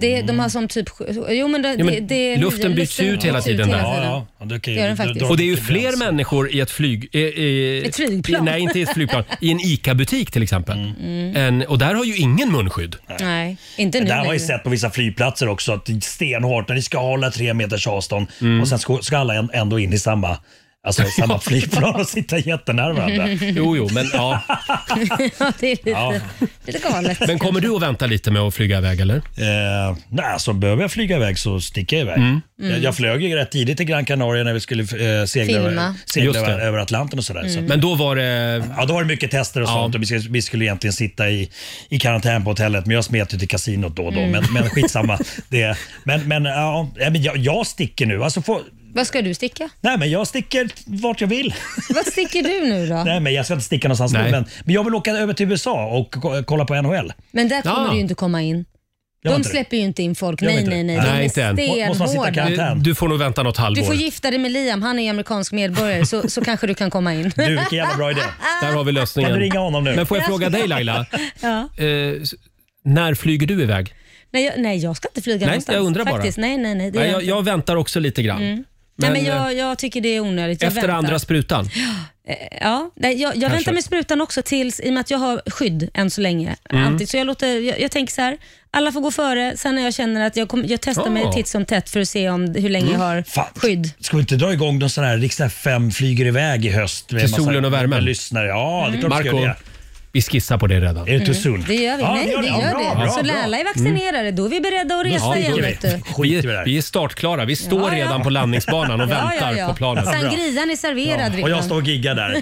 [SPEAKER 2] Det, de har som typ... Jo, men det,
[SPEAKER 1] Mm. Ja, men
[SPEAKER 2] det, det är
[SPEAKER 1] luften
[SPEAKER 2] nya-
[SPEAKER 1] byts ut hela tiden där.
[SPEAKER 11] det alltså-
[SPEAKER 2] kan ju- Gör den faktiskt.
[SPEAKER 1] Och det är ju fler människor i ett flyg... I, i,
[SPEAKER 2] Ett flygplan.
[SPEAKER 1] I, nej, inte i ett flygplan. I en ICA-butik till exempel.
[SPEAKER 2] Mm.
[SPEAKER 1] En, och där har ju ingen munskydd.
[SPEAKER 2] Nej, inte
[SPEAKER 11] Det
[SPEAKER 2] nu
[SPEAKER 11] där har man ju
[SPEAKER 2] längre.
[SPEAKER 11] sett på vissa flygplatser också, att det är stenhårt när ni ska hålla tre meters avstånd
[SPEAKER 1] Mm.
[SPEAKER 11] och sen ska, ska alla en- ändå in i samma, alltså, samma flygplan och sitta jättenära varandra.
[SPEAKER 1] Jo, jo, men ja.
[SPEAKER 2] ja, det är lite,
[SPEAKER 11] Ja.
[SPEAKER 2] lite galet.
[SPEAKER 1] Men kommer du att vänta lite med att flyga iväg eller?
[SPEAKER 11] Eh, nej, alltså behöver jag flyga iväg så sticker jag iväg.
[SPEAKER 1] Mm.
[SPEAKER 11] Jag-
[SPEAKER 1] Mm.
[SPEAKER 11] Jag flög ju rätt tidigt till Gran Canaria när vi skulle eh, segla, över,
[SPEAKER 1] Filma.
[SPEAKER 11] segla
[SPEAKER 1] Just det.
[SPEAKER 11] över, över Atlanten och sådär.
[SPEAKER 1] Mm.
[SPEAKER 11] Så att-
[SPEAKER 1] Men då var det...
[SPEAKER 11] Ja, då var det mycket tester och sånt och vi skulle, vi skulle egentligen sitta i, i karantän på hotellet men jag smet ju till kasinot då och då.
[SPEAKER 2] Mm.
[SPEAKER 11] Men, men skitsamma. det, men men, ja, nej, men jag, jag sticker nu. Alltså, får-
[SPEAKER 2] Vad ska du sticka?
[SPEAKER 11] nej, men jag sticker vart jag vill.
[SPEAKER 2] Vad sticker du nu då?
[SPEAKER 11] Nej, men jag ska inte sticka någonstans nu.
[SPEAKER 1] Nej.
[SPEAKER 11] Men, men jag vill åka över till USA och ko- kolla på NHL.
[SPEAKER 2] Men där kommer
[SPEAKER 11] Ja.
[SPEAKER 2] du ju inte komma in.
[SPEAKER 11] Gör
[SPEAKER 2] De
[SPEAKER 11] inte det?
[SPEAKER 2] släpper ju inte in folk.
[SPEAKER 11] Gör
[SPEAKER 2] Nej,
[SPEAKER 11] inte
[SPEAKER 2] nej,
[SPEAKER 11] det?
[SPEAKER 2] nej.
[SPEAKER 1] Nej,
[SPEAKER 2] De
[SPEAKER 1] inte
[SPEAKER 2] är
[SPEAKER 1] än.
[SPEAKER 2] stenhårda.
[SPEAKER 1] Du, du får nog vänta något halvår.
[SPEAKER 2] Du får gifta dig med Liam, han är ju amerikansk medborgare, så, så kanske du kan komma in.
[SPEAKER 11] Du, vilken jävla bra idé.
[SPEAKER 1] Där har vi lösningen.
[SPEAKER 11] Kan du ringa honom nu?
[SPEAKER 1] Men får jag fråga dig Laila?
[SPEAKER 2] ja.
[SPEAKER 1] Eh, s- när flyger du iväg?
[SPEAKER 2] nej, jag, nej, jag ska inte flyga
[SPEAKER 1] Nej,
[SPEAKER 2] någonstans.
[SPEAKER 1] jag undrar bara.
[SPEAKER 2] Faktiskt. Nej, nej, nej. Det
[SPEAKER 1] Nej,
[SPEAKER 2] gör
[SPEAKER 1] jag,
[SPEAKER 2] jag,
[SPEAKER 1] jag väntar också lite grann.
[SPEAKER 2] Mm. nej, men
[SPEAKER 1] eh,
[SPEAKER 2] jag, jag tycker det är onödigt. Jag
[SPEAKER 1] efter
[SPEAKER 2] väntar.
[SPEAKER 1] andra sprutan?
[SPEAKER 2] Eh, Ja, nej, jag, jag
[SPEAKER 1] Kanske.
[SPEAKER 2] väntar med sprutan också tills, i och med att jag har skydd än så länge.
[SPEAKER 1] Mm.
[SPEAKER 2] Anti, så jag, låter, jag, jag tänker så här, alla får gå före. Sen när jag känner att jag, kom, jag testar
[SPEAKER 11] Ja.
[SPEAKER 2] mig titt som tätt för att se om, hur länge
[SPEAKER 11] Mm.
[SPEAKER 2] jag har
[SPEAKER 11] Fan.
[SPEAKER 2] skydd.
[SPEAKER 11] Ska vi inte dra igång någon sån här riksdag 5 flyger iväg i höst? med
[SPEAKER 1] Till
[SPEAKER 11] massa-
[SPEAKER 1] solen och värmen.
[SPEAKER 11] med Lyssnare. Ja, det är klart vi ska
[SPEAKER 1] Marco,
[SPEAKER 11] göra det.
[SPEAKER 1] vi skissar på det redan.
[SPEAKER 11] Är Mm. det too soon?
[SPEAKER 2] Mm. Det gör vi.
[SPEAKER 11] Ja,
[SPEAKER 2] Nej,
[SPEAKER 11] det
[SPEAKER 2] det
[SPEAKER 11] gör
[SPEAKER 2] gör
[SPEAKER 11] det. Ja,
[SPEAKER 2] det.
[SPEAKER 11] bra, bra,
[SPEAKER 2] så när
[SPEAKER 11] bra.
[SPEAKER 2] alla är vaccinerade, då är vi beredda att resa
[SPEAKER 1] Mm. Ja,
[SPEAKER 2] igen.
[SPEAKER 1] vi.
[SPEAKER 2] Vet du.
[SPEAKER 1] Vi, vi är startklara. Vi står redan på landningsbanan och
[SPEAKER 2] Ja,
[SPEAKER 1] väntar
[SPEAKER 2] ja, ja.
[SPEAKER 1] på planet.
[SPEAKER 2] Sangrian är serverad
[SPEAKER 11] Och jag
[SPEAKER 2] redan.
[SPEAKER 11] står och giggar där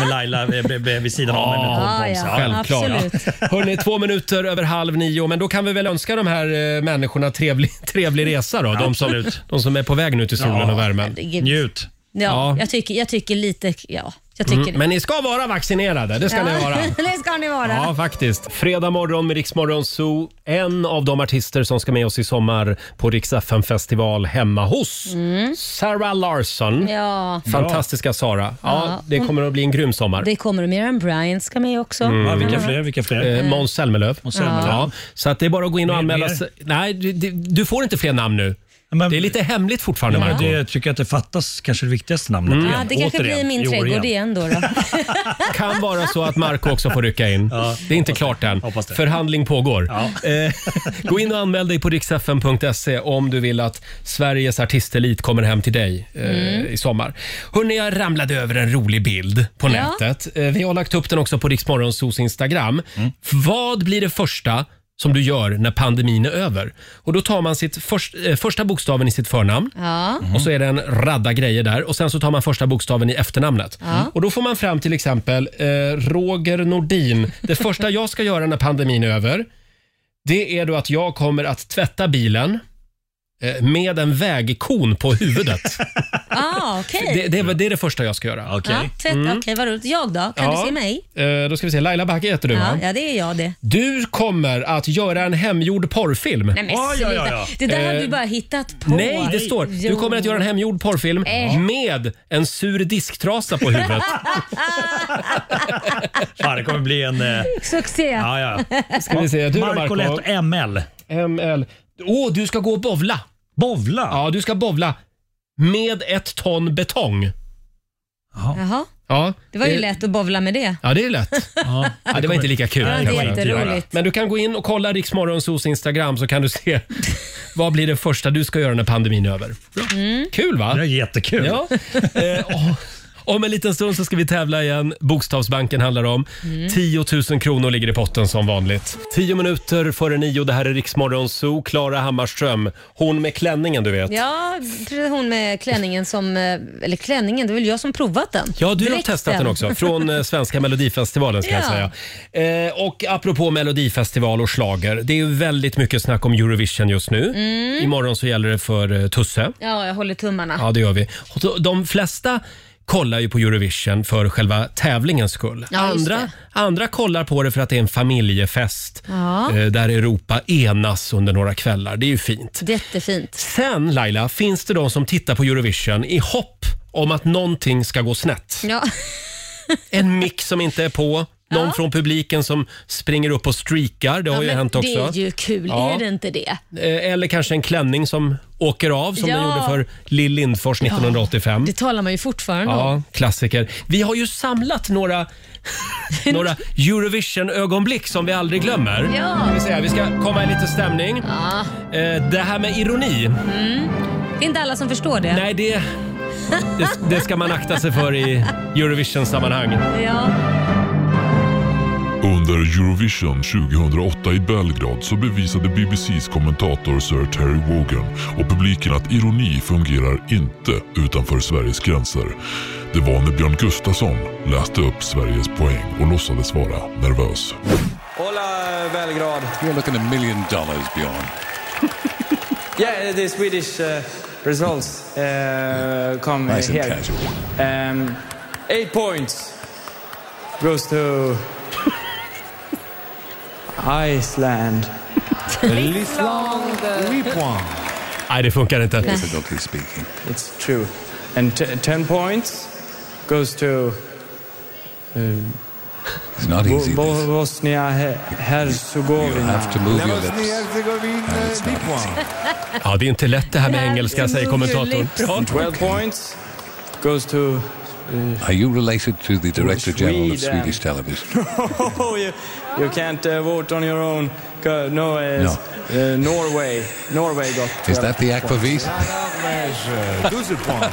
[SPEAKER 11] med Laila eh, be- be- vid sidan av mig med
[SPEAKER 2] Ja,
[SPEAKER 11] poddbombs.
[SPEAKER 2] ja, absolut.
[SPEAKER 1] Hörni, två minuter över halv nio, men då kan vi väl önska de här eh, människorna trevlig, trevlig resa då. De som,
[SPEAKER 11] Absolut.
[SPEAKER 1] de som är på väg nu till solen
[SPEAKER 11] Ja.
[SPEAKER 1] och värmen.
[SPEAKER 2] Herregud.
[SPEAKER 11] Njut.
[SPEAKER 2] Ja, Jag, tycker, jag tycker lite... Ja, jag tycker
[SPEAKER 1] Mm,
[SPEAKER 2] det.
[SPEAKER 1] men ni ska vara vaccinerade, det ska
[SPEAKER 2] ja.
[SPEAKER 1] ni vara.
[SPEAKER 2] det ska ni vara.
[SPEAKER 1] Ja, faktiskt. Fredag morgon med Riksmorgon Zoo. En av de artister som ska med oss i sommar på Rix FM festival hemma hos
[SPEAKER 11] Mm.
[SPEAKER 1] Sarah Larsson.
[SPEAKER 2] Ja.
[SPEAKER 1] Fantastiska Sara. Ja,
[SPEAKER 2] Ja.
[SPEAKER 1] det kommer att bli en grym sommar.
[SPEAKER 2] Det kommer Miriam Bryant ska med också.
[SPEAKER 1] Mm.
[SPEAKER 11] vilka
[SPEAKER 2] fler?
[SPEAKER 1] Eh, Måns Zelmerlöw.
[SPEAKER 2] Zelmerlöw.
[SPEAKER 1] Ja, så att det är bara att gå in och
[SPEAKER 11] Mer-
[SPEAKER 1] anmäla
[SPEAKER 11] mer?
[SPEAKER 1] sig. Nej, du, du- du får inte fler namn nu. det är lite hemligt fortfarande,
[SPEAKER 11] Ja, men
[SPEAKER 1] Marco.
[SPEAKER 11] det tycker jag att det fattas kanske det viktigaste namnet.
[SPEAKER 1] Mm.
[SPEAKER 2] Ja, det kanske blir
[SPEAKER 1] Återigen.
[SPEAKER 2] min
[SPEAKER 1] I år
[SPEAKER 2] trädgård igen då. då.
[SPEAKER 1] kan vara så att Marco också får rycka in. det är inte klart än. Förhandling pågår. Eh, gå in och anmäl dig på riksfn.se om du vill att Sveriges artistelit kommer hem till dig eh,
[SPEAKER 2] Mm.
[SPEAKER 1] i sommar. Hörrni, jag ramlade över en rolig bild på
[SPEAKER 2] Ja.
[SPEAKER 1] nätet. Eh, vi har lagt upp den också på Riksmorgonsos Instagram. Vad blir det första som du gör när pandemin är över? Och då tar man sitt först, eh, första bokstaven i sitt förnamn.
[SPEAKER 2] Ja.
[SPEAKER 1] Mm-hmm. Och så är det en radda grejer där och sen så tar man första bokstaven i efternamnet. Mm.
[SPEAKER 2] Ja.
[SPEAKER 1] Och då får man fram till exempel eh, Roger Nordin. Det första jag ska göra när pandemin är över, det är då att jag kommer att tvätta bilen eh, med en vägkon på huvudet.
[SPEAKER 2] Ah, okej.
[SPEAKER 1] det, det, är- det är det första jag ska göra. Mm.
[SPEAKER 2] Ja, tvätt, Okej, vad roligt. Jag då? Kan
[SPEAKER 1] Ja.
[SPEAKER 2] du se mig?
[SPEAKER 1] Eh, då ska vi se, Laila Bagge heter du
[SPEAKER 2] Ja,
[SPEAKER 1] va?
[SPEAKER 2] ja, det är jag det.
[SPEAKER 1] Du kommer att göra en hemgjord porrfilm.
[SPEAKER 2] Nej, men sluta. Det där har
[SPEAKER 1] Eh,
[SPEAKER 2] du bara hittat på.
[SPEAKER 1] Nej, det står du kommer att göra en hemgjord porrfilm
[SPEAKER 2] Äh.
[SPEAKER 1] med en sur disktrasa på huvudet.
[SPEAKER 11] Fan, det kommer bli en... Eh,
[SPEAKER 2] Succé.
[SPEAKER 11] ja, eh. ja.
[SPEAKER 1] Ska vi se, du då, Marco?
[SPEAKER 11] Marco Leto ML.
[SPEAKER 1] ML. Åh, du ska gå och bovla.
[SPEAKER 11] Bovla?
[SPEAKER 1] Ja, du ska bovla med ett ton betong.
[SPEAKER 2] Jaha.
[SPEAKER 1] Ja.
[SPEAKER 2] Det var ju
[SPEAKER 1] Eh,
[SPEAKER 2] lätt att bovla med det.
[SPEAKER 1] Ja, det är lätt. Ja, det var inte lika kul.
[SPEAKER 2] Ja, det är
[SPEAKER 1] kanske.
[SPEAKER 2] jätteroligt.
[SPEAKER 1] Men du kan gå in och kolla Riksmorgonsos Instagram så kan du se vad blir det första du ska göra när pandemin är över. Kul va? Det är
[SPEAKER 11] jättekul.
[SPEAKER 1] Ja. Eh, och- om en liten stund så ska vi tävla igen. Bokstavsbanken handlar om.
[SPEAKER 2] Mm.
[SPEAKER 1] 10 000 kronor ligger i potten som vanligt. 10 minuter före nio. Det här är Riksmorgonso. Klara Hammarström, hon med klänningen du vet.
[SPEAKER 2] Ja, precis hon med klänningen som... eh, Eller klänningen, det är väl jag som provat den.
[SPEAKER 1] Ja, du har
[SPEAKER 2] Dräkten.
[SPEAKER 1] testat den också. Från eh, svenska melodifestivalen ska
[SPEAKER 2] Ja.
[SPEAKER 1] jag säga. Eh, och apropå melodifestival och slager. Det är ju väldigt mycket snack om Eurovision just nu.
[SPEAKER 2] Mm.
[SPEAKER 1] Imorgon så gäller det för eh, Tusse.
[SPEAKER 2] Ja, jag håller tummarna.
[SPEAKER 1] Ja, det gör vi. Och då- De flesta kollar ju på Eurovision för själva tävlingens skull.
[SPEAKER 2] Ja, just
[SPEAKER 1] andra,
[SPEAKER 2] det.
[SPEAKER 1] andra kollar på det för att det är en familjefest
[SPEAKER 2] Ja.
[SPEAKER 1] eh, där Europa enas under några kvällar. Det är ju fint.
[SPEAKER 2] Jättefint.
[SPEAKER 1] Sen Laila, finns det de som tittar på Eurovision i hopp om att någonting ska gå snett?
[SPEAKER 2] Ja.
[SPEAKER 1] En mick som inte är på, någon från publiken som springer upp och streakar. Det har
[SPEAKER 2] Ja,
[SPEAKER 1] ju
[SPEAKER 2] men
[SPEAKER 1] hänt också.
[SPEAKER 2] Det är ju kul,
[SPEAKER 1] Ja.
[SPEAKER 2] är det inte det?
[SPEAKER 1] Eh, Eller kanske en klänning som åker av som den
[SPEAKER 2] Ja.
[SPEAKER 1] gjorde för Lill Lindfors 1985.
[SPEAKER 2] Det talar man ju fortfarande om.
[SPEAKER 1] Ja, klassiker. Vi har ju samlat några, några Eurovision-ögonblick som vi aldrig glömmer.
[SPEAKER 2] Ja.
[SPEAKER 1] Ska Vi, säga, vi ska komma i lite stämning.
[SPEAKER 2] Ja.
[SPEAKER 1] Eh, Det här med ironi,
[SPEAKER 2] Mm. Det är inte alla som förstår det.
[SPEAKER 1] Nej, det... det, det ska man akta sig för i Eurovision-sammanhang.
[SPEAKER 2] Ja.
[SPEAKER 18] Under Eurovision 2008 i Belgrad så bevisade BBCs kommentator Sir Terry Wogan och publiken att ironi fungerar inte utanför Sveriges gränser. Det var när Björn Gustafsson läste upp Sveriges poäng och låtsades vara nervös.
[SPEAKER 19] Hola, Belgrad.
[SPEAKER 18] You're looking a million dollars, Björn.
[SPEAKER 19] Yeah, the Swedish uh, results uh, come
[SPEAKER 18] Nice and
[SPEAKER 19] here. Um, eight points goes to Iceland.
[SPEAKER 10] Livslång
[SPEAKER 19] Lipoang.
[SPEAKER 1] Nej, det funkar inte.
[SPEAKER 19] Nej.
[SPEAKER 18] Difficultly speaking.
[SPEAKER 19] It's true. And t- ten points goes to um,
[SPEAKER 18] It's not
[SPEAKER 19] Bo-
[SPEAKER 18] easy.
[SPEAKER 19] Bo- Bosnia Her- Herzegovina.
[SPEAKER 18] You have to move your lips.
[SPEAKER 1] Ja, det är inte lätt det här med engelska, säger kommentatorn. Ja.
[SPEAKER 19] 12 points goes to...
[SPEAKER 18] Are you related to the Director General of
[SPEAKER 19] Sweden.
[SPEAKER 18] Swedish Television?
[SPEAKER 19] No, Oh, you, you can't uh, vote on your own. Co- No, uh,
[SPEAKER 18] No.
[SPEAKER 19] Uh, Norway. Norway got.
[SPEAKER 18] Is that the
[SPEAKER 19] 12 points.
[SPEAKER 18] aquavit?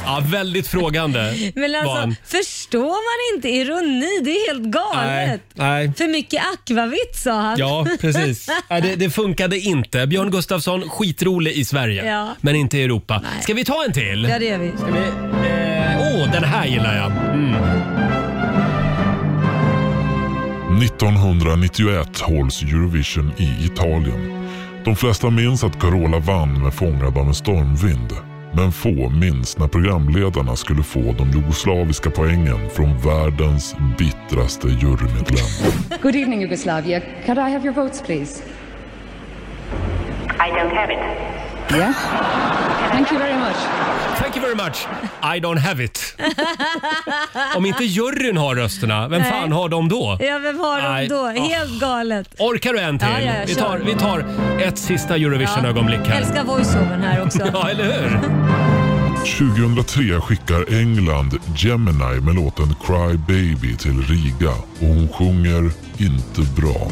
[SPEAKER 1] Ja, väldigt frågande
[SPEAKER 2] Men
[SPEAKER 1] var
[SPEAKER 2] alltså,
[SPEAKER 1] han.
[SPEAKER 2] förstår man inte ironi? Det är helt
[SPEAKER 1] Nej,
[SPEAKER 2] galet.
[SPEAKER 1] nej.
[SPEAKER 2] För mycket akvavit sa han.
[SPEAKER 1] Ja, precis. Nej, det, det funkade inte. Björn Gustafsson, skitrolig i Sverige,
[SPEAKER 2] Ja.
[SPEAKER 1] men inte i Europa. Ska vi ta en till?
[SPEAKER 2] ja, det gör vi.
[SPEAKER 1] Åh, oh, den här gillar jag. Mm.
[SPEAKER 18] 1991 hålls Eurovision i Italien. De flesta minns att Carola vann med Fångad av en stormvind. Men få minns när programledarna skulle få de jugoslaviska poängen från världens bittraste jurymedlem.
[SPEAKER 20] Good evening, Yugoslavia. Could I have your votes, please?
[SPEAKER 10] I don't have it.
[SPEAKER 20] Yeah? Thank you very much.
[SPEAKER 1] Thank you very much. I don't have it. Om inte juryn har rösterna, vem
[SPEAKER 2] Nej.
[SPEAKER 1] fan har dem då?
[SPEAKER 2] Ja, vem har de
[SPEAKER 1] Nej. Ah.
[SPEAKER 2] då? Helt galet.
[SPEAKER 1] Orkar du en till?
[SPEAKER 2] Ja, ja, ja,
[SPEAKER 1] vi,
[SPEAKER 2] kör.
[SPEAKER 1] tar, vi tar ett sista Eurovision-ögonblick här.
[SPEAKER 2] Älskar voiceovern här också.
[SPEAKER 1] Ja, eller hur?
[SPEAKER 18] 2003 skickar England Gemini med låten Cry Baby till Riga och hon sjunger inte bra.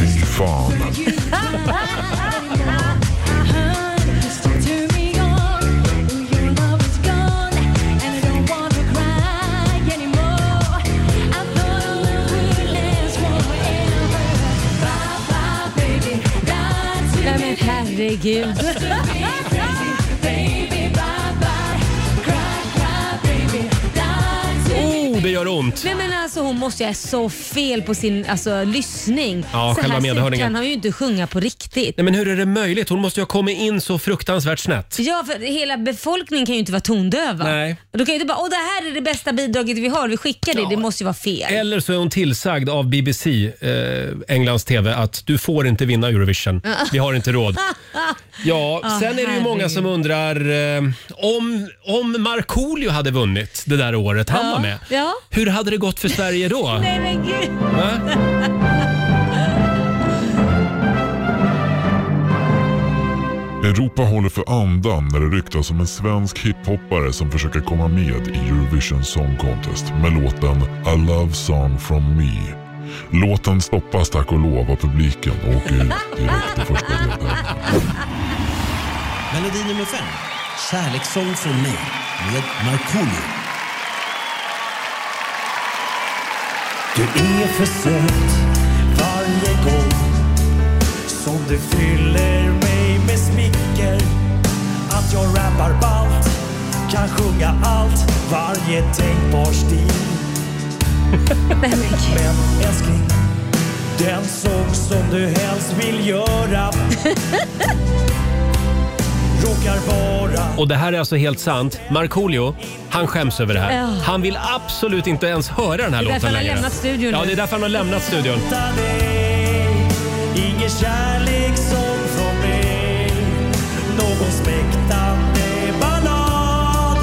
[SPEAKER 18] Fy fan.
[SPEAKER 2] Nej, men herregud.
[SPEAKER 1] Oh, det gör ont.
[SPEAKER 2] Nej men alltså hon måste ju ha så fel på sin alltså, lyssning.
[SPEAKER 1] Ja,
[SPEAKER 2] så
[SPEAKER 1] själva
[SPEAKER 2] här
[SPEAKER 1] medhörningen.
[SPEAKER 2] kan han ju inte sjunga på riktigt.
[SPEAKER 1] Nej, men hur är det möjligt? Hon måste ju ha kommit in så fruktansvärt snett.
[SPEAKER 2] Ja, för hela befolkningen kan ju inte vara tondöva.
[SPEAKER 1] Nej.
[SPEAKER 2] Och då kan ju inte bara, åh det här är det bästa bidraget vi har, vi skickar det. Det måste ju vara fel.
[SPEAKER 1] Eller så är hon tillsagd av BBC, eh, Englands TV, att du får inte vinna Eurovision. Vi har inte råd. Ja,
[SPEAKER 2] Ah,
[SPEAKER 1] sen är det ju många
[SPEAKER 2] herregud.
[SPEAKER 1] som undrar eh, om, om Markoolio hade vunnit det där året han
[SPEAKER 2] Ja,
[SPEAKER 1] var med.
[SPEAKER 2] ja.
[SPEAKER 1] Hur hade det gått för Sverige då?
[SPEAKER 2] Nej men gud.
[SPEAKER 1] Va?
[SPEAKER 18] Europa håller för andan när det ryktas om en svensk hiphoppare som försöker komma med i Eurovision Song Contest med låten A Love Song From Me. Låten stoppas tack och lov av publiken och eh, åker ut direkt i första deltävlingen.
[SPEAKER 21] Melodi nummer fem, Kärlekssång från mig med Markoolio.
[SPEAKER 22] Du är för söt varje gång som du fyller mig med smicker. Att jag rappar ballt, kan sjunga allt, varje tänkbar stil. Men älskling, den sång som du helst vill göra
[SPEAKER 8] er
[SPEAKER 22] råkar vara
[SPEAKER 1] Och det här är alltså helt sant. Markoolio, han skäms över det här.
[SPEAKER 22] Ja.
[SPEAKER 1] Han vill absolut inte ens höra den här
[SPEAKER 22] Det är därför
[SPEAKER 1] låten
[SPEAKER 22] han har
[SPEAKER 1] längre.
[SPEAKER 22] lämnat studion
[SPEAKER 1] Ja,
[SPEAKER 22] nu.
[SPEAKER 1] det är därför han har lämnat studion.
[SPEAKER 22] utan dig Ingen kärlekssång från mig Någon smäktande ballad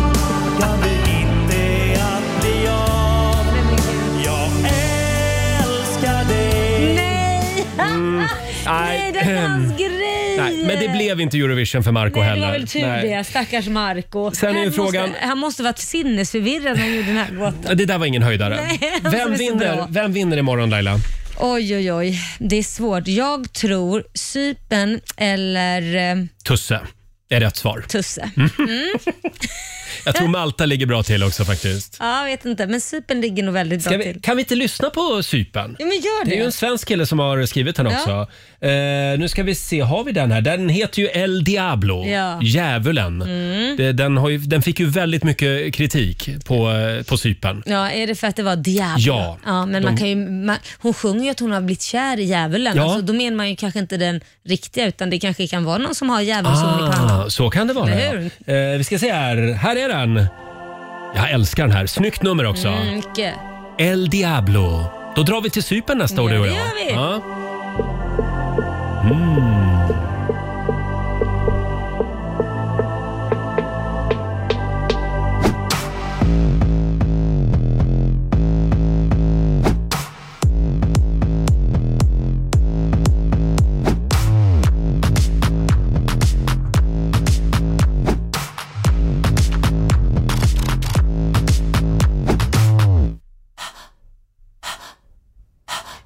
[SPEAKER 22] Kan vi inte att bli av Jag älskar dig
[SPEAKER 2] Nej! Nej, det är hans grej!
[SPEAKER 1] ehm, Nej, men det blev inte Eurovision för Marco
[SPEAKER 2] Nej, det
[SPEAKER 1] heller.
[SPEAKER 2] var väl tur
[SPEAKER 1] Nej.
[SPEAKER 2] det. Stackars Marco.
[SPEAKER 1] Sen är ju
[SPEAKER 2] han,
[SPEAKER 1] frågan-
[SPEAKER 2] måste, han måste varit sinnesförvirrad när han gjorde den här gåtan.
[SPEAKER 1] Ja, Det där var ingen höjdare.
[SPEAKER 2] Nej, han som
[SPEAKER 1] vem,
[SPEAKER 2] är så
[SPEAKER 1] vinner,
[SPEAKER 2] bra.
[SPEAKER 1] vem vinner imorgon Laila?
[SPEAKER 2] Oj, oj, oj. Det är svårt. Jag tror Sypen eller eh,
[SPEAKER 1] Tusse är rätt svar.
[SPEAKER 2] Tusse.
[SPEAKER 1] Mm.
[SPEAKER 2] Mm.
[SPEAKER 1] Jag tror Malta ligger bra till också faktiskt.
[SPEAKER 2] Ja, jag vet inte. Men Sypen ligger nog väldigt
[SPEAKER 1] Ska
[SPEAKER 2] bra
[SPEAKER 1] vi,
[SPEAKER 2] till.
[SPEAKER 1] kan vi inte lyssna på Sypen?
[SPEAKER 2] Ja, men gör det.
[SPEAKER 1] Det är ju en svensk kille som har skrivit den
[SPEAKER 2] Ja.
[SPEAKER 1] också. Eh, nu ska vi se, har vi den här? Den heter ju El Diablo,
[SPEAKER 2] Ja.
[SPEAKER 1] Djävulen.
[SPEAKER 2] Mm.
[SPEAKER 1] Det- Den, har ju, den fick ju väldigt mycket kritik på, eh, på Sypen.
[SPEAKER 2] Ja, är det för att det var Diablo?
[SPEAKER 1] Ja.
[SPEAKER 2] men
[SPEAKER 1] De-
[SPEAKER 2] man kan ju, man, hon sjunger ju att hon har blivit kär i djävulen.
[SPEAKER 1] Ja.
[SPEAKER 2] Alltså, då menar man ju kanske inte den riktiga utan det kanske kan vara någon som har djävulsson i pannan.
[SPEAKER 1] Ah, så kan det vara.
[SPEAKER 2] Eller
[SPEAKER 1] Ja. Eh, vi ska se här. Här är den. Jag älskar den här. Snyggt nummer också.
[SPEAKER 2] Mm, mycket.
[SPEAKER 1] El Diablo. Då drar vi till Cypern nästa år
[SPEAKER 2] Ja,
[SPEAKER 1] du och
[SPEAKER 2] det
[SPEAKER 1] jag.
[SPEAKER 2] gör vi.
[SPEAKER 1] Ja. Mm.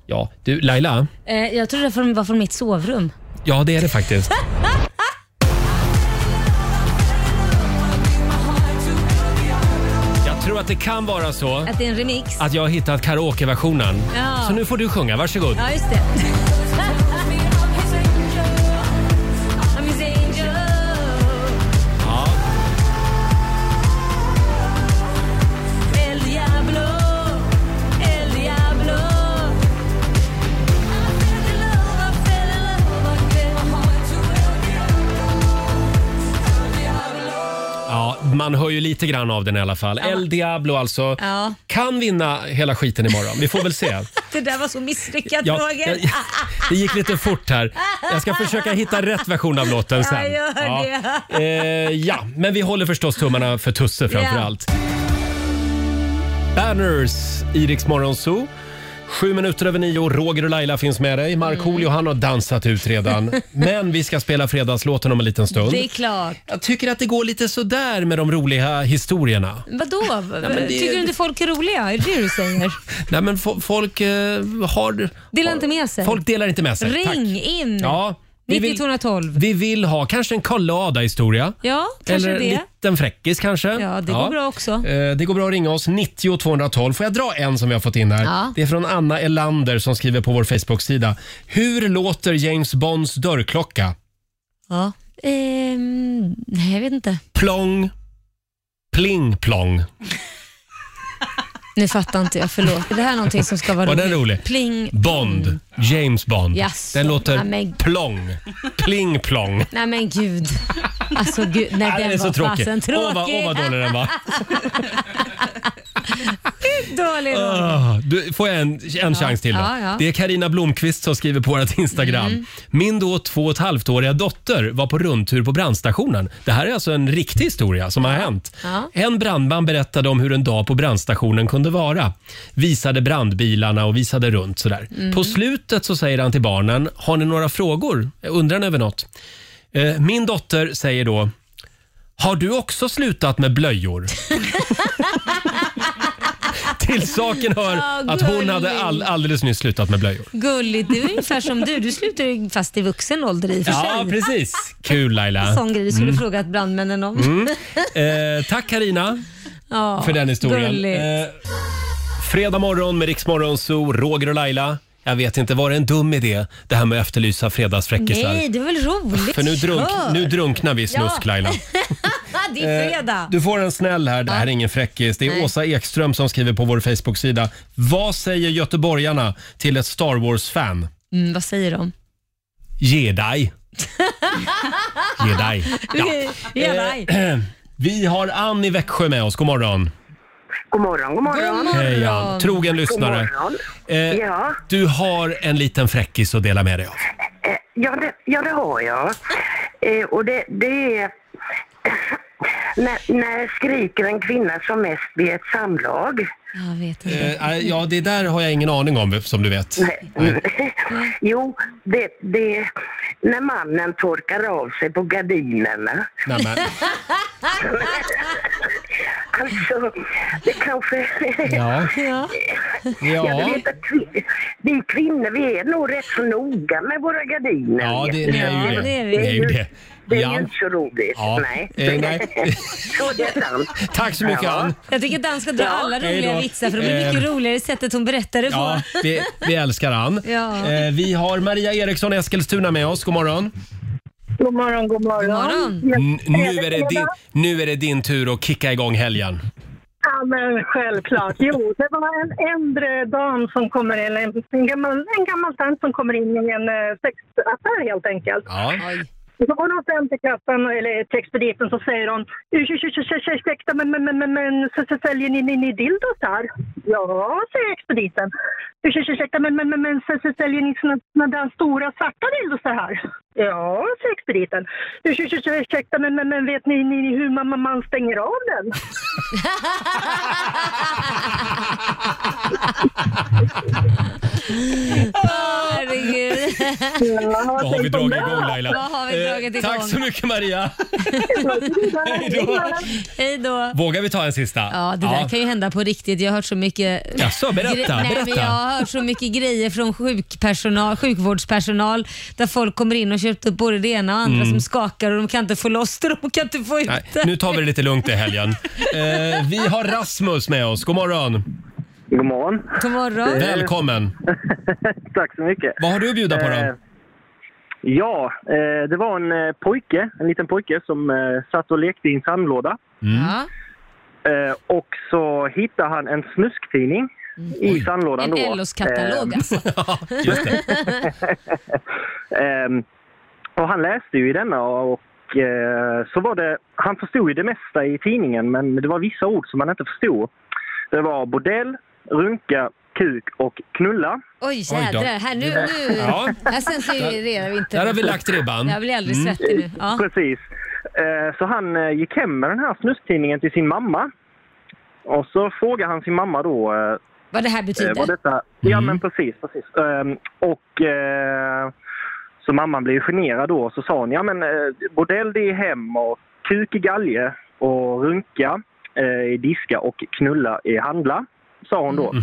[SPEAKER 1] Ja, du Laila.
[SPEAKER 2] Eh, jag tror det var från- var från mitt sovrum.
[SPEAKER 1] Ja, det är det faktiskt. Jag tror att det kan vara så
[SPEAKER 2] Att det är en remix.
[SPEAKER 1] att jag har hittat karaokeversionen.
[SPEAKER 2] Ja.
[SPEAKER 1] Så nu får du sjunga, varsågod.
[SPEAKER 2] Ja, just det. I'm his angel.
[SPEAKER 1] Ja.
[SPEAKER 2] El Diablo, El Diablo.
[SPEAKER 1] Ja, man hör ju lite grann av den i alla fall. El Diablo alltså.
[SPEAKER 2] Ja.
[SPEAKER 1] Kan vinna hela skiten imorgon. Vi får väl se.
[SPEAKER 2] Det där var så misslyckat
[SPEAKER 1] Ja,
[SPEAKER 2] Roger.
[SPEAKER 1] jag- Det gick lite fort här. Jag ska försöka hitta rätt version av låten sen.
[SPEAKER 2] Ja, gör det.
[SPEAKER 1] Eh, ja, men vi håller förstås tummarna för Tusse framför
[SPEAKER 2] Ja.
[SPEAKER 1] allt. Banners i Rix Morgon Zoo. Sju minuter över nio, Roger och Laila finns med dig.
[SPEAKER 2] Mm.
[SPEAKER 1] Markoolio han har dansat ut redan. Men vi ska spela fredagslåten om en liten stund.
[SPEAKER 2] Det är klart.
[SPEAKER 1] Jag tycker att det går lite sådär med de roliga historierna.
[SPEAKER 2] Vadå?
[SPEAKER 1] men det-
[SPEAKER 2] Tycker du inte folk är roliga? Är det det du säger?
[SPEAKER 1] Nej men fo- folk eh, har...
[SPEAKER 2] Delar inte med sig.
[SPEAKER 1] Folk delar inte med sig.
[SPEAKER 2] Ring
[SPEAKER 1] Tack.
[SPEAKER 2] in.
[SPEAKER 1] Ja, vi vill-
[SPEAKER 2] 90 212.
[SPEAKER 1] Vi vill ha kanske en Karl-Ada-historia.
[SPEAKER 2] Ja, kanske
[SPEAKER 1] Eller en
[SPEAKER 2] det.
[SPEAKER 1] liten fräckis kanske.
[SPEAKER 2] Ja, det går bra också.
[SPEAKER 1] Eh, Det går bra att ringa oss, 90 212. Får jag dra en som vi har fått in här?
[SPEAKER 2] Ja.
[SPEAKER 1] Det är från Anna Elander som skriver på vår Facebook-sida. Hur låter James Bonds dörrklocka?
[SPEAKER 2] Ja. Ehm, nej, jag vet inte.
[SPEAKER 1] Plong, pling plong.
[SPEAKER 2] Nu fattar inte jag, förlåt. Är det här någonting som ska vara
[SPEAKER 1] Var den rolig?
[SPEAKER 2] Pling.
[SPEAKER 1] Bond, James Bond.
[SPEAKER 2] Jaså.
[SPEAKER 1] Den låter
[SPEAKER 2] Ja, men-
[SPEAKER 1] plong, pling plong.
[SPEAKER 2] Nej men gud. Alltså gud, nej
[SPEAKER 1] Den
[SPEAKER 2] den
[SPEAKER 1] är så
[SPEAKER 2] var
[SPEAKER 1] tråkig.
[SPEAKER 2] fasen
[SPEAKER 1] Åh, vad- åh,
[SPEAKER 2] tråkig.
[SPEAKER 1] vad dålig den var.
[SPEAKER 2] Dålig roll.
[SPEAKER 1] Ah, du, får jag en, en chans till då?
[SPEAKER 2] ja, Mm. ja.
[SPEAKER 1] Det är Karina Blomqvist som skriver på vårt Instagram. Min då två och ett halvt-åriga dotter var på rundtur på brandstationen. Det här är alltså en riktig historia som har hänt.
[SPEAKER 2] Ja.
[SPEAKER 1] En brandman berättade om hur en dag på brandstationen kunde vara. Visade brandbilarna och visade runt sådär.
[SPEAKER 2] Mm.
[SPEAKER 1] På slutet så säger han till barnen, har ni några frågor? Undrar ni över något? Eh, Min dotter säger då, har du också slutat med blöjor? Till saken hör
[SPEAKER 2] Ja,
[SPEAKER 1] att hon hade
[SPEAKER 2] gulligt.
[SPEAKER 1] all, alldeles nyss slutat med blöjor.
[SPEAKER 2] Gulligt, det är ungefär som du. Du slutar ju fast i vuxen ålder i och för sig.
[SPEAKER 1] Ja, precis. Kul Laila.
[SPEAKER 2] En sån grej du skulle
[SPEAKER 1] Mm.
[SPEAKER 2] frågat brandmännen om.
[SPEAKER 1] Mm. Eh, tack Karina
[SPEAKER 2] ja,
[SPEAKER 1] för den historien.
[SPEAKER 2] gulligt.
[SPEAKER 1] Eh, fredag morgon med Riksmorgon Zoo, Roger och Laila. Jag vet inte, var det en dum idé det här med att efterlysa fredagsfräckisar?
[SPEAKER 2] Nej, det var väl roligt?
[SPEAKER 1] För nu, drunk,
[SPEAKER 2] Kör.
[SPEAKER 1] nu drunknar vi i snusk Laila.
[SPEAKER 2] det är fredag.
[SPEAKER 1] Eh, Du får en snäll här. Det här är ingen fräckis. Det är
[SPEAKER 2] Nej.
[SPEAKER 1] Åsa Ekström som skriver på vår Facebook-sida. Vad säger göteborgarna till ett Star Wars-fan?
[SPEAKER 2] Mm, vad säger de?
[SPEAKER 1] Ge dig! Ge dig.
[SPEAKER 2] Ge- ge dig.
[SPEAKER 1] Eh, Vi har Ann i Växjö med oss. God morgon.
[SPEAKER 3] God morgon, god morgon.
[SPEAKER 1] Hej Ann, trogen lyssnare.
[SPEAKER 3] God morgon.
[SPEAKER 1] Eh,
[SPEAKER 3] Ja.
[SPEAKER 1] Du har en liten fräckis att dela med dig av.
[SPEAKER 3] Eh, Ja, det, ja, det har jag. Eh, och det, det är... när, när skriker en kvinna som mest vid ett samlag?
[SPEAKER 2] Jag vet
[SPEAKER 1] Eh, eh, ja, det där har jag ingen aning om som du vet. Nej.
[SPEAKER 3] Jo, det, det är när mannen torkar av sig på gardinerna.
[SPEAKER 1] Nej, men.
[SPEAKER 3] Alltså, det kanske...
[SPEAKER 1] Ja.
[SPEAKER 3] ja.
[SPEAKER 1] Ja.
[SPEAKER 3] du vet att kvin- vi kvinnor vi är nog rätt så noga med våra gardiner.
[SPEAKER 1] Ja, det, det är ju det. Det är ju det.
[SPEAKER 3] Det är
[SPEAKER 1] Ja.
[SPEAKER 3] ju inte så roligt.
[SPEAKER 1] Ja.
[SPEAKER 3] Nej.
[SPEAKER 1] Eh, nej.
[SPEAKER 3] så det är sant.
[SPEAKER 1] Tack så mycket Ann.
[SPEAKER 2] Jag tycker att Dan ska dra
[SPEAKER 3] Ja.
[SPEAKER 2] alla
[SPEAKER 1] Hej
[SPEAKER 2] roliga
[SPEAKER 1] då.
[SPEAKER 2] vitsar för de är
[SPEAKER 1] Eh.
[SPEAKER 2] mycket roligare i sättet hon berättar det på.
[SPEAKER 1] Ja, vi, vi älskar Ann.
[SPEAKER 2] Ja.
[SPEAKER 1] Eh, vi har Maria Eriksson i Eskilstuna med oss. God morgon.
[SPEAKER 3] God morgon, god morgon.
[SPEAKER 1] N- nu, är det din, nu är det din tur att kicka igång helgen.
[SPEAKER 3] Ja, men självklart. Jo, det var en äldre dam som kommer in, en, en, gammal, en gammal tant som kommer in i en eh, sexaffär helt enkelt.
[SPEAKER 1] Ja.
[SPEAKER 3] Och Så går hon fram till kassan, eller till expediten, så säger hon "Ursä- ursä- ursä- ursäkta, men, men, men, men, men så, så säljer ni, ni, ni dildos här? Ja, säger expediten. "Ursä- Ursäkta, men, men, men, men så, så säljer ni såna, såna där stora svarta dildosar här? Ja, säger expediten. "Ursä- ursä- Ursäkta, men, men, men vet ni, ni ni hur man, man- man stänger av den?
[SPEAKER 2] Herregud.
[SPEAKER 1] Vad har vi dragit igång Laila?
[SPEAKER 2] Vad har vi
[SPEAKER 1] Eh,
[SPEAKER 2] dragit igång?
[SPEAKER 1] Tack så mycket Maria.
[SPEAKER 2] Hej
[SPEAKER 1] då.
[SPEAKER 2] Hej då.
[SPEAKER 1] Vågar vi ta en sista?
[SPEAKER 2] Ja, det där kan ju hända på riktigt. Jag har hört så mycket...
[SPEAKER 1] Jaså, berätta,
[SPEAKER 2] Gre- Nej, Men
[SPEAKER 1] berätta.
[SPEAKER 2] jag har hört så mycket grejer från sjukpersonal, sjukvårdspersonal där folk kommer in och köpt upp både det ena och andra
[SPEAKER 1] Mm.
[SPEAKER 2] som skakar och de kan inte få loss det, de kan inte få ut
[SPEAKER 1] Nej,
[SPEAKER 2] det.
[SPEAKER 1] nu tar vi det lite lugnt i helgen. Eh, vi har Rasmus med oss. God morgon.
[SPEAKER 5] God morgon.
[SPEAKER 2] God morgon.
[SPEAKER 1] Välkommen.
[SPEAKER 5] Tack så mycket.
[SPEAKER 1] Vad har du att bjuda på
[SPEAKER 5] Eh,
[SPEAKER 1] då?
[SPEAKER 5] Ja, eh, det var en eh, pojke, en liten pojke som eh, satt och lekte i en sandlåda.
[SPEAKER 1] Mm.
[SPEAKER 5] Eh, och så hittade han en snusktidning
[SPEAKER 1] Mm.
[SPEAKER 5] i sandlådan
[SPEAKER 2] En
[SPEAKER 5] då.
[SPEAKER 2] Ellos-katalog
[SPEAKER 5] Eh,
[SPEAKER 2] alltså.
[SPEAKER 5] Ehm, och han läste ju i denna och eh, så var det, han förstod ju det mesta i tidningen men det var vissa ord som han inte förstod. Det var bordell, runka, kuk och knulla.
[SPEAKER 2] Oj jädrar, här nu... nu.
[SPEAKER 5] Ja.
[SPEAKER 2] Här sen så är vi inte...
[SPEAKER 5] Där har vi lagt ribban.
[SPEAKER 2] Jag blir alldeles
[SPEAKER 5] Mm.
[SPEAKER 2] svettig nu. Ja.
[SPEAKER 5] Precis. Eh, Så han eh, gick hem med den här snusktidningen till sin mamma. Och så frågade han sin mamma då eh,
[SPEAKER 2] Vad det här betyder.
[SPEAKER 5] Eh, vad detta, ja men precis. precis. Ehm, och eh, så mamman blev ju generad då och så sa hon ja men eh, bordell det är hem och kuk i galge och runka eh, i diska och knulla i handla. Sa hon då.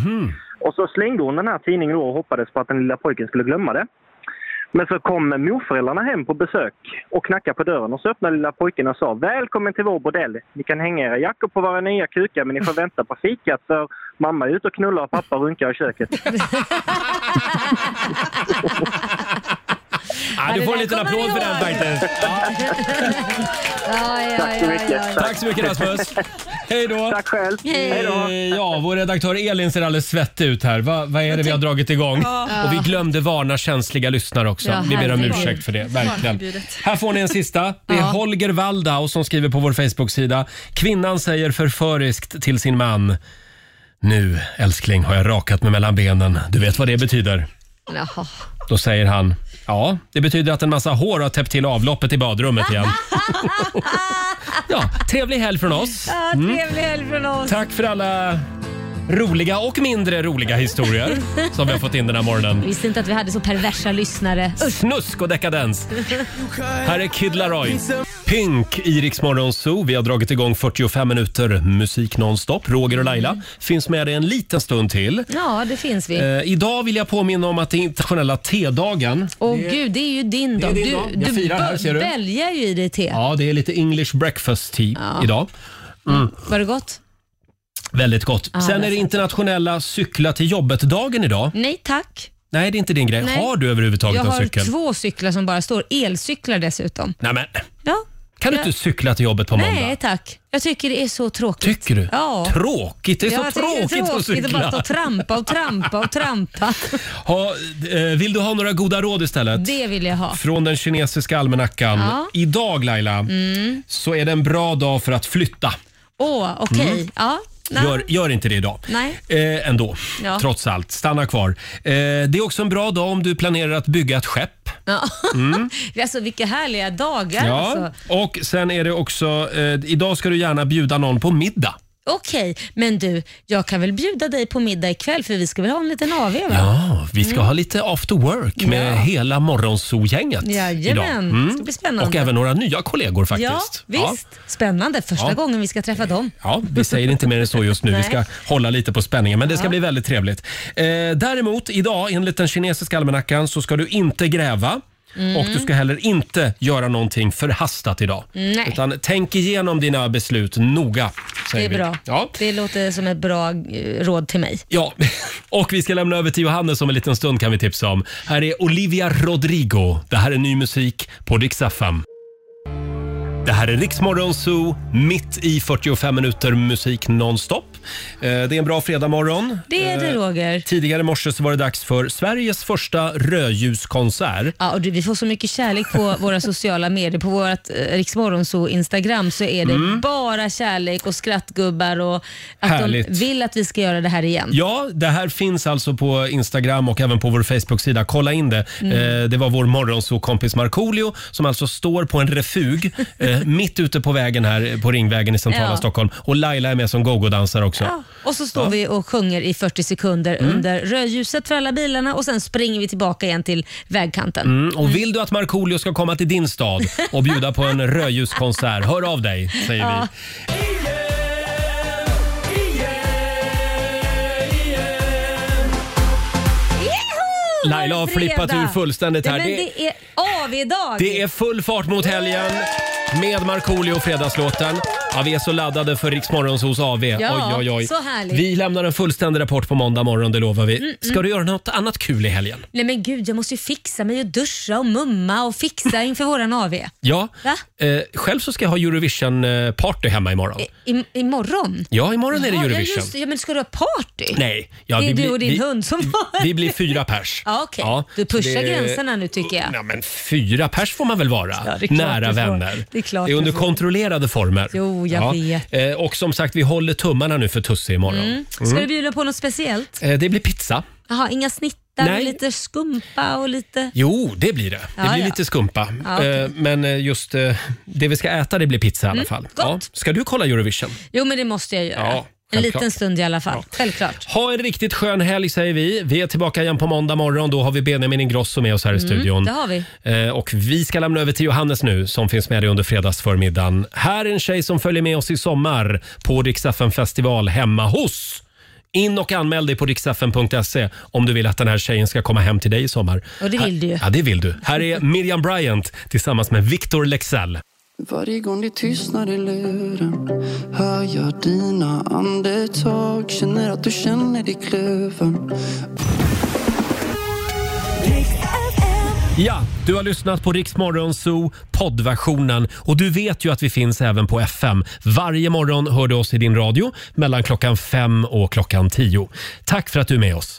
[SPEAKER 5] Och så slängde hon den här tidningen då och hoppades på att den lilla pojken skulle glömma det. Men så kom morföräldrarna hem på besök och knackade på dörren och så öppnade lilla pojken och sa Välkommen till vår bordell! Ni kan hänga era jackor på våra nya kukar men ni får vänta på fikat för mamma är ute och knullar och pappa runkar i köket.
[SPEAKER 1] Ah, du
[SPEAKER 2] det
[SPEAKER 1] får en
[SPEAKER 2] där
[SPEAKER 1] liten
[SPEAKER 2] kommer
[SPEAKER 1] applåd
[SPEAKER 2] vi
[SPEAKER 1] för den
[SPEAKER 2] ihåg.
[SPEAKER 1] faktiskt.
[SPEAKER 2] Ja, ja, ja, ja, ja.
[SPEAKER 1] Tack så mycket Rasmus. Hej då. Tack
[SPEAKER 5] själv.
[SPEAKER 2] Hej då.
[SPEAKER 1] Eh, Ja, vår redaktör Elin ser alldeles svettig ut här. Va, vad är det vi har dragit igång?
[SPEAKER 23] Ja.
[SPEAKER 1] Och vi glömde varna känsliga lyssnare också.
[SPEAKER 23] Ja,
[SPEAKER 1] vi ber om
[SPEAKER 23] herregud.
[SPEAKER 1] ursäkt för det. Verkligen.
[SPEAKER 23] Barnförbudet.
[SPEAKER 1] Här får ni en sista. Det är Holger Waldau som skriver på vår Facebook-sida. Kvinnan säger förföriskt till sin man. Nu älskling har jag rakat mig mellan benen. Du vet vad det betyder.
[SPEAKER 2] Jaha.
[SPEAKER 1] Då säger han. Ja, det betyder att en massa hår har täppt till avloppet i badrummet igen. ja, trevlig helg från oss.
[SPEAKER 2] Ja,
[SPEAKER 1] Mm.
[SPEAKER 2] trevlig helg från oss.
[SPEAKER 1] Tack för alla roliga och mindre roliga historier som vi har fått in den här morgonen.
[SPEAKER 2] Visste inte att vi hade så perversa lyssnare. Usch.
[SPEAKER 1] Snusk och dekadens. Här är Kid Laroi. Pink i Rix Morgon Zoo. Vi har dragit igång 45 minuter musik nonstop. Roger och Laila finns med dig en liten stund till.
[SPEAKER 2] Ja, det finns vi.
[SPEAKER 1] Eh, idag vill jag påminna om att det är internationella tedagen.
[SPEAKER 2] Åh gud, det är ju din
[SPEAKER 1] det är
[SPEAKER 2] dag.
[SPEAKER 1] din
[SPEAKER 2] Du,
[SPEAKER 1] dag. Jag
[SPEAKER 2] du
[SPEAKER 1] firar här,
[SPEAKER 2] bö-
[SPEAKER 1] ser du.
[SPEAKER 2] bälgar ju i dig te.
[SPEAKER 1] Ja, det är lite English breakfast tea
[SPEAKER 2] Ja.
[SPEAKER 1] idag. Mm,
[SPEAKER 2] Var det gott?
[SPEAKER 1] väldigt gott.
[SPEAKER 2] Ja,
[SPEAKER 1] Sen
[SPEAKER 2] det
[SPEAKER 1] är
[SPEAKER 2] är
[SPEAKER 1] det
[SPEAKER 2] sant.
[SPEAKER 1] internationella cykla till jobbet-dagen idag.
[SPEAKER 2] Nej tack.
[SPEAKER 1] Nej, det är inte din grej.
[SPEAKER 2] Nej.
[SPEAKER 1] Har du överhuvudtaget
[SPEAKER 2] Jag
[SPEAKER 1] en
[SPEAKER 2] har
[SPEAKER 1] cykel?
[SPEAKER 2] två cyklar som bara står. Elcyklar dessutom.
[SPEAKER 1] Nej, men.
[SPEAKER 2] Ja.
[SPEAKER 1] Kan du
[SPEAKER 2] Ja.
[SPEAKER 1] inte cykla till jobbet på måndag?
[SPEAKER 2] Nej tack. Jag tycker det är så tråkigt.
[SPEAKER 1] Tycker du?
[SPEAKER 2] Ja.
[SPEAKER 1] Tråkigt? Det är
[SPEAKER 2] Ja,
[SPEAKER 1] så
[SPEAKER 2] jag tycker
[SPEAKER 1] tråkigt,
[SPEAKER 2] det är
[SPEAKER 1] att
[SPEAKER 2] tråkigt att bara stå
[SPEAKER 1] cykla.
[SPEAKER 2] och trampa och trampa och trampa.
[SPEAKER 1] Ha, eh, vill du ha några goda råd istället?
[SPEAKER 2] Det vill jag ha.
[SPEAKER 1] Från den kinesiska almanackan.
[SPEAKER 2] Ja.
[SPEAKER 1] Idag Laila,
[SPEAKER 2] Mm.
[SPEAKER 1] så är det en bra dag för att flytta.
[SPEAKER 2] Åh, okej.
[SPEAKER 1] Mm.
[SPEAKER 2] Ja. Nej.
[SPEAKER 1] Gör, gör inte det idag.
[SPEAKER 2] Nej.
[SPEAKER 1] Eh, ändå,
[SPEAKER 2] Ja.
[SPEAKER 1] trots allt. Stanna kvar. Eh, det är också en bra dag om du planerar att bygga ett skepp.
[SPEAKER 2] Ja.
[SPEAKER 1] Mm.
[SPEAKER 2] Alltså vilka härliga dagar.
[SPEAKER 1] Ja.
[SPEAKER 2] Alltså.
[SPEAKER 1] Och sen är det också, eh, idag ska du gärna bjuda någon på middag.
[SPEAKER 2] Okej, men du, jag kan väl bjuda dig på middag ikväll för vi ska väl ha en liten AW va?
[SPEAKER 1] Ja, vi ska
[SPEAKER 2] Mm.
[SPEAKER 1] ha lite after work med hela morgonzoo-gänget idag. Mm.
[SPEAKER 2] Jajamän, det ska bli spännande.
[SPEAKER 1] Och även några nya kollegor
[SPEAKER 2] Ja,
[SPEAKER 1] faktiskt.
[SPEAKER 2] visst. Spännande. Första
[SPEAKER 1] Ja.
[SPEAKER 2] gången vi ska träffa dem.
[SPEAKER 1] Ja, vi säger inte mer än så just nu. Vi
[SPEAKER 2] Nej.
[SPEAKER 1] ska hålla lite på spänningen, men det ska
[SPEAKER 2] Ja.
[SPEAKER 1] bli väldigt trevligt. Eh, däremot, idag enligt den kinesiska almanackan så ska du inte gräva.
[SPEAKER 2] Mm.
[SPEAKER 1] Och du ska heller inte göra någonting förhastat idag.
[SPEAKER 2] Nej.
[SPEAKER 1] Utan tänk igenom dina beslut noga.
[SPEAKER 2] Det
[SPEAKER 1] Säger
[SPEAKER 2] är bra.
[SPEAKER 1] Vi. Ja.
[SPEAKER 2] Det låter som ett bra eh, råd till mig.
[SPEAKER 1] ja, och vi ska lämna över till Johannes om en liten stund kan vi tipsa om. Här är Olivia Rodrigo. Det här är ny musik på Dix FM. Det här är Riksmorgon Zoo, mitt i 45 minuter musik nonstop. Eh, Det är en bra fredagmorgon.
[SPEAKER 2] Det är det,
[SPEAKER 1] Eh,
[SPEAKER 2] Roger.
[SPEAKER 1] Tidigare i morse så var det dags för Sveriges första rödljuskonsert.
[SPEAKER 2] Ja, och du, vi får så mycket kärlek på våra sociala medier. På vårt eh, Riksmorgonzoo Instagram så är det
[SPEAKER 1] Mm.
[SPEAKER 2] bara kärlek och skrattgubbar och att
[SPEAKER 1] Härligt.
[SPEAKER 2] de vill att vi ska göra det här igen.
[SPEAKER 1] Ja, det här finns alltså på Instagram och även på vår Facebook-sida. Kolla in det.
[SPEAKER 2] Mm.
[SPEAKER 1] Eh, det var vår morgonsåkompis Markoolio som alltså står på en refug eh, mitt ute på vägen här eh, på Ringvägen i centrala
[SPEAKER 2] Ja.
[SPEAKER 1] Stockholm. Och Laila är med som go-go-dansare också.
[SPEAKER 2] Och så står
[SPEAKER 1] Ja.
[SPEAKER 2] vi och sjunger i 40 sekunder
[SPEAKER 1] Mm.
[SPEAKER 2] under rödljuset för alla bilarna och sen springer vi tillbaka igen till vägkanten.
[SPEAKER 1] Mm, och vill du att Markoolio ska komma till din stad och bjuda på en rödljuskonsert, hör av dig säger vi.
[SPEAKER 2] Ja. Joho!
[SPEAKER 1] Laila har
[SPEAKER 2] Det är fredag.
[SPEAKER 1] flippat ur fullständigt här.
[SPEAKER 2] Nej, men
[SPEAKER 1] Det-
[SPEAKER 2] det är av idag.
[SPEAKER 1] Det är full fart mot helgen med Markoolio och Fredagslåten. Ja, vi är så laddade för Rix Morgonzoos AV.
[SPEAKER 2] Ja,
[SPEAKER 1] oj, oj, oj.
[SPEAKER 2] så härligt.
[SPEAKER 1] Vi lämnar en fullständig rapport på måndag morgon, det lovar vi.
[SPEAKER 2] Mm,
[SPEAKER 1] Ska
[SPEAKER 2] mm.
[SPEAKER 1] du göra något annat kul i helgen?
[SPEAKER 2] Nej men gud, jag måste ju fixa mig och duscha och mumma och fixa inför våran AV.
[SPEAKER 1] Ja,
[SPEAKER 2] Va?
[SPEAKER 1] eh, själv så ska jag ha Eurovision-party hemma imorgon.
[SPEAKER 2] I, imorgon?
[SPEAKER 1] Ja, imorgon är det
[SPEAKER 2] Eh, Ja, ja,
[SPEAKER 1] Eurovision.
[SPEAKER 2] just det. Ja, men ska du ha party?
[SPEAKER 1] Nej, ja,
[SPEAKER 2] det
[SPEAKER 1] vi
[SPEAKER 2] är
[SPEAKER 1] blir-
[SPEAKER 2] du och din
[SPEAKER 1] vi-
[SPEAKER 2] hund som var
[SPEAKER 1] Vi blir fyra pers.
[SPEAKER 2] Ja, okej.
[SPEAKER 1] Ja,
[SPEAKER 2] du pushar
[SPEAKER 1] det-
[SPEAKER 2] gränserna nu tycker jag.
[SPEAKER 1] Ja, men fyra pers får man väl vara?
[SPEAKER 2] det är klart
[SPEAKER 1] Nära
[SPEAKER 2] du får.
[SPEAKER 1] vänner.
[SPEAKER 2] Det är klart du
[SPEAKER 1] under
[SPEAKER 2] får.
[SPEAKER 1] kontrollerade former.
[SPEAKER 2] Jo, jag vet.
[SPEAKER 1] Eh, Och som sagt, vi håller tummarna nu för Tusse imorgon.
[SPEAKER 2] Mm. Ska
[SPEAKER 1] Mm.
[SPEAKER 2] du bjuda på något speciellt?
[SPEAKER 1] Eh, Det blir pizza.
[SPEAKER 2] Jaha, inga snittar,
[SPEAKER 1] Nej.
[SPEAKER 2] lite skumpa och lite...
[SPEAKER 1] Jo, det blir det. Det
[SPEAKER 2] Ja,
[SPEAKER 1] blir
[SPEAKER 2] ja.
[SPEAKER 1] lite skumpa.
[SPEAKER 2] Ja, okej.
[SPEAKER 1] Eh, Men eh, just eh, det vi ska äta, det blir pizza i alla
[SPEAKER 2] Mm,
[SPEAKER 1] fall. Ja. Ska du kolla Eurovision?
[SPEAKER 2] Jo, men det måste jag göra.
[SPEAKER 1] Ja,
[SPEAKER 2] en
[SPEAKER 1] självklart.
[SPEAKER 2] liten stund i alla fall. Självklart.
[SPEAKER 1] Ha en riktigt skön helg säger vi. Vi är tillbaka igen på måndag morgon. Då har vi Benjamin Ingrosso med oss här i studion.
[SPEAKER 2] Mm, det har vi.
[SPEAKER 1] Eh, Och vi ska lämna över till Johannes nu som finns med dig under fredagsförmiddagen. Här är en tjej som följer med oss i sommar på Riksaffen festival hemma hos. In och anmäl dig på riksaffen.se om du vill att den här tjejen ska komma hem till dig i sommar.
[SPEAKER 2] Och det vill du ju.
[SPEAKER 1] Ja, det vill du. Här är Miriam Bryant tillsammans med Victor Lexell.
[SPEAKER 10] Varje gång det tystnar i luren hör jag dina andetag Känner att du känner dig kluven
[SPEAKER 1] Ja, du har lyssnat på Rix Morgon Zoo poddversionen och du vet ju att vi finns även på FM. Varje morgon hör du oss i din radio mellan klockan fem och klockan tio. Tack för att du är med oss.